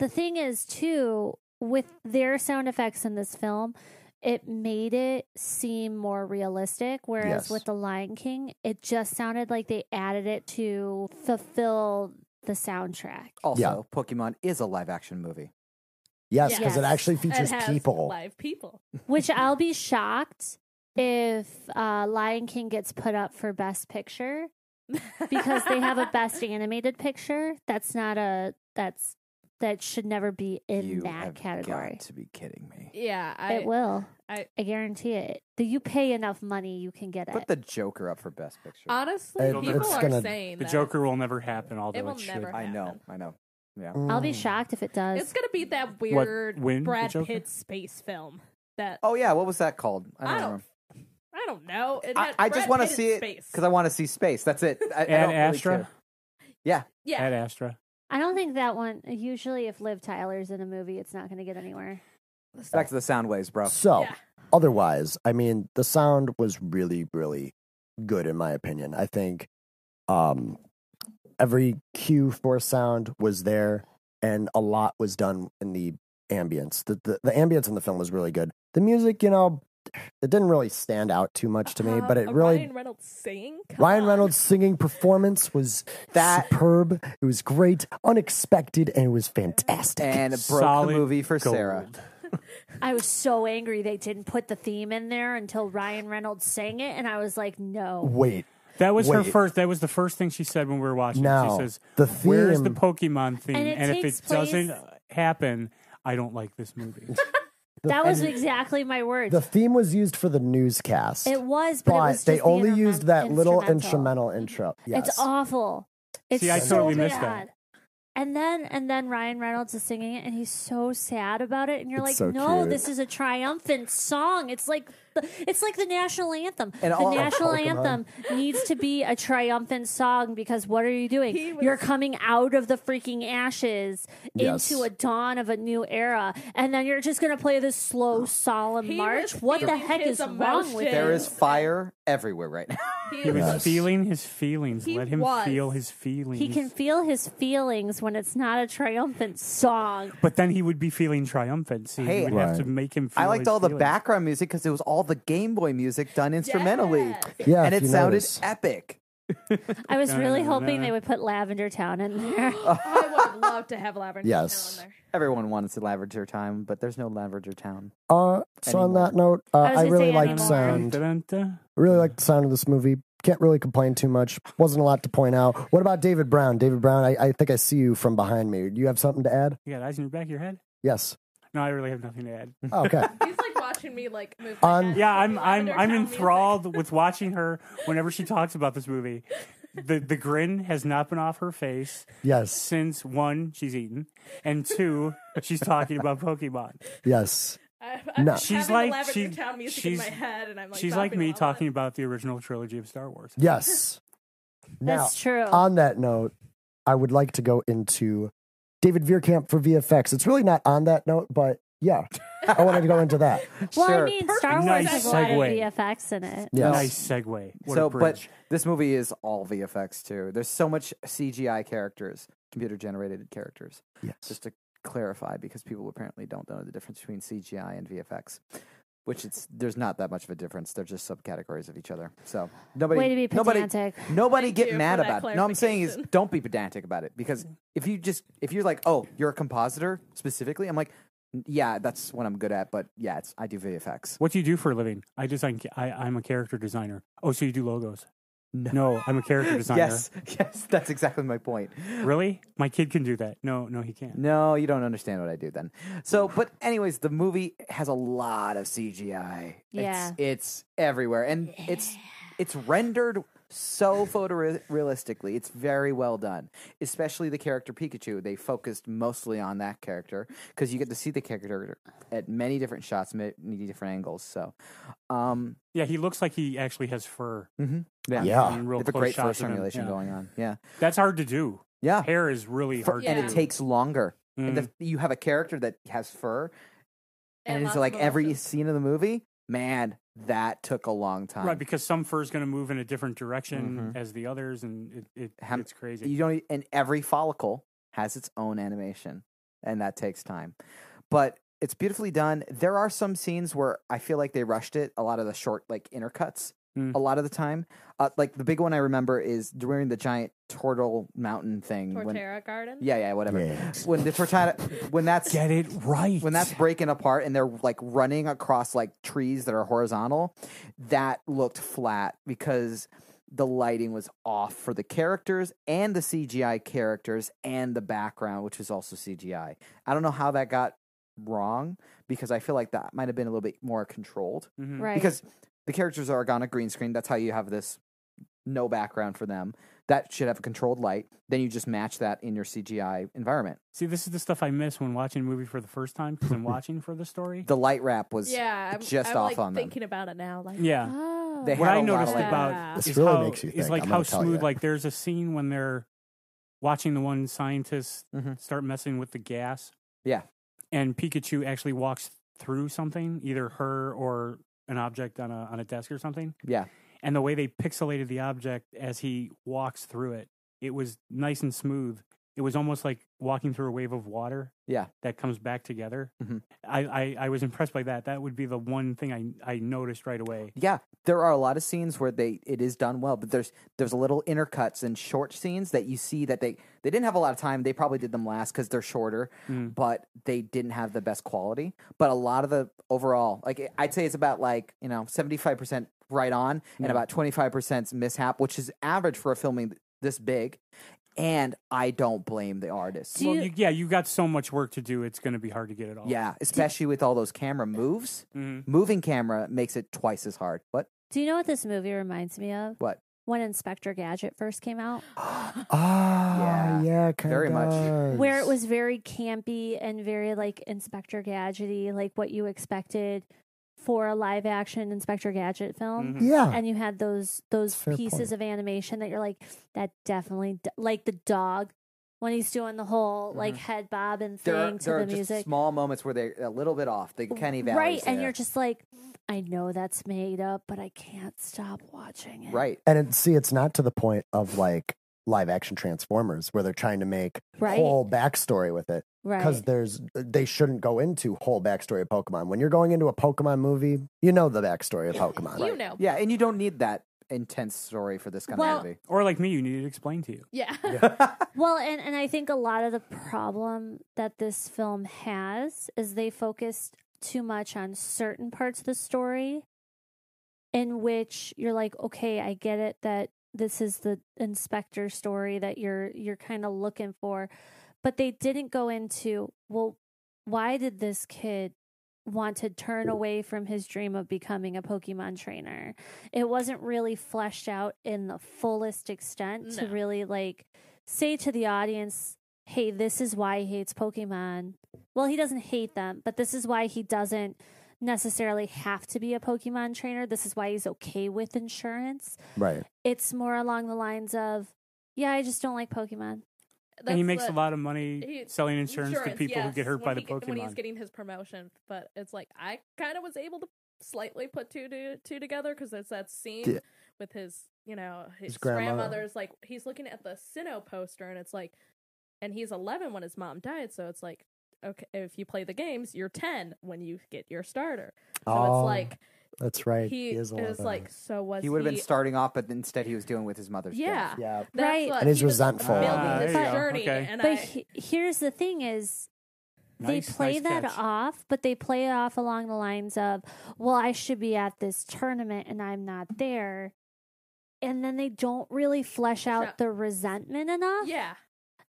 Speaker 4: the thing is, too, with their sound effects in this film, it made it seem more realistic. Whereas
Speaker 3: Yes.
Speaker 4: with The Lion King, it just sounded like they added it to fulfill the soundtrack.
Speaker 5: Also,
Speaker 3: Yeah.
Speaker 5: Pokemon is a live action movie.
Speaker 3: Yes, because
Speaker 4: Yes.
Speaker 3: it actually
Speaker 6: it
Speaker 3: features
Speaker 6: has
Speaker 3: people.
Speaker 5: Oh.
Speaker 6: Live people.
Speaker 4: Which I'll be shocked if uh, Lion King gets put up for Best Picture because they have a Best Animated Picture. That's not a that's that should never be in
Speaker 5: you
Speaker 4: that
Speaker 5: have
Speaker 4: category.
Speaker 5: Got to be kidding me.
Speaker 6: Yeah, I,
Speaker 4: it will. I,
Speaker 6: I-
Speaker 4: guarantee it. The, you pay enough money, you can get
Speaker 5: Put
Speaker 4: it.
Speaker 5: the Joker up for Best Picture.
Speaker 6: honestly,
Speaker 2: It'll
Speaker 6: people
Speaker 2: never-
Speaker 6: are
Speaker 3: gonna-
Speaker 6: saying
Speaker 2: The
Speaker 6: that.
Speaker 2: Joker will never happen, although it,
Speaker 6: will
Speaker 2: should.
Speaker 6: never
Speaker 5: I know,
Speaker 6: happen.
Speaker 5: I know. Yeah.
Speaker 3: Mm.
Speaker 4: I'll be shocked if it does.
Speaker 6: It's gonna be
Speaker 2: What,
Speaker 6: that weird
Speaker 2: win the
Speaker 6: Brad
Speaker 2: Joker?
Speaker 6: Pitt space film. That
Speaker 5: Oh yeah, what was that called?
Speaker 6: I don't,
Speaker 5: remember.
Speaker 6: I don't know. Oh, It
Speaker 5: I,
Speaker 6: had
Speaker 5: I
Speaker 6: Brad
Speaker 5: just want to
Speaker 6: Pitt in
Speaker 5: see it
Speaker 6: space.
Speaker 5: because I want to see space. That's it. I, I
Speaker 2: Ad
Speaker 5: don't really
Speaker 2: Astra.
Speaker 5: care. yeah,
Speaker 6: yeah,
Speaker 2: Ad Astra.
Speaker 4: I don't think that one. Usually, if Liv Tyler's in a movie, it's not going to get anywhere.
Speaker 5: back to the sound waves, bro.
Speaker 3: So,
Speaker 6: Yeah.
Speaker 3: otherwise, I mean, the sound was really, really good in my opinion. I think um, every cue for sound was there, and a lot was done in the ambience. The, the the ambience in the film was really good. The music, you know, it didn't really stand out too much to me,
Speaker 6: Uh,
Speaker 3: but it
Speaker 6: a
Speaker 3: really
Speaker 6: Ryan Reynolds singing. Come
Speaker 3: Ryan
Speaker 6: on.
Speaker 3: Reynolds' singing performance was
Speaker 5: That-
Speaker 3: superb. It was great, unexpected, and it was fantastic.
Speaker 5: And it broke
Speaker 2: Solid
Speaker 5: the movie for
Speaker 2: gold.
Speaker 5: Sarah.
Speaker 4: I was so angry they didn't put the theme in there until Ryan Reynolds sang it, and I was like, no.
Speaker 3: Wait,
Speaker 2: That was her
Speaker 3: Wait.
Speaker 2: first. That was the first thing she said when we were watching.
Speaker 3: now
Speaker 2: she says,
Speaker 3: the theme.
Speaker 2: "Where is the Pokemon theme?"
Speaker 4: And it
Speaker 2: if
Speaker 4: takes
Speaker 2: it
Speaker 4: place-
Speaker 2: doesn't happen, I don't like this movie.
Speaker 4: That was
Speaker 3: and
Speaker 4: exactly my words.
Speaker 3: the theme was used for the newscast,
Speaker 4: it was, but,
Speaker 3: but
Speaker 4: it was
Speaker 3: they
Speaker 4: just the
Speaker 3: only
Speaker 4: intermen-
Speaker 3: used that little instrumental intro. Yes.
Speaker 4: It's awful. It's
Speaker 2: See, I
Speaker 4: so
Speaker 2: totally
Speaker 4: bad.
Speaker 2: missed that.
Speaker 4: And then and then Ryan Reynolds is singing it and he's so sad about it and you're
Speaker 3: It's
Speaker 4: like,
Speaker 3: so
Speaker 4: "No,
Speaker 3: cute."
Speaker 4: this is a triumphant song. It's like the, it's like the national anthem.
Speaker 5: And
Speaker 4: the
Speaker 5: all of
Speaker 4: national
Speaker 3: Pokemon.
Speaker 4: anthem needs to be a triumphant song because what are you
Speaker 6: He
Speaker 4: doing?
Speaker 6: was-
Speaker 4: You're coming out of the freaking ashes
Speaker 3: Yes.
Speaker 4: into a dawn of a new era and then you're just going to play this slow solemn
Speaker 6: He
Speaker 4: march.
Speaker 6: was
Speaker 4: What the
Speaker 6: feeling
Speaker 4: heck
Speaker 6: his
Speaker 4: is wrong with
Speaker 6: emotions.
Speaker 5: There
Speaker 4: you?
Speaker 5: is fire everywhere right now.
Speaker 2: He was
Speaker 3: Yes.
Speaker 2: feeling his feelings.
Speaker 6: He
Speaker 2: Let him
Speaker 6: was.
Speaker 2: feel his feelings.
Speaker 4: He can feel his feelings when it's not a triumphant song.
Speaker 2: but then he would be feeling triumphant. See,
Speaker 5: Hey.
Speaker 2: you would have to
Speaker 3: Right.
Speaker 2: make him. feel
Speaker 5: I liked
Speaker 2: his
Speaker 5: all the
Speaker 2: feelings.
Speaker 5: background music because it was all the Game Boy music done instrumentally,
Speaker 6: Yes.
Speaker 3: yeah,
Speaker 5: and
Speaker 3: if
Speaker 5: it
Speaker 3: you
Speaker 5: sounded
Speaker 3: notice.
Speaker 5: epic.
Speaker 4: I was
Speaker 2: No,
Speaker 4: really
Speaker 2: no, no,
Speaker 4: hoping
Speaker 2: no.
Speaker 4: they would put Lavender Town in there.
Speaker 6: I would have loved to have Lavender
Speaker 3: Yes.
Speaker 6: Town in there.
Speaker 5: Everyone wants Lavender Town, but there's no Lavender Town.
Speaker 3: Uh, so on
Speaker 5: Anymore.
Speaker 3: that note, uh,
Speaker 4: I was
Speaker 3: I,
Speaker 4: gonna
Speaker 3: really
Speaker 4: say
Speaker 3: liked
Speaker 4: anymore.
Speaker 3: sound.
Speaker 2: Dun-dun-dun.
Speaker 3: Really liked the sound of this movie. Can't really complain too much. Wasn't a lot to point out. What about David Brown? David Brown, I, I think I see you from behind me. Do you have something to add?
Speaker 2: You got eyes in your back of your head?
Speaker 3: Yes. Oh,
Speaker 2: No, I really have nothing to add.
Speaker 3: Okay.
Speaker 6: He's like watching me like move. my
Speaker 3: On-
Speaker 6: head.
Speaker 2: Yeah, I'm I'm
Speaker 6: Lavender
Speaker 2: I'm
Speaker 6: Town
Speaker 2: enthralled with watching her whenever she talks about this movie. The the grin has not been off her face
Speaker 3: yes.
Speaker 2: since one, she's eaten, and two, she's talking about Pokemon.
Speaker 3: Yes.
Speaker 6: music. I'm,
Speaker 3: No.
Speaker 6: I'm
Speaker 2: She's
Speaker 6: having the
Speaker 2: like-
Speaker 6: Lavender
Speaker 2: she-
Speaker 6: Town music
Speaker 2: she's-
Speaker 6: in my head, and I'm like
Speaker 2: she's like
Speaker 6: bopping
Speaker 2: me
Speaker 6: along.
Speaker 2: talking about the original trilogy of Star Wars.
Speaker 3: Yes. Now,
Speaker 4: That's true.
Speaker 3: on that note, I would like to go into David Veerkamp for VFX. It's really not on that note, but yeah, I wanted to go into that.
Speaker 4: well,
Speaker 5: sure.
Speaker 4: I mean, Star Wars
Speaker 2: Nice
Speaker 4: has a lot of
Speaker 2: segue.
Speaker 4: VFX in it.
Speaker 3: Yes.
Speaker 2: Nice segue. What
Speaker 5: so,
Speaker 2: a
Speaker 5: but
Speaker 2: bridge.
Speaker 5: this movie is all VFX too. There's so much CGI characters, computer generated characters.
Speaker 3: Yes.
Speaker 5: Just to clarify, because people apparently don't know the difference between CGI and VFX, which it's there's not that much of a difference. They're just subcategories of each other. So nobody,
Speaker 4: Way to be
Speaker 5: nobody,
Speaker 4: pedantic.
Speaker 5: nobody
Speaker 6: Thank
Speaker 5: get
Speaker 6: you
Speaker 5: mad
Speaker 6: for that
Speaker 5: about it. No, I'm saying is
Speaker 6: clarification.
Speaker 5: don't be pedantic about it because if you just if you're like, oh, you're a compositor specifically, I'm like, "N- yeah, that's what I'm good at, but yeah, it's I do VFX.
Speaker 2: What do you do for a living? I design. ca- I, I'm a character designer. Oh, so you do logos?
Speaker 5: No.
Speaker 2: I'm a character designer.
Speaker 5: Yes, yes, that's exactly my point.
Speaker 2: Really? My kid can do that. No, no, he can't.
Speaker 5: No, you don't understand what I do then. So, but anyways, the movie has a lot of CGI.
Speaker 4: Yeah.
Speaker 5: It's, it's everywhere and it's it's rendered so photorealistically. It's very well done, especially the character Pikachu. They focused mostly on that character because you get to see the character at many different shots, ma- many different angles. So, um,
Speaker 2: Yeah, he looks like he actually has fur.
Speaker 5: yeah,
Speaker 2: I
Speaker 3: Yeah.
Speaker 2: mean, real
Speaker 5: They have Ah, a
Speaker 2: close
Speaker 5: great
Speaker 2: shots
Speaker 5: first
Speaker 2: of him.
Speaker 5: simulation
Speaker 2: Yeah.
Speaker 5: going on. Yeah,
Speaker 2: That's hard to do.
Speaker 5: yeah.
Speaker 2: Hair is really
Speaker 5: Fur-
Speaker 2: hard.
Speaker 5: and it
Speaker 6: Yeah.
Speaker 5: takes longer. And
Speaker 2: Mm.
Speaker 5: the, you have a character that has fur,
Speaker 6: And
Speaker 5: and, it's
Speaker 6: lots of
Speaker 5: like every
Speaker 6: emotions.
Speaker 5: scene of the movie. Man, that took a long time.
Speaker 2: Right, because some fur is going to move in a different direction as the others, and it, it
Speaker 5: Mm-hmm. Ham-
Speaker 2: it's crazy.
Speaker 5: you don't, e, and every follicle has its own animation, and that takes time. But it's beautifully done. There are some scenes where I feel like they rushed it. A lot of the short, like intercuts
Speaker 2: Mm.
Speaker 5: a lot of the time. Uh, like the big one I remember is during the giant turtle mountain thing. when-
Speaker 6: Torterra Garden.
Speaker 5: yeah, yeah, whatever.
Speaker 3: Yeah.
Speaker 5: When the tortata, when that's
Speaker 2: Get it right.
Speaker 5: when that's breaking apart and they're like running across like trees that are horizontal, that looked flat because the lighting was off for the characters and the CGI characters and the background, which was also CGI. I don't know how that got wrong because I feel like that might have been a little bit more controlled
Speaker 2: Mhm.
Speaker 4: Right.
Speaker 5: because the characters are on a green screen. That's how you have this no background for them. That should have a controlled light. Then you just match that in your CGI environment.
Speaker 2: See, this is the stuff I miss when watching a movie for the first time because I'm watching for the story.
Speaker 5: The light wrap was
Speaker 6: Yeah, I'm,
Speaker 5: just
Speaker 6: I'm
Speaker 5: off
Speaker 6: like
Speaker 5: on them.
Speaker 6: thinking about it now. Like,
Speaker 2: yeah.
Speaker 4: Oh.
Speaker 5: They
Speaker 2: what
Speaker 5: had
Speaker 2: I
Speaker 5: a lot
Speaker 2: noticed
Speaker 5: of like
Speaker 2: about
Speaker 6: that.
Speaker 2: is
Speaker 3: This really
Speaker 2: how,
Speaker 3: makes you
Speaker 2: is
Speaker 3: think,
Speaker 2: like
Speaker 3: I'm
Speaker 2: how
Speaker 3: gonna tell
Speaker 2: smooth.
Speaker 3: ya.
Speaker 2: Like there's a scene when they're watching the one scientist
Speaker 5: Mhm.
Speaker 2: start messing with the gas.
Speaker 5: Yeah.
Speaker 2: and Pikachu actually walks through something, either her or an object on a on a desk or something.
Speaker 5: Yeah.
Speaker 2: and the way they pixelated the object as he walks through it, it was nice and smooth. It was almost like walking through a wave of water.
Speaker 5: Yeah.
Speaker 2: that comes back together.
Speaker 5: Mhm.
Speaker 2: I, I I was impressed by that. That would be the one thing I I noticed right away.
Speaker 5: Yeah, there are a lot of scenes where they it is done well, but there's there's a little intercuts and short scenes that you see that they they didn't have a lot of time. They probably did them last because they're shorter,
Speaker 2: Mm.
Speaker 5: but they didn't have the best quality. But a lot of the overall, like I'd say, it's about like you know seventy five percent right on and about twenty five percent mishap, which is average for a filming this big. And I don't blame the artists.
Speaker 4: Do
Speaker 2: well,
Speaker 4: you-
Speaker 2: you, yeah, you got so much work to do. It's going to be hard to get it all.
Speaker 5: yeah, especially with all those camera moves.
Speaker 2: Mhm.
Speaker 5: Moving camera makes it twice as hard. What?
Speaker 4: Do you know what this movie reminds me of?
Speaker 5: What?
Speaker 4: When Inspector Gadget first came out,
Speaker 3: Ah,
Speaker 5: Yeah,
Speaker 3: yeah, kind
Speaker 5: very much.
Speaker 4: where it was very campy and very like Inspector Gadgety, like what you expected for a live action Inspector Gadget film.
Speaker 5: Hmm.
Speaker 2: Mhm.
Speaker 3: Yeah.
Speaker 4: And you had those those
Speaker 3: Fair
Speaker 4: pieces
Speaker 3: point.
Speaker 4: of animation that you're like, that definitely d- like the dog when he's doing the whole like
Speaker 5: Mhm.
Speaker 3: Mm-hmm.
Speaker 4: head bob and thing
Speaker 5: there are,
Speaker 4: to
Speaker 5: there are
Speaker 4: the music.
Speaker 5: just small moments where they're a little bit off. The Kenny Valley,
Speaker 4: right, and you're just like, I know that's made up, but I can't stop watching it.
Speaker 5: right.
Speaker 3: and it, see, it's not to the point of like live action Transformers where they're trying to make
Speaker 4: Right.
Speaker 3: whole backstory with it because
Speaker 4: right.
Speaker 3: there's they shouldn't go into whole backstory of Pokemon. When you're going into a Pokemon movie, you know the backstory of Pokemon.
Speaker 6: you know.
Speaker 5: Yeah, and you don't need that intense story for this kind
Speaker 4: Well-
Speaker 5: of movie.
Speaker 2: Or like me, you need it explained to you.
Speaker 6: Yeah.
Speaker 4: Well, and, and I think a lot of the problem that this film has is they focused too much on certain parts of the story in which you're like, okay, I get it that this is the inspector story that you're you're kind of looking for, but they didn't go into, well, why did this kid want to turn away from his dream of becoming a Pokemon trainer? It wasn't really fleshed out in the fullest extent to
Speaker 6: No.
Speaker 4: really like say to the audience, hey, this is why he hates Pokemon. Well, he doesn't hate them, but this is why he doesn't necessarily have to be a Pokemon trainer. This is why he's okay with insurance.
Speaker 3: Right.
Speaker 4: It's more along the lines of, yeah, I just don't like Pokemon.
Speaker 2: and he
Speaker 6: That's
Speaker 2: makes
Speaker 6: the-
Speaker 2: a lot of money
Speaker 6: he-
Speaker 2: selling insurance, to people who
Speaker 6: yes,
Speaker 2: get hurt
Speaker 6: when
Speaker 2: by the
Speaker 6: he get- When he's
Speaker 2: Pokemon.
Speaker 6: getting his promotion, but it's like I kind of was able to slightly put two to two together because there's that scene
Speaker 3: Yeah.
Speaker 6: with his, you know, his,
Speaker 3: His grandmother.
Speaker 6: grandmother's like he's looking at the Sinnoh poster and it's like, and he's 11 when his mom died, so it's like, okay, if you play the games, you're 10 when you get your starter, so
Speaker 3: Oh,
Speaker 6: it's like
Speaker 3: That's right.
Speaker 6: he,
Speaker 3: is a
Speaker 6: is
Speaker 3: lot
Speaker 6: like,
Speaker 3: of,
Speaker 6: so was
Speaker 5: he would have been starting off, but instead he was dealing with his mother's.
Speaker 6: Yeah.
Speaker 5: death.
Speaker 3: yeah.
Speaker 6: that's
Speaker 4: Right.
Speaker 6: what
Speaker 3: And he's
Speaker 6: he was
Speaker 3: resentful.
Speaker 6: building
Speaker 2: Ah,
Speaker 6: his
Speaker 4: there you go.
Speaker 6: journey,
Speaker 2: Okay.
Speaker 6: and
Speaker 4: but
Speaker 6: I,
Speaker 4: he- here's the thing is
Speaker 2: Nice-
Speaker 4: they play
Speaker 2: nice
Speaker 4: that
Speaker 2: catch.
Speaker 4: off, but they play it off along the lines of, well, I should be at this tournament and I'm not there. And then they don't really flesh out
Speaker 6: Yeah.
Speaker 4: the resentment enough.
Speaker 6: yeah,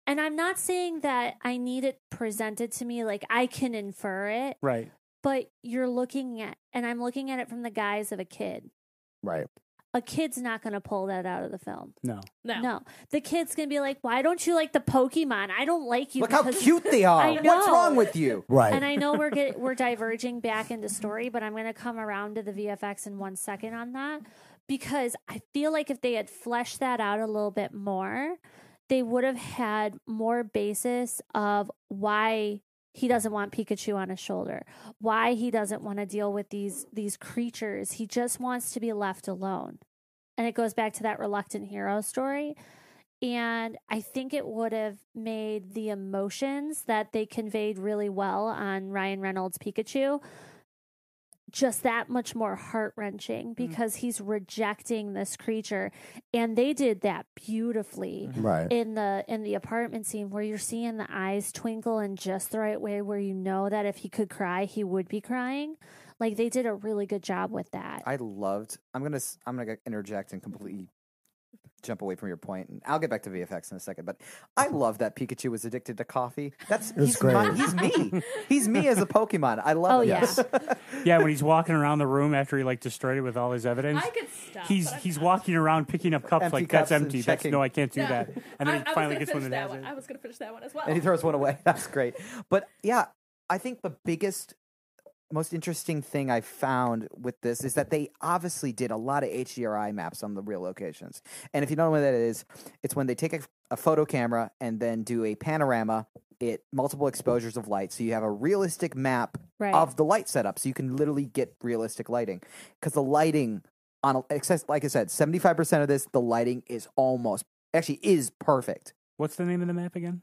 Speaker 4: And I'm not saying that I need it presented to me, like I can infer it,
Speaker 2: Right.
Speaker 4: but you're looking at, and I'm looking at it from the guise of a kid.
Speaker 3: right.
Speaker 4: A kid's not going to pull that out of the film.
Speaker 2: No.
Speaker 6: no,
Speaker 4: No. The kid's going to be like, why don't you like the Pokemon? I don't like you.
Speaker 5: Look how
Speaker 4: because-
Speaker 5: cute they are.
Speaker 4: I
Speaker 5: What's
Speaker 4: know.
Speaker 5: wrong with you?
Speaker 3: Right.
Speaker 4: And I know we're get, we're diverging back into story, but I'm going to come around to the VFX in one second on that because I feel like if they had fleshed that out a little bit more, they would have had more basis of why he doesn't want Pikachu on his shoulder, why he doesn't want to deal with these these creatures. He just wants to be left alone. And it goes back to that reluctant hero story. And I think it would have made the emotions that they conveyed really well on Ryan Reynolds' Pikachu just that much more heart wrenching because he's rejecting this creature. And they did that beautifully
Speaker 3: Right.
Speaker 4: in the in the apartment scene where you're seeing the eyes twinkle in just the right way where you know that if he could cry he would be crying like they did a really good job with that
Speaker 5: I loved. I'm gonna. s- I'm gonna interject and completely jump away from your point, and I'll get back to VFX in a second. But I love that Pikachu was addicted to coffee. That's
Speaker 3: was
Speaker 5: he's, my-
Speaker 3: great.
Speaker 5: he's me. He's me as a Pokemon. I
Speaker 4: oh
Speaker 5: love. it.
Speaker 4: yeah
Speaker 2: Yeah, when he's walking around the room after he like destroyed it with all his evidence.
Speaker 6: I could stop.
Speaker 2: He's
Speaker 6: but I'm
Speaker 2: he's
Speaker 6: not.
Speaker 2: walking around picking up cups
Speaker 5: Empty
Speaker 2: like
Speaker 5: cups
Speaker 2: that's
Speaker 5: and
Speaker 2: empty. That's
Speaker 5: checking.
Speaker 2: no, I can't do
Speaker 6: No.
Speaker 2: that. And then
Speaker 6: I- I was
Speaker 2: he finally
Speaker 6: gonna
Speaker 2: gets one
Speaker 6: finish
Speaker 2: that has
Speaker 6: one. I
Speaker 2: it.
Speaker 6: was going to finish that one as well.
Speaker 5: and he throws one away. That's great. But yeah, I think the biggest, most interesting thing I found with this is that they obviously did a lot of HDRI maps on the real locations. And if you don't know what that is, it's when they take a, a photo camera and then do a panorama, it multiple exposures of light, so you have a realistic map
Speaker 4: right
Speaker 5: of the light setup, so you can literally get realistic lighting. Because the lighting on a- excess, like I said, seventy five percent of this, the lighting is almost actually is perfect.
Speaker 2: What's the name of the map again?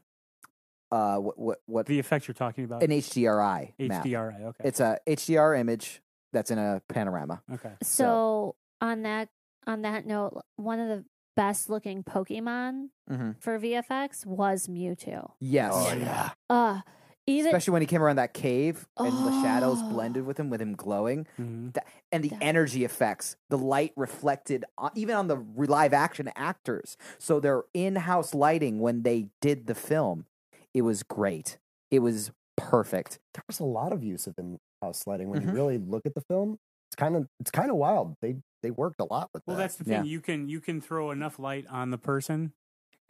Speaker 5: Uh, what what what
Speaker 2: The effects you're talking about.
Speaker 5: an HDRI map.
Speaker 2: HDRI. Okay.
Speaker 5: It's a HDR image that's in a panorama.
Speaker 2: okay.
Speaker 4: so,
Speaker 5: so-
Speaker 4: on that on that note one of the best looking pokemon
Speaker 5: Mhm.
Speaker 4: for vfx was mewtwo
Speaker 5: Yes.
Speaker 3: Mm-hmm. Oh, yeah.
Speaker 4: uh even
Speaker 5: Especially when he came around that cave and the shadows
Speaker 4: Oh.
Speaker 5: blended with him, with him glowing,
Speaker 2: hmm
Speaker 5: and the
Speaker 4: That-
Speaker 5: energy effects, the light reflected on, even on the re- live action actors. So their in house lighting when they did the film, it was great. It was perfect.
Speaker 3: there was a lot of use of in-house lighting when
Speaker 5: Mhm.
Speaker 3: you really look at the film. It's kind of it's kind of wild. They they worked a lot with
Speaker 2: Well,
Speaker 3: that.
Speaker 2: that's the
Speaker 5: Yeah.
Speaker 2: thing. You can you can throw enough light on the person,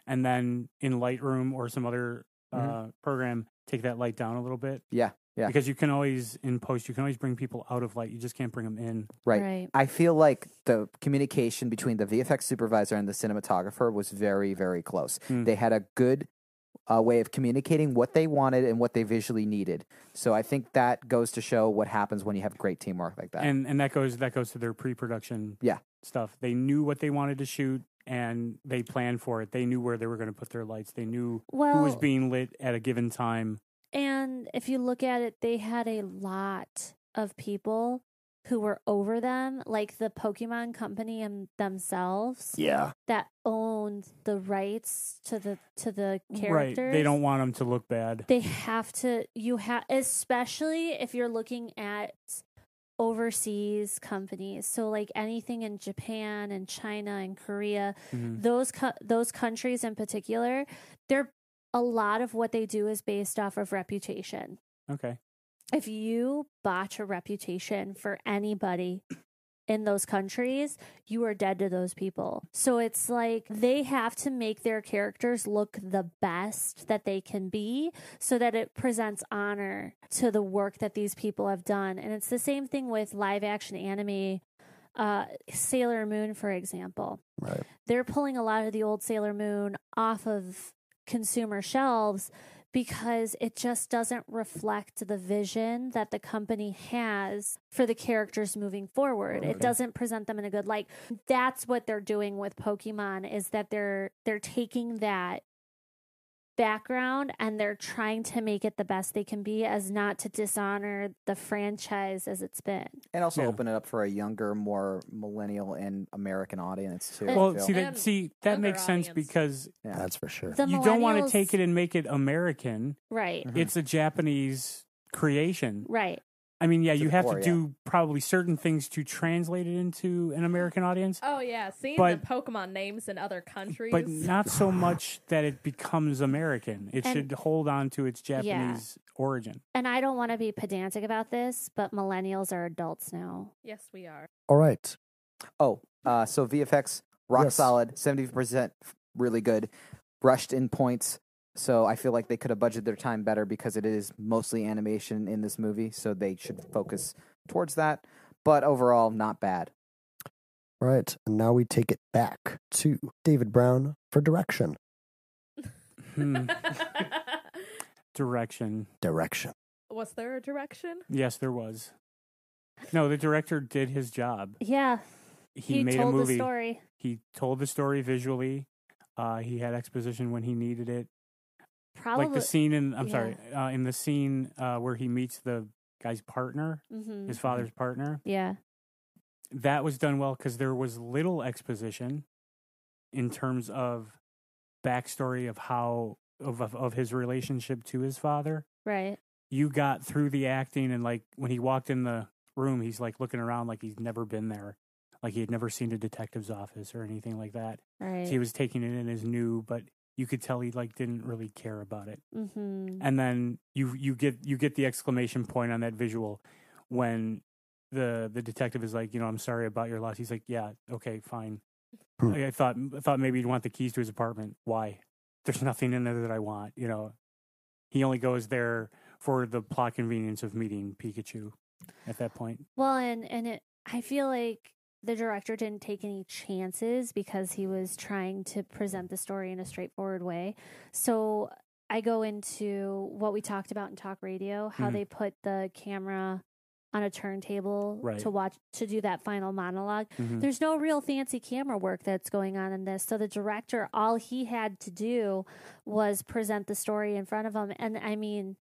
Speaker 2: and then in Lightroom or some other
Speaker 5: Mhm.
Speaker 2: uh, program, take that light down a little bit.
Speaker 5: Yeah, yeah.
Speaker 2: Because you can always in post, you can always bring people out of light. You just can't bring them in.
Speaker 5: Right.
Speaker 4: right
Speaker 5: I feel like the communication between the VFX supervisor and the cinematographer was very, very close.
Speaker 2: Hmm.
Speaker 5: They had a good uh, way of communicating what they wanted and what they visually needed. So I think that goes to show what happens when you have great teamwork like that.
Speaker 2: and and that goes that goes to their pre-production
Speaker 5: Yeah.
Speaker 2: stuff they knew what they wanted to shoot and they planned for it they knew where they were going to put their lights they knew
Speaker 4: well
Speaker 2: who was being lit at a given time
Speaker 4: And if you look at it, they had a lot of people who were over them, like the Pokemon company and themselves
Speaker 3: yeah.
Speaker 4: that owned the rights to the to the
Speaker 2: right
Speaker 4: characters.
Speaker 2: they don't want them to look bad
Speaker 4: They have to. You have, especially if you're looking at overseas companies. So, like anything in Japan and China and Korea,
Speaker 2: Mhm.
Speaker 4: those co- those countries in particular, they're a lot of what they do is based off of reputation.
Speaker 2: okay
Speaker 4: If you botch a reputation for anybody in those countries, you are dead to those people. So it's like they have to make their characters look the best that they can be so that it presents honor to the work that these people have done. And it's the same thing with live action anime uh Sailor Moon for example
Speaker 3: Right.
Speaker 4: they're pulling a lot of the old Sailor Moon off of consumer shelves because it just doesn't reflect the vision that the company has for the characters moving forward. It
Speaker 2: Okay.
Speaker 4: doesn't present them in a good light. That's what they're doing with Pokemon is that they're they're taking that background and they're trying to make it the best they can be as not to dishonor the franchise as it's been.
Speaker 5: And also
Speaker 2: Yeah.
Speaker 5: open it up for a younger, more millennial and American audience too. I
Speaker 2: well
Speaker 5: feel.
Speaker 2: see that
Speaker 6: And
Speaker 2: see that
Speaker 6: other
Speaker 2: makes sense
Speaker 6: audience.
Speaker 2: because
Speaker 5: Yeah.
Speaker 3: That's for sure.
Speaker 4: The
Speaker 2: you don't want
Speaker 4: millennials-
Speaker 2: to take it and make it american
Speaker 4: right.
Speaker 5: Mhm.
Speaker 2: it's a japanese creation
Speaker 4: Right.
Speaker 2: i mean yeah
Speaker 5: To
Speaker 2: you
Speaker 5: the
Speaker 2: have
Speaker 5: core,
Speaker 2: to
Speaker 5: yeah.
Speaker 2: do probably certain things to translate it into an american audience
Speaker 6: Oh yeah, seeing
Speaker 2: But-
Speaker 6: the Pokemon names in other countries.
Speaker 2: but not so much that it becomes American. It
Speaker 4: And-
Speaker 2: should hold on to its
Speaker 4: Yeah.
Speaker 2: Japanese origin.
Speaker 4: and I don't want to be pedantic about this, but millennials are adults now.
Speaker 6: yes, we are.
Speaker 3: All right.
Speaker 5: Oh, uh, so VFX rock
Speaker 3: Yes.
Speaker 5: solid, seventy percent really good, rushed in points. So I feel like they could have budgeted their time better because it is mostly animation in this movie, so they should focus towards that. But overall, not bad.
Speaker 3: All right. And now we take it back to David Brown for direction.
Speaker 2: Hmm. Direction.
Speaker 3: Direction.
Speaker 6: Was there a direction?
Speaker 2: Yes, there was. No, the director did his job.
Speaker 4: Yeah,
Speaker 2: He,
Speaker 4: he,
Speaker 2: made
Speaker 4: told
Speaker 2: a movie.
Speaker 4: the story.
Speaker 2: He told the story visually. Uh, he had exposition when he needed it.
Speaker 4: Probably
Speaker 2: Like the scene in I'm
Speaker 4: yeah.
Speaker 2: sorry, uh, in the scene uh, where he meets the guy's partner,
Speaker 4: Mm-hmm.
Speaker 2: his father's partner.
Speaker 4: Yeah.
Speaker 2: That was done well because there was little exposition in terms of backstory of how of of- of his relationship to his father.
Speaker 4: Right.
Speaker 2: You got through the acting and like when he walked in the room, he's like looking around like he's never been there, like he had never seen a detective's office or anything like that.
Speaker 4: Right.
Speaker 2: So he was taking it in as new, but you could tell he like didn't really care about it.
Speaker 4: mm-hmm.
Speaker 2: And then you you get you get the exclamation point on that visual when the the detective is like, you know, I'm sorry about your loss. He's like, yeah, okay, fine.
Speaker 3: Hmm.
Speaker 2: Like, I thought I thought maybe you'd want the keys to his apartment. Why? There's nothing in there that I want. You know, he only goes there for the plot convenience of meeting Pikachu. At that point,
Speaker 4: Well, and and it, I feel like the director didn't take any chances because he was trying to present the story in a straightforward way. So I go into what we talked about in talk radio, how
Speaker 2: Mhm.
Speaker 4: they put the camera on a turntable
Speaker 2: Right.
Speaker 4: to watch to do that final monolog
Speaker 2: Mhm.
Speaker 4: there's no real fancy camera work that's going on in this. So the director, all he had to do was present the story in front of him. And I mean,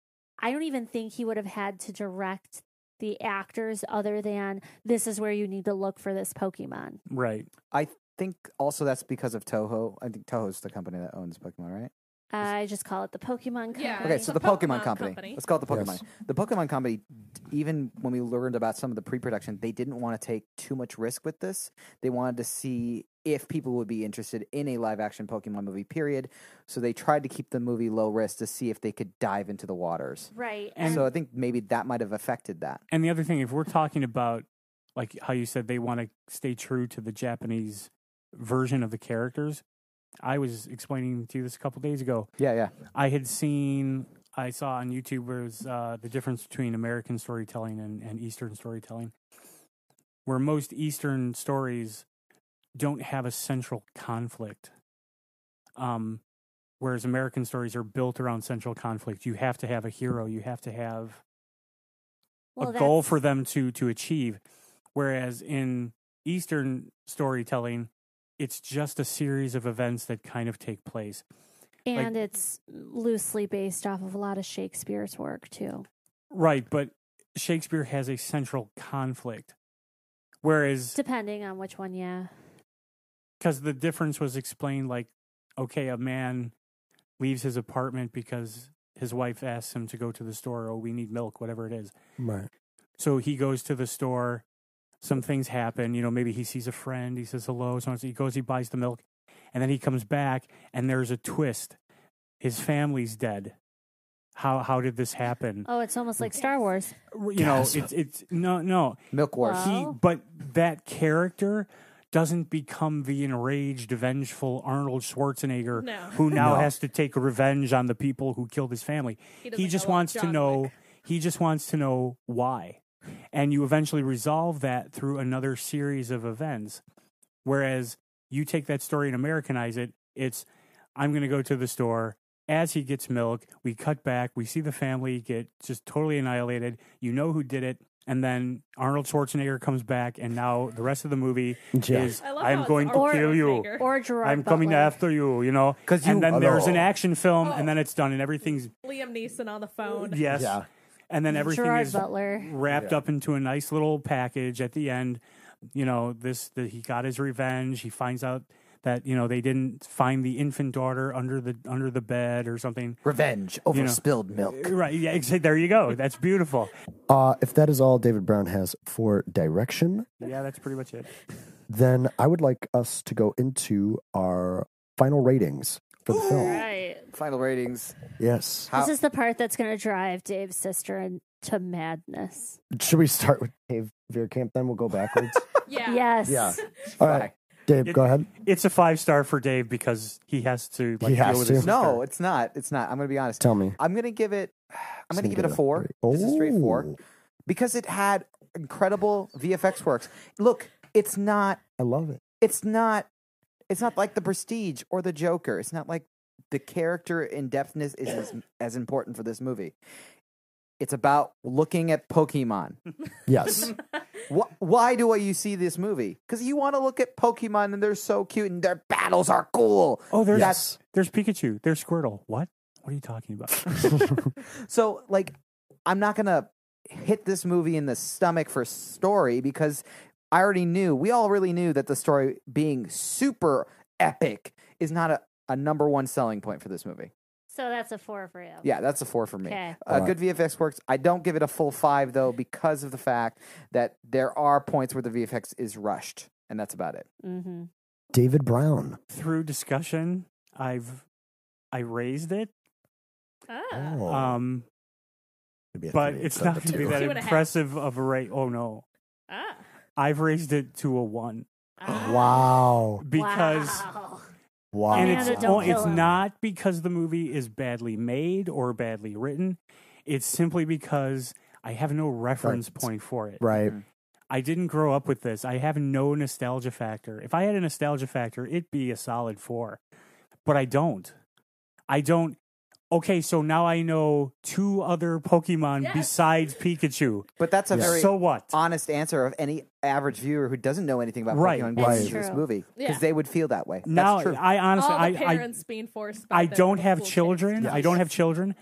Speaker 4: I don't even think he would have had to direct the actors other than this is where you need to look for this Pokemon.
Speaker 2: right?
Speaker 5: I think also that's because of Toho. I think Toho's the company that owns Pokemon, right?
Speaker 4: I just call it the Pokemon Company.
Speaker 6: Yeah.
Speaker 5: Okay,
Speaker 6: It's
Speaker 5: so
Speaker 6: the
Speaker 5: the Pokemon,
Speaker 6: Pokemon
Speaker 5: company.
Speaker 6: company.
Speaker 5: Let's call it the Pokemon.
Speaker 3: Yes.
Speaker 5: The Pokemon company, even when we learned about some of the pre-production, they didn't want to take too much risk with this. They wanted to see if people would be interested in a live-action Pokemon movie. Period. So they tried to keep the movie low risk to see if they could dive into the waters.
Speaker 4: Right.
Speaker 2: And-
Speaker 5: so I think maybe that might have affected that.
Speaker 2: And the other thing, if we're talking about like how you said they want to stay true to the Japanese version of the characters, I was explaining to you this a couple days ago.
Speaker 5: Yeah, yeah.
Speaker 2: I had seen, I saw on YouTube where it was uh, the difference between American storytelling and, and Eastern storytelling, where most Eastern stories don't have a central conflict. Um, whereas American stories are built around central conflict. You have to have a hero, you have to have a goal for them to to achieve whereas in eastern storytelling it's just a series of events that kind of take place
Speaker 4: And it's loosely based off of a lot of Shakespeare's work, too.
Speaker 2: right but shakespeare has a central conflict whereas
Speaker 4: Depending on which one, yeah.
Speaker 2: because the difference was explained like okay a man leaves his apartment because his wife asks him to go to the store oh we need milk whatever it is
Speaker 3: Right.
Speaker 2: So he goes to the store. Some things happen. You know, maybe he sees a friend. He says hello. So on. So he goes, he buys the milk, and then he comes back, and there's a twist. His family's dead. How how did this happen?
Speaker 4: Oh, it's almost
Speaker 2: Mm.
Speaker 4: like Star Wars.
Speaker 2: You know, it's it's no no.
Speaker 5: Milk Wars.
Speaker 4: Wow.
Speaker 2: He
Speaker 4: Oh.
Speaker 2: but that character doesn't become the enraged, vengeful Arnold Schwarzenegger
Speaker 6: No.
Speaker 2: who now
Speaker 3: No.
Speaker 2: has to take revenge on the people who killed his family
Speaker 6: doesn't
Speaker 2: he just
Speaker 6: go like
Speaker 2: wants to
Speaker 6: John
Speaker 2: know
Speaker 6: Wick.
Speaker 2: he just wants to know why and you eventually resolve that through another series of events whereas you take that story and americanize it it's i'm going to go to the store as he gets milk we cut back we see the family get just totally annihilated you know who did it and then arnold schwarzenegger comes back and now the rest of the movie
Speaker 3: Yeah.
Speaker 2: is
Speaker 6: I love
Speaker 2: i'm
Speaker 6: how it's
Speaker 2: going to
Speaker 6: Arnold
Speaker 2: kill you
Speaker 6: Schwarzenegger.
Speaker 4: Or Gerard
Speaker 2: i'm coming
Speaker 4: Butler.
Speaker 2: after you you know
Speaker 5: 'Cause you-
Speaker 2: and then there's an
Speaker 3: Hello.
Speaker 2: action film
Speaker 6: Oh.
Speaker 2: and then it's done and everything's
Speaker 6: Liam Neeson on the phone.
Speaker 2: Yes.
Speaker 3: Yeah.
Speaker 2: And then everything
Speaker 4: Gerard
Speaker 2: is
Speaker 4: Butler.
Speaker 2: wrapped up into a nice little package at the end. You know, this that he got his revenge. He finds out that you know they didn't find the infant daughter under the under the bed or something.
Speaker 5: Revenge over
Speaker 2: You know.
Speaker 5: spilled milk.
Speaker 2: Right. Yeah. exa- There you go. That's beautiful.
Speaker 3: Uh, if that is all David Brown has for direction,
Speaker 2: Yeah. That's pretty much it.
Speaker 3: then I would like us to go into our final ratings for the film.
Speaker 4: Right.
Speaker 5: Final ratings.
Speaker 3: Yes.
Speaker 5: How-
Speaker 4: This is the part that's going to drive Dave's sister into madness.
Speaker 3: Should we start with Dave Veerkamp? Then we'll go backwards.
Speaker 6: Yeah.
Speaker 4: Yes.
Speaker 3: Yeah. All right. Dave, go ahead.
Speaker 2: It's a five star for Dave because he has to. Like,
Speaker 3: He has
Speaker 2: deal with his
Speaker 3: to.
Speaker 5: No,
Speaker 2: sister.
Speaker 5: it's not. It's not. I'm going to be honest.
Speaker 3: Tell me.
Speaker 5: I'm gonna give it. I'm gonna
Speaker 3: Just
Speaker 5: give it a four.
Speaker 3: three.
Speaker 5: Just a straight
Speaker 3: Oh,
Speaker 5: four because it had incredible VFX works. Look, it's not.
Speaker 3: I love it.
Speaker 5: It's not. It's not like the Prestige or the Joker. It's not like the character in depthness is as, as important for this movie. It's about looking at Pokemon.
Speaker 3: Yes.
Speaker 5: Wh- why do I you see this movie? Because you want to look at Pokemon and they're so cute and their battles are cool.
Speaker 2: Oh, there's
Speaker 5: That's-
Speaker 2: there's Pikachu. There's Squirtle. What? What are you talking about?
Speaker 5: So like I'm not gonna hit this movie in the stomach for story because I already knew, we all really knew that the story being super epic is not a, a number one selling point for this movie.
Speaker 4: So that's a four for you.
Speaker 5: Yeah, that's a four for me.
Speaker 4: Okay.
Speaker 5: Uh, Good VFX works. I don't give it a full five though because of the fact that there are points where the VFX is rushed, and that's about it.
Speaker 4: Mm-hmm.
Speaker 3: David Brown.
Speaker 2: Through discussion, I've I raised it.
Speaker 6: Ah.
Speaker 5: Oh.
Speaker 3: Oh,
Speaker 2: Um,
Speaker 7: It'd be a
Speaker 2: but
Speaker 7: three
Speaker 2: it's
Speaker 7: instead
Speaker 2: not
Speaker 7: of a
Speaker 2: going to be
Speaker 7: two.
Speaker 2: that
Speaker 6: Two and a half.
Speaker 2: impressive of a rate. Oh no,
Speaker 6: Ah.
Speaker 5: Oh,
Speaker 2: I've raised it to a one
Speaker 6: ah.
Speaker 3: Wow.
Speaker 2: because
Speaker 4: Wow.
Speaker 3: Wow.
Speaker 2: and
Speaker 4: Amanda,
Speaker 2: it's
Speaker 4: don't
Speaker 2: oh, it's
Speaker 4: kill him.
Speaker 2: not because the movie is badly made or badly written. It's simply because I have no reference
Speaker 3: Right.
Speaker 2: point for it.
Speaker 3: right.
Speaker 5: Mm.
Speaker 2: I didn't grow up with this. I have no nostalgia factor. If I had a nostalgia factor, it'd be a solid four, but I don't. I don't. Okay, so now I know two other Pokemon
Speaker 6: Yes.
Speaker 2: besides Pikachu.
Speaker 5: But that's a
Speaker 3: Yeah. Uh,
Speaker 5: very
Speaker 2: So what?
Speaker 5: honest answer of any average viewer who doesn't know anything about
Speaker 2: Right.
Speaker 5: Pokemon
Speaker 4: That's
Speaker 5: going into
Speaker 4: true.
Speaker 5: this movie because
Speaker 6: Yeah.
Speaker 5: they would feel that way.
Speaker 2: Now
Speaker 5: that's true.
Speaker 2: I honestly
Speaker 6: All the
Speaker 2: I, I
Speaker 6: parents being forced. by
Speaker 2: I
Speaker 6: their
Speaker 2: don't
Speaker 6: little
Speaker 2: have
Speaker 6: cool kids
Speaker 2: children.
Speaker 6: to
Speaker 2: I don't have children.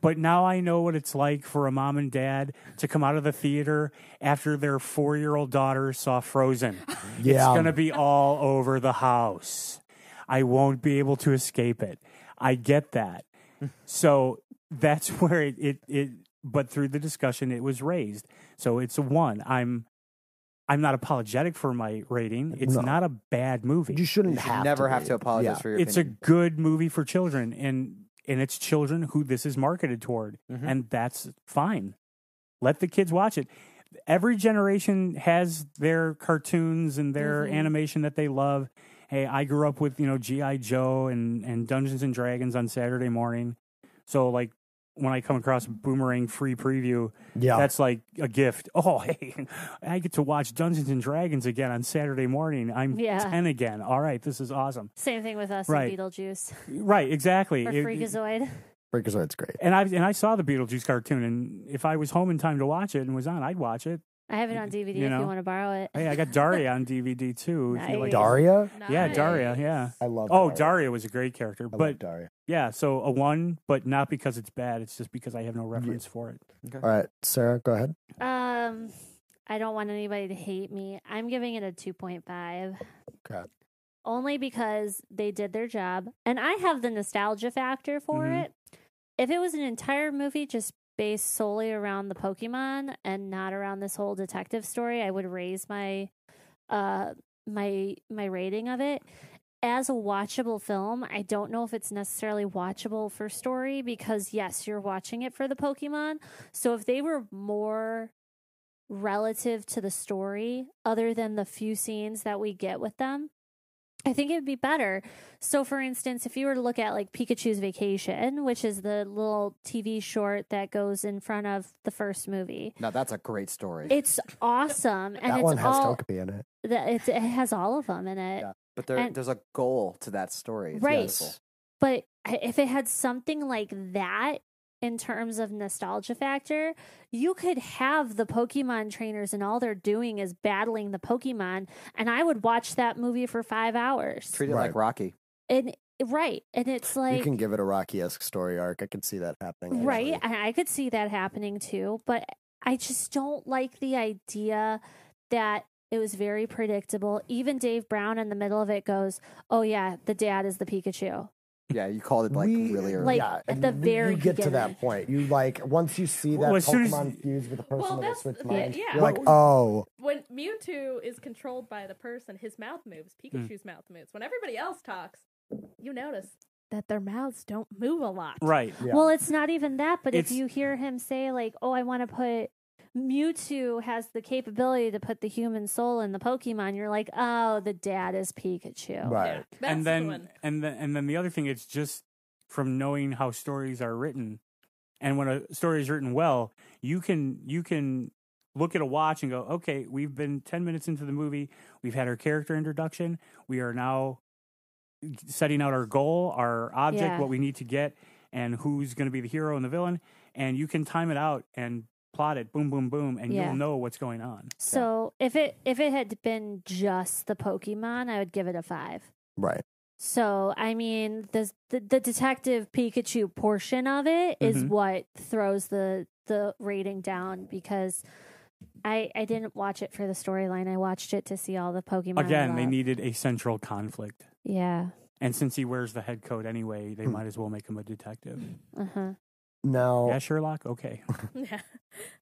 Speaker 2: But now I know what it's like for a mom and dad to come out of the theater after their four year old daughter saw Frozen. It's
Speaker 3: Yeah.
Speaker 2: going to be all over the house. I won't be able to escape it. I get that. So that's where it, it, it, but through the discussion, it was raised. So it's a one. I'm, I'm not apologetic for my rating. It's
Speaker 3: No.
Speaker 2: not a bad movie
Speaker 3: you shouldn't
Speaker 5: You should
Speaker 3: have
Speaker 5: never
Speaker 3: to
Speaker 5: have
Speaker 3: be.
Speaker 5: to apologize
Speaker 3: Yeah.
Speaker 5: for your
Speaker 2: it's a
Speaker 5: opinion.
Speaker 2: good movie for children and and it's children who this is marketed toward
Speaker 5: Mhm.
Speaker 2: and that's fine let the kids watch it every generation has their cartoons and their
Speaker 5: Mm-hmm.
Speaker 6: Mhm.
Speaker 2: animation that they love hey i grew up with you know gi joe and and dungeons and dragons on saturday morning so like when i come across boomerang free preview
Speaker 3: Yeah.
Speaker 2: that's like a gift oh hey i get to watch dungeons and dragons again on saturday morning i'm
Speaker 4: Yeah.
Speaker 2: 10 again all right this is awesome
Speaker 4: Same thing with us
Speaker 2: Right.
Speaker 4: and Beetlejuice
Speaker 2: Right, exactly.
Speaker 4: or
Speaker 2: It-
Speaker 4: Freakazoid.
Speaker 3: Freakazoid's great.
Speaker 2: and I and I saw the Beetlejuice cartoon, and if I was home in time to watch it and was on, I'd watch it.
Speaker 4: I have it on DVD
Speaker 2: you
Speaker 4: if
Speaker 2: know.
Speaker 4: you want to borrow it.
Speaker 2: Hey, I got Daria on DVD too. If you like,
Speaker 4: Nice.
Speaker 3: Daria?
Speaker 6: escape.
Speaker 2: yeah,
Speaker 6: Nice.
Speaker 2: Daria, yeah.
Speaker 3: I love
Speaker 2: Oh, Daria was a great character,
Speaker 3: I love
Speaker 2: but
Speaker 3: Daria.
Speaker 2: yeah, so a one, but not because it's bad. It's just because I have no reference for it.
Speaker 3: All right, Sarah, go ahead.
Speaker 4: Um, I don't want anybody to hate me. I'm giving it a 2.5.
Speaker 3: Okay.
Speaker 4: Only because they did their job. And I have the nostalgia factor for
Speaker 2: Mhm.
Speaker 4: it. If it was an entire movie just based solely around the Pokemon and not around this whole detective story, I would raise my uh my my rating of it. As a watchable film, I don't know if it's necessarily watchable for story because yes, you're watching it for the Pokemon, so if they were more relative to the story, other than the few scenes that we get with them, I think it would be better. So, for instance, if you were to look at like Pikachu's Vacation, which is the little TV short that goes in front of the first movie,
Speaker 5: Now that's a great story.
Speaker 4: it's awesome, and
Speaker 3: that
Speaker 4: it's
Speaker 3: one has
Speaker 4: all
Speaker 3: Togepi in it.
Speaker 4: that it's, it has all of them in it.
Speaker 5: Yeah. but there,
Speaker 4: and-
Speaker 5: there's a goal to that story. It's
Speaker 4: Right.
Speaker 5: beautiful.
Speaker 4: But I- if it had something like that in terms of nostalgia factor, you could have the Pokemon trainers and all they're doing is battling the Pokemon, and I would watch that movie for five hours.
Speaker 5: Treat it like Rocky.
Speaker 4: And right, and it's
Speaker 3: you
Speaker 4: like
Speaker 3: can give it a Rocky esque story arc. I can see that happening.
Speaker 4: right,
Speaker 3: actually.
Speaker 4: and I could see that happening too. But I just don't like the idea that. It was very predictable. Even Dave Brown in the middle of it goes, "Oh yeah, the dad is the Pikachu."
Speaker 5: Yeah, you called it like
Speaker 3: We-
Speaker 5: really early.
Speaker 4: Like,
Speaker 3: yeah,
Speaker 4: at
Speaker 3: and
Speaker 4: the
Speaker 3: you-
Speaker 4: very
Speaker 3: you get to
Speaker 4: beginning.
Speaker 3: that point. You like once you see that
Speaker 2: Well, as soon as-
Speaker 3: Pokemon fuse with the person
Speaker 6: Well,
Speaker 3: that it
Speaker 6: that's
Speaker 3: switched
Speaker 6: the-
Speaker 3: minds,
Speaker 6: yeah.
Speaker 3: you're like, oh,
Speaker 6: When Mewtwo is controlled by the person, his mouth moves.
Speaker 2: Hmm.
Speaker 6: Pikachu's mouth moves. When everybody else talks, you notice that their mouths don't move a lot.
Speaker 2: Right.
Speaker 3: Yeah.
Speaker 4: Well, it's not even that, but if
Speaker 2: It's-
Speaker 4: you hear him say like, "Oh, I want to put Mewtwo has the capability to put the human soul in the Pokemon," you're like, "Oh, the dad is Pikachu."
Speaker 3: right,
Speaker 6: That's
Speaker 2: and then
Speaker 6: the one.
Speaker 2: and then and then the other thing it's just from knowing how stories are written and when a story is written well you can you can look at a watch and go okay we've been 10 minutes into the movie we've had our character introduction we are now setting out our goal our object
Speaker 4: Yeah.
Speaker 2: what we need to get and who's going to be the hero and the villain and you can time it out and plot it boom boom boom and
Speaker 4: Yeah.
Speaker 2: you'll know what's going on
Speaker 4: So if it if it had been just the Pokemon, I would give it a five.
Speaker 3: right.
Speaker 4: So I mean, the the, the detective Pikachu portion of it is
Speaker 2: Mhm.
Speaker 4: what throws the the rating down because I I didn't watch it for the storyline. I watched it to see all the Pokemon. I
Speaker 2: Again, they
Speaker 4: love.
Speaker 2: needed a central conflict.
Speaker 4: yeah.
Speaker 2: And since he wears the head coat anyway, they
Speaker 3: Hmm.
Speaker 2: might as well make him a detective.
Speaker 4: Uh huh.
Speaker 3: Now
Speaker 2: Yeah, Sherlock? Okay.
Speaker 6: Yeah.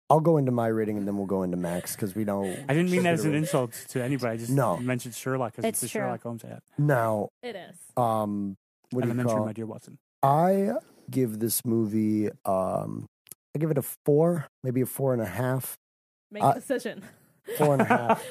Speaker 3: I'll go into my rating and then we'll go into Max because we know.
Speaker 2: I didn't mean that as an
Speaker 3: Literally.
Speaker 2: insult to anybody. I just
Speaker 3: No.
Speaker 2: mentioned Sherlock because it's,
Speaker 4: It's
Speaker 2: a
Speaker 4: true.
Speaker 2: Sherlock Holmes ad.
Speaker 3: Now,
Speaker 6: It is.
Speaker 3: um, what do you
Speaker 2: Elementary,
Speaker 3: call?
Speaker 2: my dear Watson.
Speaker 3: I give this movie. Um, I give it a four, maybe a four and a half.
Speaker 6: Make
Speaker 3: Uh,
Speaker 6: a decision.
Speaker 3: Four and a half.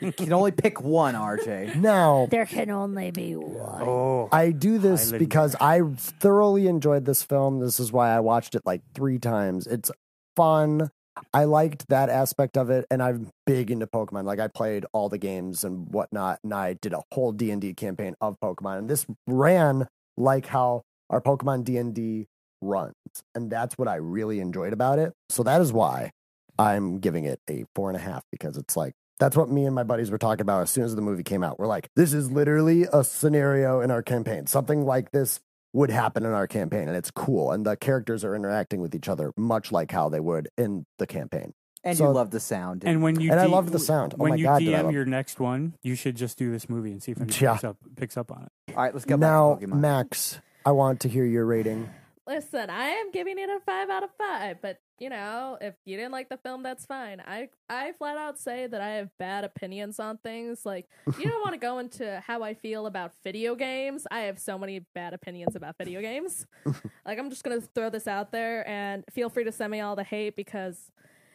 Speaker 5: You can only pick one, RJ.
Speaker 3: now,
Speaker 4: There can only be one.
Speaker 2: oh.
Speaker 3: I do this
Speaker 2: Highland.
Speaker 3: because I thoroughly enjoyed this film. This is why I watched it like three times. It's fun. I liked that aspect of it, and I'm big into Pokemon. Like I played all the games and whatnot, and I did a whole D and D campaign of Pokemon. And this ran like how our Pokemon D and D runs, and that's what I really enjoyed about it. So that is why I'm giving it a four and a half because it's like that's what me and my buddies were talking about as soon as the movie came out. We're like, this is literally a scenario in our campaign. Something like this would happen in our campaign, and it's cool. And the characters are interacting with each other much like how they would in the campaign.
Speaker 5: And
Speaker 3: So-
Speaker 5: you love the sound.
Speaker 2: And when you
Speaker 3: and I
Speaker 2: D-
Speaker 3: love the sound. Oh
Speaker 2: when
Speaker 3: my
Speaker 2: you
Speaker 3: god, did I
Speaker 2: DM
Speaker 3: love-
Speaker 2: your next one, you should just do this movie and see if anybody
Speaker 3: Yeah.
Speaker 2: picks, up, picks up on it.
Speaker 5: All right, let's go
Speaker 3: now,
Speaker 5: back to Pokemon.
Speaker 3: Max. I want to hear your rating.
Speaker 6: Listen, I am giving it a five out of five, but you know, if you didn't like the film, that's fine. I I flat out say that I have bad opinions on things. Like you don't want to go into how I feel about video games. I have so many bad opinions about video games. like I'm just gonna throw this out there and feel free to send me all the hate because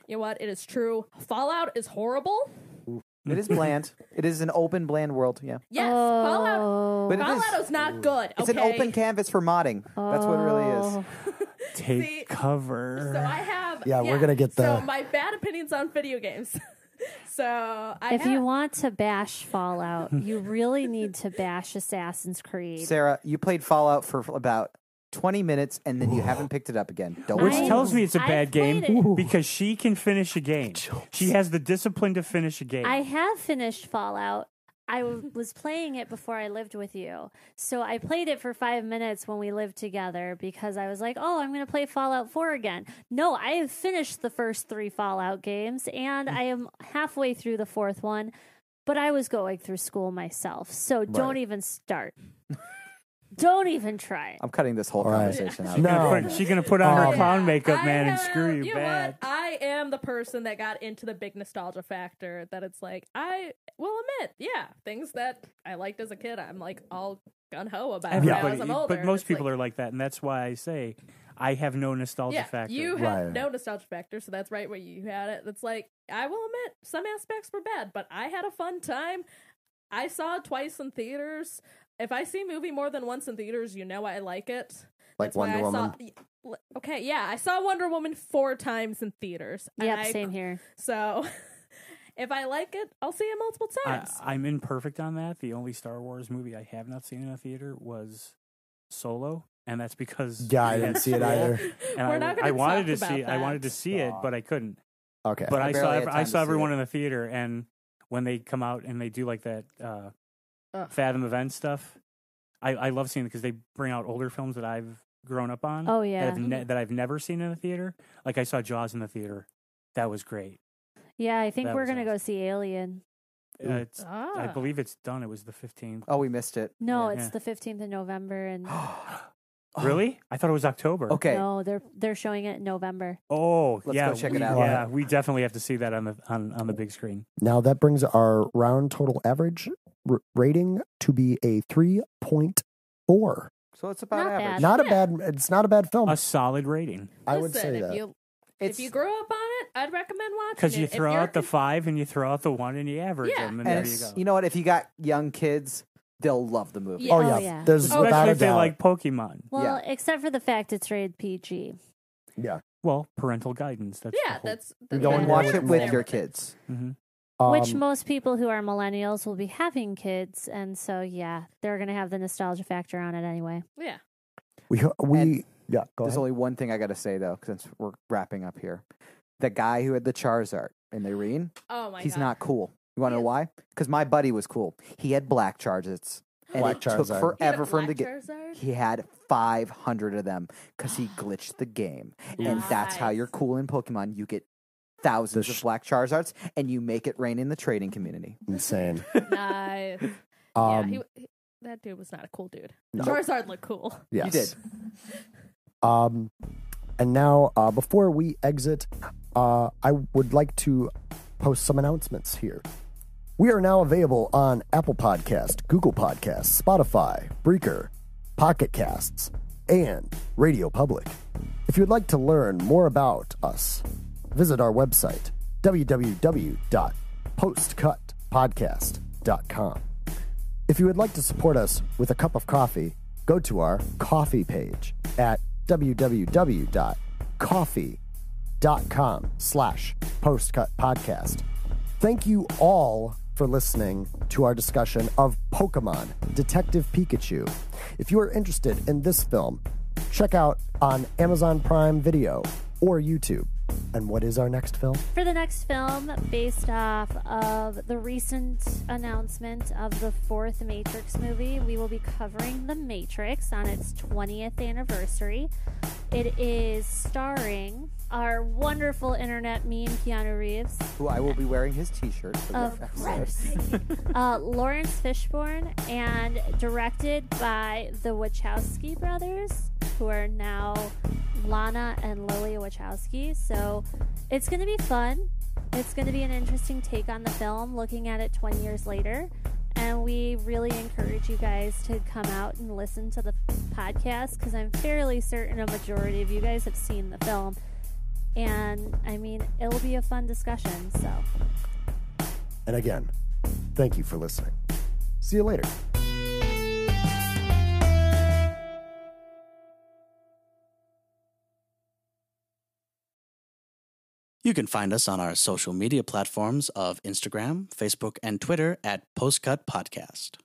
Speaker 6: you know what? It is true. Fallout is horrible.
Speaker 5: it is bland. It is an open, bland world. Yeah.
Speaker 6: Yes, Fallout
Speaker 4: Oh.
Speaker 5: But it is.
Speaker 6: Fallout is not good.
Speaker 5: It's an
Speaker 6: okay?
Speaker 5: open canvas for modding. That's what it really is.
Speaker 4: Oh.
Speaker 2: Take
Speaker 6: See,
Speaker 2: cover.
Speaker 6: So I have.
Speaker 3: Yeah, we're gonna get the-
Speaker 6: So my bad opinions on video games. so I.
Speaker 4: If
Speaker 6: have,
Speaker 4: you want to bash Fallout, you really need to bash Assassin's Creed.
Speaker 5: Sarah, you played Fallout for about 20 minutes and then you haven't picked it up again. Don't
Speaker 2: Which
Speaker 4: I-
Speaker 5: worry.
Speaker 2: tells me it's a
Speaker 4: I've
Speaker 2: bad game
Speaker 4: played it. Ooh.
Speaker 2: because she can finish a game. She has the discipline to finish a game.
Speaker 4: I have finished Fallout. I w- was playing it before I lived with you. So I played it for five minutes when we lived together because I was like, oh, I'm going to play Fallout 4 again. No, I have finished the first three Fallout games and
Speaker 2: Mm.
Speaker 4: I am halfway through the fourth one, but I was going through school myself. So don't even start. don't even try it.
Speaker 5: I'm cutting this whole
Speaker 3: All right.
Speaker 5: conversation out.
Speaker 2: She's gonna
Speaker 3: No.
Speaker 2: put- she's gonna put on
Speaker 3: Um,
Speaker 2: her clown makeup,
Speaker 6: I
Speaker 2: man, and
Speaker 6: am-
Speaker 2: screw you,
Speaker 6: know
Speaker 2: bad.
Speaker 6: What? I am the person that got into the big nostalgia factor. That it's like I will admit, yeah, things that I liked as a kid, I'm like all gun ho about now
Speaker 2: Everybody,
Speaker 6: as I'm older.
Speaker 2: but
Speaker 6: and
Speaker 2: most
Speaker 6: it's
Speaker 2: people
Speaker 6: like,
Speaker 2: are like that, and that's why I say I have no nostalgia
Speaker 6: Yeah,
Speaker 2: factor.
Speaker 6: you have
Speaker 3: Right.
Speaker 6: no nostalgia factor, so that's right where you had it. That's like I will admit some aspects were bad, but I had a fun time. I saw it twice in theaters. If I see a movie more than once in theaters, you know I like it.
Speaker 3: Like
Speaker 6: why
Speaker 3: Wonder
Speaker 6: I saw-
Speaker 3: Woman?
Speaker 6: y- l- okay, yeah, I saw Wonder Woman four times in theaters. and
Speaker 4: Yep,
Speaker 6: I-
Speaker 4: same here.
Speaker 6: So if I like it, I'll see it multiple
Speaker 2: I,
Speaker 6: times.
Speaker 2: I'm imperfect on that. The only Star Wars movie I have not seen in a theater was Solo, and that's because
Speaker 3: Yeah, I
Speaker 2: we
Speaker 3: didn't
Speaker 2: had
Speaker 3: see it
Speaker 2: school,
Speaker 3: either.
Speaker 2: And
Speaker 6: We're
Speaker 2: I,
Speaker 6: not
Speaker 2: I
Speaker 6: gonna
Speaker 2: wanted
Speaker 6: talk
Speaker 2: to see.
Speaker 6: about
Speaker 2: it. I wanted to
Speaker 6: that.
Speaker 2: see it, but I couldn't.
Speaker 3: Okay.
Speaker 2: But
Speaker 5: I
Speaker 2: I, saw.
Speaker 5: barely had
Speaker 2: ev- I
Speaker 5: time to
Speaker 2: saw
Speaker 5: see
Speaker 2: everyone
Speaker 5: it.
Speaker 2: in the theater, and when they come out and they do like that uh,
Speaker 6: Ugh.
Speaker 2: Fathom event stuff, I, I love seeing it because they bring out older films that I've grown up on.
Speaker 4: Oh,
Speaker 2: Mm. that
Speaker 4: yeah.
Speaker 2: I've, ne- that I've never seen in a theater. Like I saw Jaws in the theater. That was great.
Speaker 4: Yeah, I think
Speaker 2: That
Speaker 4: we're
Speaker 2: was
Speaker 4: going to go
Speaker 2: awesome.
Speaker 4: see Alien.
Speaker 2: Uh, it's, I
Speaker 6: Ah.
Speaker 2: believe it's done. It was the 15th.
Speaker 5: Oh, we missed it.
Speaker 4: No,
Speaker 2: Yeah.
Speaker 4: it's the 15th of November and
Speaker 2: Really? I thought it was October.
Speaker 5: Uh-huh. Okay.
Speaker 4: no, they're they're showing it in November.
Speaker 2: Oh,
Speaker 5: Let's
Speaker 2: yeah.
Speaker 5: go check it
Speaker 2: we-
Speaker 5: out.
Speaker 2: Yeah, we definitely have to see that on the on, on the big screen.
Speaker 3: Now that brings our round total average r- rating to be a 3.4.
Speaker 5: So it's about
Speaker 4: Not
Speaker 5: average.
Speaker 4: bad.
Speaker 3: Not a bad it's not a bad
Speaker 6: Oh
Speaker 3: film.
Speaker 2: A solid rating
Speaker 3: I would
Speaker 6: Listen,
Speaker 3: say
Speaker 6: if
Speaker 3: that.
Speaker 6: You,
Speaker 5: It's,
Speaker 6: if you grew up on it, I'd recommend watching
Speaker 2: because you
Speaker 6: it. If
Speaker 2: throw
Speaker 6: you're
Speaker 2: out the
Speaker 6: con-
Speaker 2: five and you throw out the one and you average
Speaker 6: Yeah.
Speaker 2: them, and,
Speaker 5: and
Speaker 2: there you
Speaker 5: it's-
Speaker 2: go.
Speaker 5: you know what? If you got young kids, they'll love the movie.
Speaker 6: Yeah.
Speaker 3: Oh, yeah.
Speaker 6: Oh,
Speaker 4: yeah.
Speaker 3: There's
Speaker 6: Oh,
Speaker 2: Especially
Speaker 3: without a
Speaker 2: if they
Speaker 3: doubt.
Speaker 2: like Pokemon.
Speaker 4: Well, except for the fact it's rated PG.
Speaker 3: yeah.
Speaker 2: Well, parental guidance. That's the
Speaker 6: Yeah,
Speaker 2: whole-
Speaker 6: that's.
Speaker 3: You
Speaker 6: that's
Speaker 3: don't
Speaker 5: Don't
Speaker 3: Yeah.
Speaker 5: watch it with
Speaker 3: Yeah.
Speaker 5: your kids.
Speaker 2: Mhm.
Speaker 4: which
Speaker 3: Um,
Speaker 4: most people who are millennials will be having kids, and so yeah, they're gonna have the nostalgia factor on it anyway.
Speaker 6: Yeah.
Speaker 3: we uh, we
Speaker 5: And
Speaker 3: yeah, go
Speaker 5: There's
Speaker 3: ahead.
Speaker 5: only one thing I got to say though, since we're wrapping up here. The guy who had the Charizard in the arena,
Speaker 6: Oh my
Speaker 5: he's
Speaker 6: god.
Speaker 5: not cool. You want to know why? Because my buddy was cool. He had black Charizards. and
Speaker 3: Black
Speaker 5: it took
Speaker 3: Charizard.
Speaker 5: forever for him to
Speaker 6: Black
Speaker 5: get.
Speaker 6: Charizard?
Speaker 5: He had 500 of them because he glitched the game, and that's how you're
Speaker 6: Nice.
Speaker 5: cool in Pokemon. You get thousands
Speaker 3: The sh-
Speaker 5: of Black Charizards, and you make it rain in the trading community.
Speaker 3: Insane.
Speaker 6: nice. yeah,
Speaker 3: Um,
Speaker 6: he, he, that dude was not a cool dude.
Speaker 3: No.
Speaker 6: Charizard looked cool.
Speaker 3: yes.
Speaker 5: You did.
Speaker 3: Um, and now, uh, before we exit, uh, I would like to post some announcements here. We are now available on Apple Podcast, Google Podcasts, Spotify, Breaker, Pocket Casts, and Radio Public. If you'd like to learn more about us, visit our website www.postcutpodcast.com. If you would like to support us with a cup of coffee, go to our coffee page at www.coffee.com slash postcut podcast. Thank you all for listening to our discussion of Pokemon Detective Pikachu. If you are interested in this film, check out on Amazon Prime Video or YouTube. And what is our next film?
Speaker 4: For the next film, based off of the recent announcement of the fourth Matrix movie, we will be covering The Matrix on its 20th anniversary. It is starring our wonderful internet meme, Keanu Reeves,
Speaker 5: Who I will be wearing his T-shirt. For
Speaker 4: Of
Speaker 5: the episode.
Speaker 4: course. uh, Lawrence Fishburne, and directed by the Wachowski brothers, who are now Lana and Lily Wachowski. So it's going to be fun. It's going to be an interesting take on the film, looking at it 20 years later. And we really encourage you guys to come out and listen to the podcast because I'm fairly certain a majority of you guys have seen the film. And I mean, it'll be a fun discussion. So.
Speaker 3: And again, thank you for listening. See you later.
Speaker 7: You can find us on our social media platforms of Instagram, Facebook, and Twitter at Postcut Podcast.